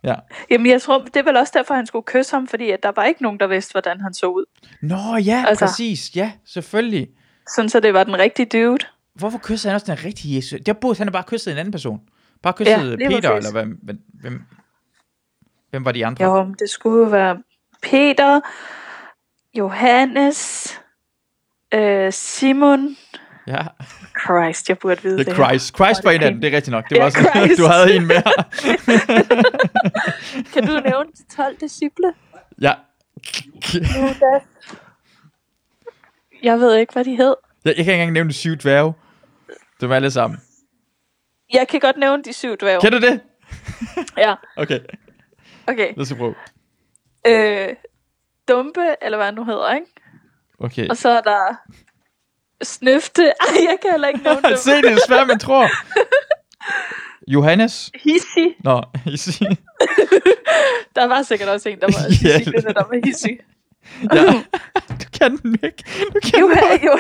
S1: Ja.
S2: Jamen, jeg tror, det er vel også derfor, han skulle kysse ham, fordi at der var ikke nogen, der vidste, hvordan han så ud.
S1: Nå, ja, altså...
S2: Altså-
S1: præcis. Ja, selvfølgelig.
S2: Sådan så det var den rigtige dude.
S1: Hvorfor kysser han også den rigtige Jesus? Det burde han have bare kysset en anden person. Bare kysset ja,
S2: lige
S1: Peter,
S2: præcis.
S1: eller hvem, hvem, hvem, hvem var de andre?
S2: Jo, men det skulle jo være Peter, Johannes, øh, Simon.
S1: Ja,
S2: Christ, jeg burde vide
S1: The
S2: det her.
S1: Christ. Christ var en af dem, det er rigtigt nok. Det var
S2: Ja,
S1: sådan, *laughs*
S2: Christ.
S1: du havde en mere. *laughs*
S2: Kan du nævne de 12 disciple?
S1: Ja.
S2: Jeg ved ikke, hvad de hed.
S1: Jeg, jeg kan ikke engang nævne de syv dværge. Det var alle sammen.
S2: Jeg kan godt nævne de syv dværge.
S1: Kan du det?
S2: Ja,
S1: Okay,
S2: okay.
S1: lad os prøve.
S2: Øh, Dumpe, eller hvad han nu hedder, ikke?
S1: Okay.
S2: Og så er der Snøfte. Ej, jeg
S1: *laughs*
S2: kan heller ikke nævne dem.
S1: Se, det er svært, man tror. Johannes?
S2: Hissy.
S1: Nå, I siger.
S2: Der var sikkert også en, der var
S1: *laughs* Ja.
S2: disciplene, der var hissy.
S1: Ja. Du kan den ikke. Du kan
S2: Jo,
S1: den ikke.
S2: jo.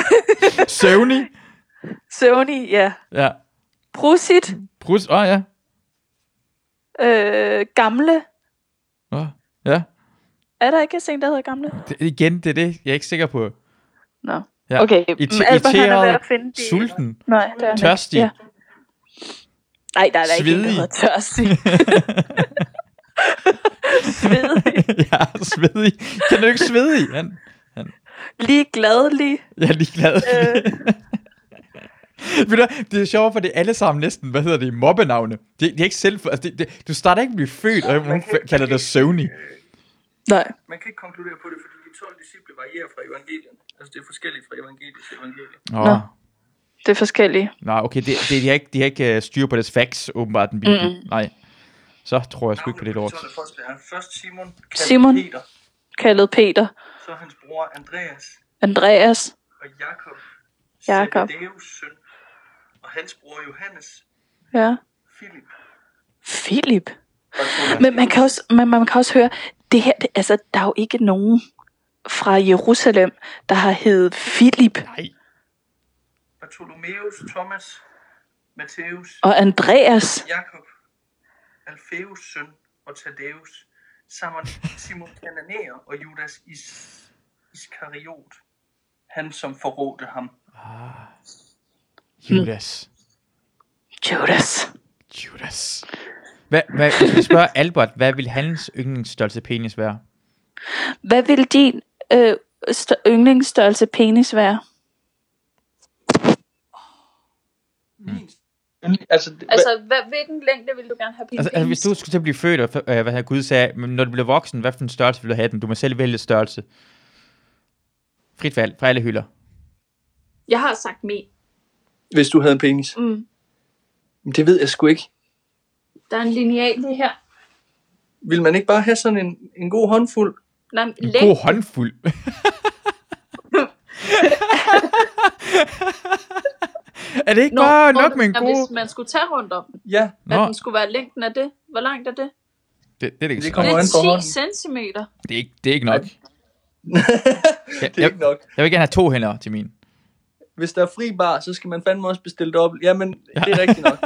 S1: Søvnig.
S2: Sony, ja.
S1: Ja.
S2: Prusit.
S1: Brus. Åh, oh, ja.
S2: Øh, gamle.
S1: Oh, ja.
S2: Er der ikke en, der hedder gamle?
S1: Det, igen, det er det, jeg er ikke sikker på.
S2: Nå.
S1: Ja.
S2: Okay,
S1: Irri-
S2: men Albert, han er ved
S1: irriteret,
S2: at finde de...
S1: sulten,
S2: Nej, det er han
S1: tørstig.
S2: ikke. Ja. Nej, der er da ikke en, der
S1: Svedig.
S2: hedder tørstig. Svedig.
S1: *laughs* ja, svedig. Kan du ikke svedig? Han,
S2: Lige gladelig.
S1: jeg er ligeglad.
S2: Øh.
S1: Ved du, hvad, det er sjovt, for det er alle sammen næsten, hvad hedder det, mobbenavne. Det, det er ikke selv, altså det, det, du starter ikke med at blive født, og hun f- kalder dig søvnig.
S2: Nej.
S4: Man kan ikke konkludere på det, fordi de 12 disciple varierer fra evangelierne. Altså det er forskelligt fra evangelie til evangelie.
S1: Åh,
S2: Det er forskellige.
S1: Nå, okay, det, det, de har ikke, de har ikke øh, styr på deres facts, åbenbart, den bibel. Mm. Nej. Så tror jeg sgu ikke på det lort.
S4: Først Simon,
S2: Simon.
S4: Peter,
S2: Kaldet Peter.
S4: så hans bror Andreas,
S2: Andreas.
S4: og Jakob,
S2: Jakob.
S4: Zebedeus søn, og hans bror Johannes,
S2: Ja.
S4: Philip.
S2: Philip. Men man kan også, man, man kan også høre, det her, det, altså, der er jo ikke nogen fra Jerusalem, der har heddet Philip
S1: Nej.
S4: Bartholomeus, Thomas, Matthæus,
S2: og Andreas.
S4: Jakob, Alfeus søn og Thaddeus, sammen Simon Kananæer og Judas Is- Iskariot, han som forrådte ham.
S1: Mm. Judas.
S2: Judas.
S1: Judas. Hvad, hvad, hvis vi spørger Albert, hvad vil hans yndlingsstørrelse penis være?
S2: Hvad vil din øh, st- yndlingsstørrelse penis være?
S4: Altså, det,
S5: hvad, hvilken længde vil du gerne have på din
S1: Altså, altså, hvis du skulle til at blive født, og øh, hvad han Gud sagde, men når du bliver voksen, hvad for en størrelse vil du have den? Du må selv vælge størrelse. Frit valg fra alle hylder.
S5: Jeg har sagt min.
S4: hvis du havde en penis.
S5: Mm.
S4: Det ved jeg sgu ikke.
S5: Der er en lineal lige her.
S4: Vil man ikke bare have sådan en, en god håndfuld?
S5: Nej,
S1: En god *laughs* håndfuld. er det ikke Nå, bare nok med en god...
S5: Hvis man skulle tage rundt om,
S4: Ja, *laughs*
S5: hvad
S1: Nå,
S5: den skulle være længden af det. Hvor langt er det?
S1: det, det, er ikke
S4: Det
S1: det,
S4: kommer
S5: Det
S1: det,
S4: an på
S5: er 10
S4: hånden.
S5: centimeter.
S1: det, er ikke, det er ikke nok. Jeg,
S4: det er
S1: jeg,
S4: ikke nok.
S1: jeg vil gerne have to hænder til min.
S4: Hvis der er fri bar, så skal man fandme også bestille det op. Jamen, det er rigtigt nok.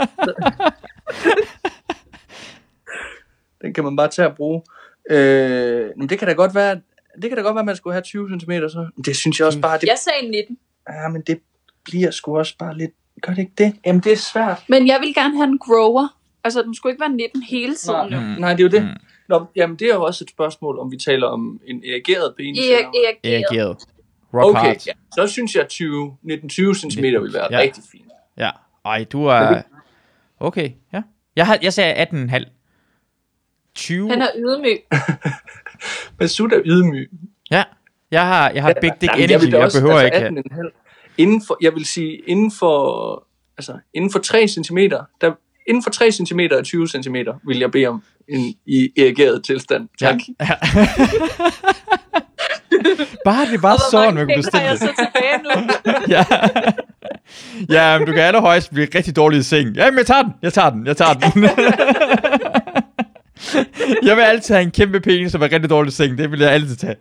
S4: Den kan man bare tage og bruge. Øh, men det kan da godt være, det kan da godt være, at man skulle have 20 cm så. Men det synes jeg også bare, det,
S5: Jeg sagde 19.
S4: ja, men det bliver sgu også bare lidt, gør det ikke det? Jamen, det er svært.
S5: Men jeg vil gerne have en grower. Altså, den skulle ikke være 19 hele tiden.
S4: Nej,
S1: Mm.
S5: jo.
S4: nej det er jo det. Nå, jamen, det er jo også et spørgsmål, om vi taler om en erigeret ben.
S6: E- Eageret.
S1: Erigeret. Rock okay,
S4: Okay,
S1: hard.
S4: ja. så synes jeg 20, 19-20 cm vil være
S1: Ja.
S4: ja. rigtig fint.
S1: Ja. Ej, du er... Okay, ja. Jeg, har, jeg sagde 18,5. 20.
S6: Han er
S1: *laughs*
S6: ydmyg.
S4: Masud er ydmyg.
S1: Ja. Jeg har, jeg har Big Dick
S4: Jamen,
S1: Energy.
S4: vil da
S1: Jeg behøver
S4: altså,
S1: ikke...
S4: 18,5. Inden for, jeg vil sige, inden for, altså, inden for 3 cm, der, inden for 3 cm og 20 cm vil jeg bede om en i erigeret tilstand. Tak.
S1: Ja. *laughs* Ja. bare det var
S6: Hvor
S1: sådan,
S6: mange
S1: man kunne
S6: penge har
S1: bestille
S6: jeg
S1: det.
S6: så tilbage
S1: *laughs*
S6: nu?
S1: Ja. ja, men du kan allerhøjst blive rigtig dårlig i seng. Jamen, jeg tager den, jeg tager den, jeg tager den. *laughs* jeg vil altid have en kæmpe penis, som er rigtig dårlig i seng. Det vil jeg altid tage.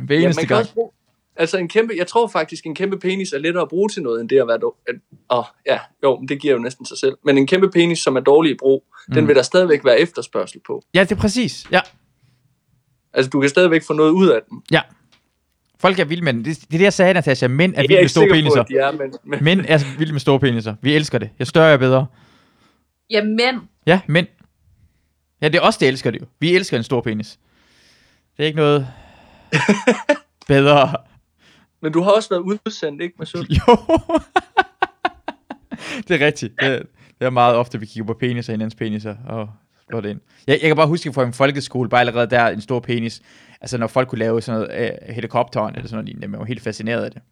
S1: Hver
S4: Ja,
S1: eneste
S4: man kan
S1: gang.
S4: også bruge, altså en kæmpe, jeg tror faktisk, en kæmpe penis er lettere at bruge til noget, end det at være dårlig. At, åh, ja, jo, men det giver jo næsten sig selv. Men en kæmpe penis, som er dårlig i brug, mm. den vil der stadigvæk være efterspørgsel på.
S1: Ja, det er præcis. Ja,
S4: Altså, du kan stadigvæk få noget ud af den.
S1: ja. Folk er vilde med den. Det, det er det, jeg sagde, Natasha. Mænd er
S4: Jeg
S1: vilde med store peniser.
S4: at de er, men, men
S1: Mænd er vilde med store peniser. Vi elsker det. Jeg større, jeg bedre.
S6: Ja, mænd.
S1: Ja, mænd. Ja, det er os, der elsker det jo. Vi elsker en stor penis. Det er ikke
S4: *laughs*
S1: noget bedre.
S4: Men du har også været udsendt, ikke, Masud?
S1: *laughs* Jo. det er rigtigt. Det, det er meget ofte, vi kigger på peniser, hinandens peniser, og slår det ind. Jeg, jeg kan bare huske fra en folkeskole, bare allerede der, en stor penis. Altså, når folk kunne lave sådan noget øh, helikopteren eller sådan noget, lignende, man var helt fascineret af det.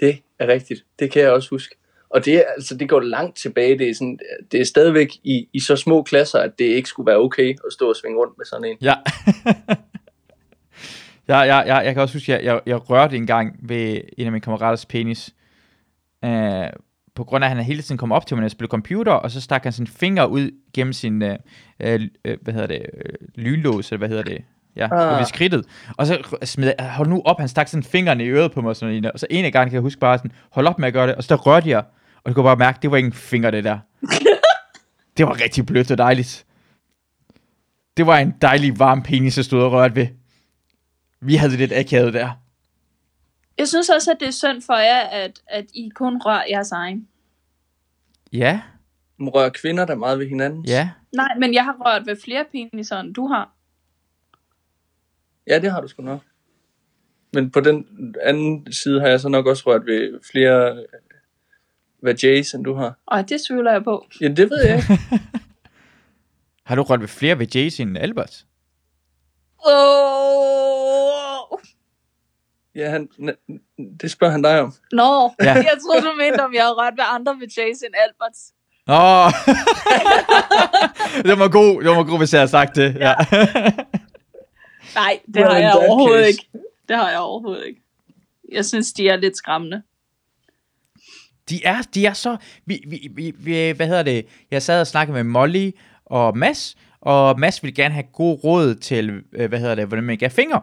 S4: Det er rigtigt. Det kan jeg også huske. Og det, er, altså, det går langt tilbage. Det er, sådan, det er stadigvæk i, i så små klasser, at det ikke skulle være okay at stå og svinge rundt med sådan en.
S1: Ja. ja, ja, ja, jeg kan også huske, at jeg, jeg, jeg rørte engang ved en af mine kammeraters penis. Øh, på grund af, at han hele tiden kom op til mig, når jeg spillede computer, og så stak han sin finger ud gennem sin, øh, øh, øh, hvad hedder det, øh, lynlås, eller hvad hedder det, ja, ah.
S4: Ah.
S1: ved skridtet. Og så r- smed jeg, hold nu op, han stak sådan fingrene i øret på mig, og sådan noget, lignende. og så en af gangen kan jeg huske bare sådan, hold op med at gøre det, og så der rørte jeg, og jeg kunne bare mærke, det var ikke en finger, det der. det var rigtig blødt og dejligt. Det var en dejlig varm penis, jeg stod og rørte ved. Vi havde det lidt akavet der.
S6: Jeg synes også, at det er synd for jer, at, at I kun rører jeres egen.
S1: Ja,
S4: Man rører kvinder der meget ved hinanden.
S1: ja.
S6: Nej, men jeg har rørt ved flere peniser, end du har.
S4: ja, det har du sgu nok. Men på den anden side har jeg så nok også rørt ved flere øh, hvad Jays, end du har.
S6: Og det tvivler jeg på.
S4: Ja, det ved jeg ikke.
S1: Har du rørt ved flere ved Jason end Albert?
S6: Oh!
S4: Ja, han, det spørger han dig om.
S6: Nå,
S1: Ja.
S6: ja. jeg troede, du mente, om jeg havde rørt ved andre ved Jason Alberts.
S1: Åh! Oh. *laughs* det var god, det var god, hvis jeg havde sagt det. Ja. *laughs*
S6: Nej, det
S4: Well,
S6: har
S4: in
S6: jeg
S4: that
S6: overhovedet
S4: case.
S6: ikke. Det har jeg overhovedet ikke. Jeg synes, de er lidt skræmmende.
S1: De er, de er så... Vi, vi, vi, vi, hvad hedder det? Jeg sad og snakkede med Molly og Mads, og Mads ville gerne have gode råd til, øh, hvad hedder det, hvordan man ikke er fingre.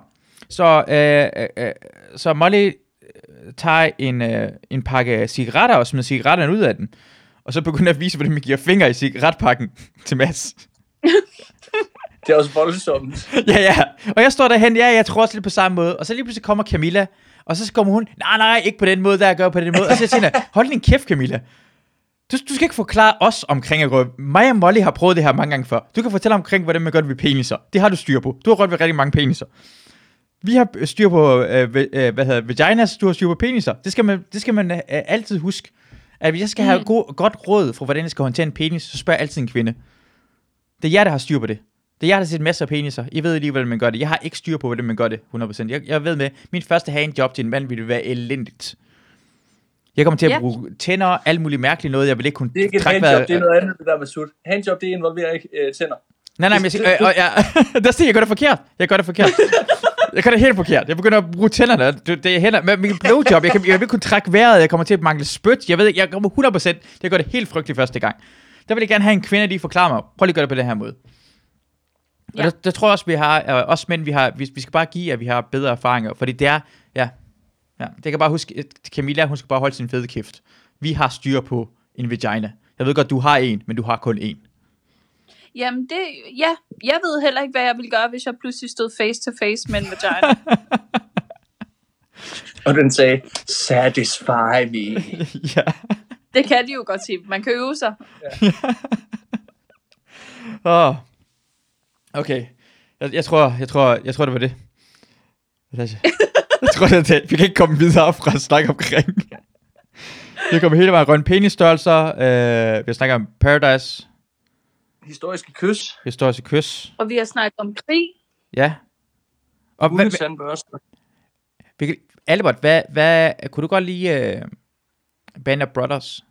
S1: Så, øh, øh, øh, så Molly øh, tager en, øh, en pakke cigaretter og smider cigaretterne ud af den. Og så begynder at vise, hvordan man giver fingre i cigaretpakken til Mads.
S4: Det er også voldsomt.
S1: *laughs* ja, ja. Og jeg står derhen, ja, jeg tror også lidt på samme måde. Og så lige pludselig kommer Camilla, og så kommer hun, nej, nej, ikke på den måde, der jeg gør på den måde. Og så siger jeg til hende, hold din kæft, Camilla. Du, du skal ikke forklare os omkring at røre. Mig og Molly har prøvet det her mange gange før. Du kan fortælle omkring, hvordan man gør det ved peniser. Det har du styr på. Du har rørt ved rigtig mange peniser. Vi har øh, styr på, øh, ve- øh, hvad hedder det, vaginas, du har styr på peniser. Det skal man, det skal man øh, øh, altid huske. At hvis jeg skal have god, godt råd for, hvordan jeg skal håndtere en penis, så spørger jeg altid en kvinde. Det er jer, der har styr på det. Det er jeg, der har set masser af peniser. I ved lige, hvordan man gør det. Jeg har ikke styr på, hvordan man gør det, 100%. Jeg, jeg ved med, min første have en job til en mand ville være elendigt. Jeg kommer til at
S6: Ja.
S1: bruge tænder, alt muligt mærkeligt noget, jeg vil ikke kunne
S4: Det er ikke et
S1: trække
S4: handjob,
S1: vejret-
S4: det er noget andet, det der med sut. Handjob, det involverer ikke øh, tænder.
S1: Nej, nej, men jeg, siger- øh, øh, ja, *laughs* der siger, jeg gør det forkert. Jeg gør det forkert. Jeg gør det helt forkert. Jeg begynder at bruge tænderne. Det, det er hænder. Men min blowjob, jeg, kan, jeg vil ikke kunne trække vejret. Jeg kommer til at mangle spyt. Jeg ved ikke, jeg kommer 100%. Jeg gør det helt frygteligt første gang. Der vil jeg gerne have en kvinde, der lige forklarer mig. Prøv lige at gøre det på den her måde. Ja.
S6: Ja.
S1: Og der, der, tror jeg også, vi har, øh, os mænd, vi, har, vi, vi skal bare give, at vi har bedre erfaringer. Fordi det er, ja, ja det kan jeg bare huske, at Camilla, hun skal bare holde sin fede kæft. Vi har styr på en vagina. Jeg ved godt, du har en, men du har kun en.
S6: Jamen, det, ja, jeg ved heller ikke, hvad jeg ville gøre, hvis jeg pludselig stod face to face med en vagina.
S4: *laughs* Og den sagde, satisfy me.
S1: ja.
S6: det kan de jo godt sige. Man kan øve sig.
S1: Åh. Ah. Okay. Jeg, jeg, tror, jeg, tror, jeg tror, det var det. Natasha. *laughs* Jeg tror, det er det. Vi kan ikke komme videre fra at snakke omkring. Vi kommer hele vejen rundt penisstørrelser. Øh, vi snakker om Paradise,
S4: Historiske kys.
S1: historiske kys.
S6: Og vi har snakket om krig.
S1: Ja. Og hvad,
S4: Uden sandbørster.
S1: vi kan, Albert, hvad, hvad, kunne du godt lide øh, Band of Brothers?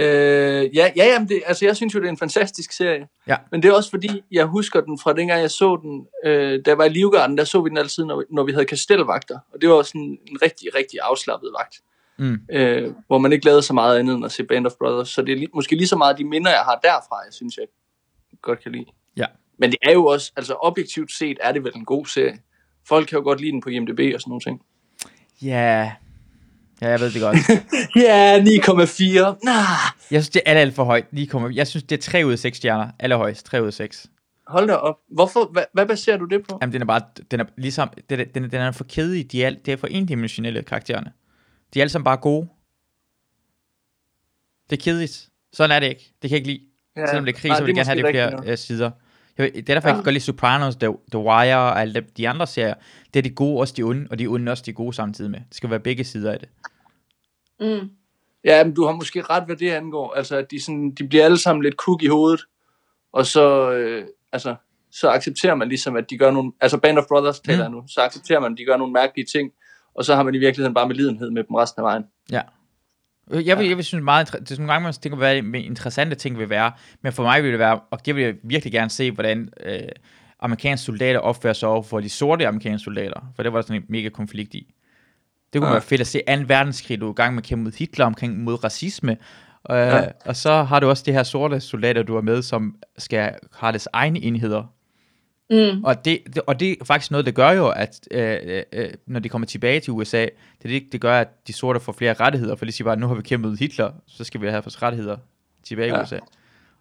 S4: Øh, ja, ja jamen det, altså jeg synes jo, det er en fantastisk serie.
S1: Ja.
S4: Men det er også fordi, jeg husker den fra dengang, jeg så den. Øh, da jeg var i Livgarden, der så vi den altid, når, vi- når vi havde kastelvagter. Og det var sådan en rigtig, rigtig afslappet vagt.
S1: Mm.
S4: Øh, hvor man ikke lavede så meget andet end at se Band of Brothers. Så det er lige, måske lige så meget de minder, jeg har derfra, jeg synes, jeg godt kan lide.
S1: Ja.
S4: Men det er jo også, altså objektivt set, er det vel en god serie. Folk kan jo godt lide den på IMDb og sådan nogle ting.
S1: Ja. Ja, jeg ved det godt.
S4: Ja, 9,4. Nah,
S1: *laughs* Jeg synes, det er alt, alt for højt. Lige kommer. Jeg synes, det er 3 ud af 6 stjerner. Allerhøjst, 3 ud af 6.
S4: hold da op. Hvorfor, hvad, hvad baserer du det på?
S1: Jamen, den er bare, den er ligesom, den er, den er, den er for kedelig. De er, alt- det er for endimensionelle karaktererne. De er alle sammen bare gode. Det er kedeligt. Sådan er det ikke. Det kan jeg ikke lide. Ja. Selvom det er krig, så vil jeg gerne have det i flere øh, sider. Jeg ved, det er derfor, jeg kan godt lide Sopranos, The, The Wire og alle de- de andre serier. Det er de gode, også de onde, og de onde også de gode samtidig med. Det skal være begge sider af det.
S6: Mm.
S4: Ja, men du har måske ret, hvad det angår. Altså, at de, sådan, de bliver alle sammen lidt kuk i hovedet, og så, øh, altså, så accepterer man ligesom, at de gør nogle... Altså, Band of Brothers taler
S1: Mm.
S4: jeg nu. Så accepterer man, at de gør nogle mærkelige ting, og så har man i virkeligheden bare medlidenhed med dem resten af vejen.
S1: Øh, Jeg vil, jeg vil synes meget, inter- det er nogle gange, man tænker, hvad det med interessante ting vil være, men for mig vil det være, og det vil jeg virkelig gerne se, hvordan øh, amerikanske soldater opfører sig over for de sorte amerikanske soldater, for det var der sådan en mega konflikt i. Det kunne
S4: Ja.
S1: ja. være fedt at se 2. verdenskrig, du er i gang med at kæmpe mod Hitler omkring mod racisme, øh,
S4: Ja.
S1: ja. og så har du også det her sorte soldater, du er med, som skal have deres egne enheder,
S6: Mm.
S1: og det, det, og det er faktisk noget, der gør jo, at øh, øh, øh, når de kommer tilbage til USA, det, er det, det gør, at de sorte får flere rettigheder, for de siger bare, nu har vi kæmpet mod Hitler, så skal vi have vores rettigheder tilbage ja.
S4: Ja.
S1: i USA.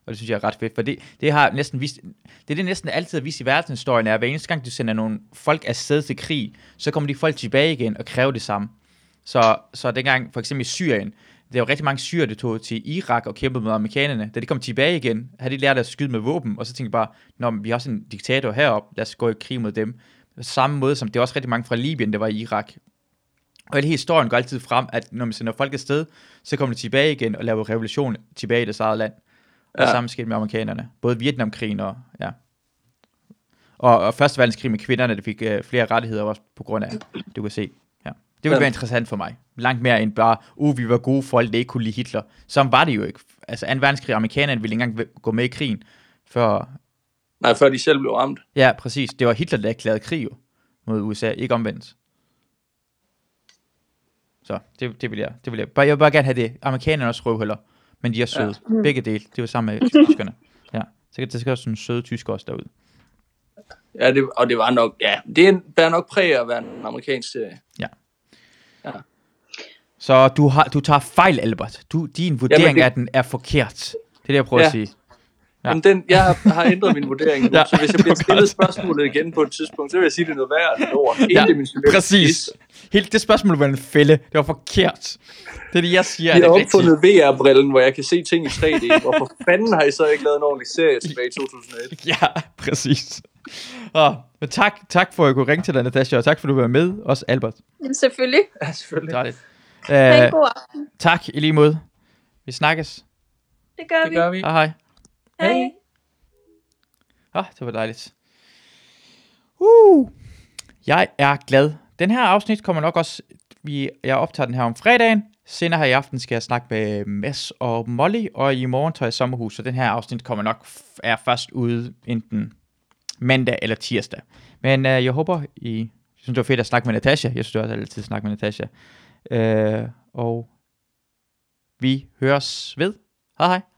S1: Og det synes jeg er ret fedt, for det, det har næsten vist, det er det næsten altid at vise i verdenshistorien, er, at hver eneste gang, du sender nogle folk afsted til krig, så kommer de folk tilbage igen og kræver det samme. Så, så dengang, for eksempel i Syrien, der var rigtig mange syrer, der tog til Irak og kæmpede med amerikanerne. Da de kom tilbage igen, havde de lært at skyde med våben, og så tænkte jeg bare, Nå, men vi har også en diktator heroppe, lad os gå i krig mod dem. På Samme måde som det var også rigtig mange fra Libyen, der var i Irak. Og hele historien går altid frem, at når man sender folk afsted, så kommer de tilbage igen og laver revolution tilbage i deres eget land. Og
S4: Ja.
S1: ja. samme skete med amerikanerne. Både Vietnamkrigen og, ja. Og, og første verdenskrig med kvinderne, der fik øh, flere rettigheder også på grund af, du kan se. Ja. Det ville
S4: Ja.
S1: ja. være interessant for mig. Langt mere end bare, uh, vi var gode folk, der ikke kunne lide Hitler. Sådan var det jo ikke. Altså, 2. verdenskrig, amerikanerne ville ikke engang gå med i krigen, før
S4: Nej, før de selv blev ramt.
S1: Ja, præcis. Det var Hitler, der erklærede krig jo, mod USA, ikke omvendt. Så det, det vil jeg. Det vil jeg. Bare, jeg vil bare gerne have det. Amerikanerne er også røvhuller, men de er søde. Ja. Begge dele. Det var sammen med tyskerne. Ja. Så kan- der skal også sådan søde tysker også derude.
S4: Ja, det, og det var nok... Ja, det er- bærer nok præg af at være en amerikansk serie.
S1: Så du, har, du tager fejl, Albert. Du, din vurdering
S4: Jamen,
S1: Jamen,
S4: det-
S1: det... af den er forkert. Det er det, jeg prøver ja.
S4: Ja.
S1: at sige.
S4: Ja.
S1: Ja.
S4: Jamen, den, jeg har, har ændret min vurdering nu, ja,
S1: *laughs* Ja,
S4: så hvis jeg
S1: det
S4: bliver
S1: var
S4: stillet
S1: godt.
S4: spørgsmålet igen på et tidspunkt, så vil jeg sige, det er noget værd at ord.
S1: Ja,
S4: Endimensionelt.
S1: præcis. Helt, det spørgsmål var en fælde. Det var forkert. Det er det, jeg siger.
S4: Vi
S1: er
S4: har
S1: det rigtige.
S4: opfundet VR-brillen, hvor jeg kan se ting i 3D. Hvorfor fanden har I så ikke lavet en ordentlig serie tilbage i 2001?
S1: Ja, *laughs* præcis. Og, men tak, tak for at jeg kunne ringe til dig, Natasha, og tak for at du var med. Også Albert.
S6: Ja, selvfølgelig.
S4: Ja, selvfølgelig.
S1: Dejligt.
S6: Ha'
S1: Øh,
S6: en god aften.
S1: tak i lige måde. Vi snakkes.
S6: Det gør
S4: Det
S6: vi.
S4: gør vi.
S1: Hej hej.
S6: Hej.
S1: Ah, det var dejligt. Uh, jeg er glad. Den her afsnit kommer nok også... Vi, jeg optager den her om fredagen. Senere her i aften skal jeg snakke med Mads og Molly, og i morgen tager jeg i sommerhus, så den her afsnit kommer nok f- er først ude enten mandag eller tirsdag. Men øh, jeg håber, I synes, det var fedt at snakke med Natasha. Jeg synes det også altid at snakke med Natasha. Øh, og vi høres ved. Hej hej.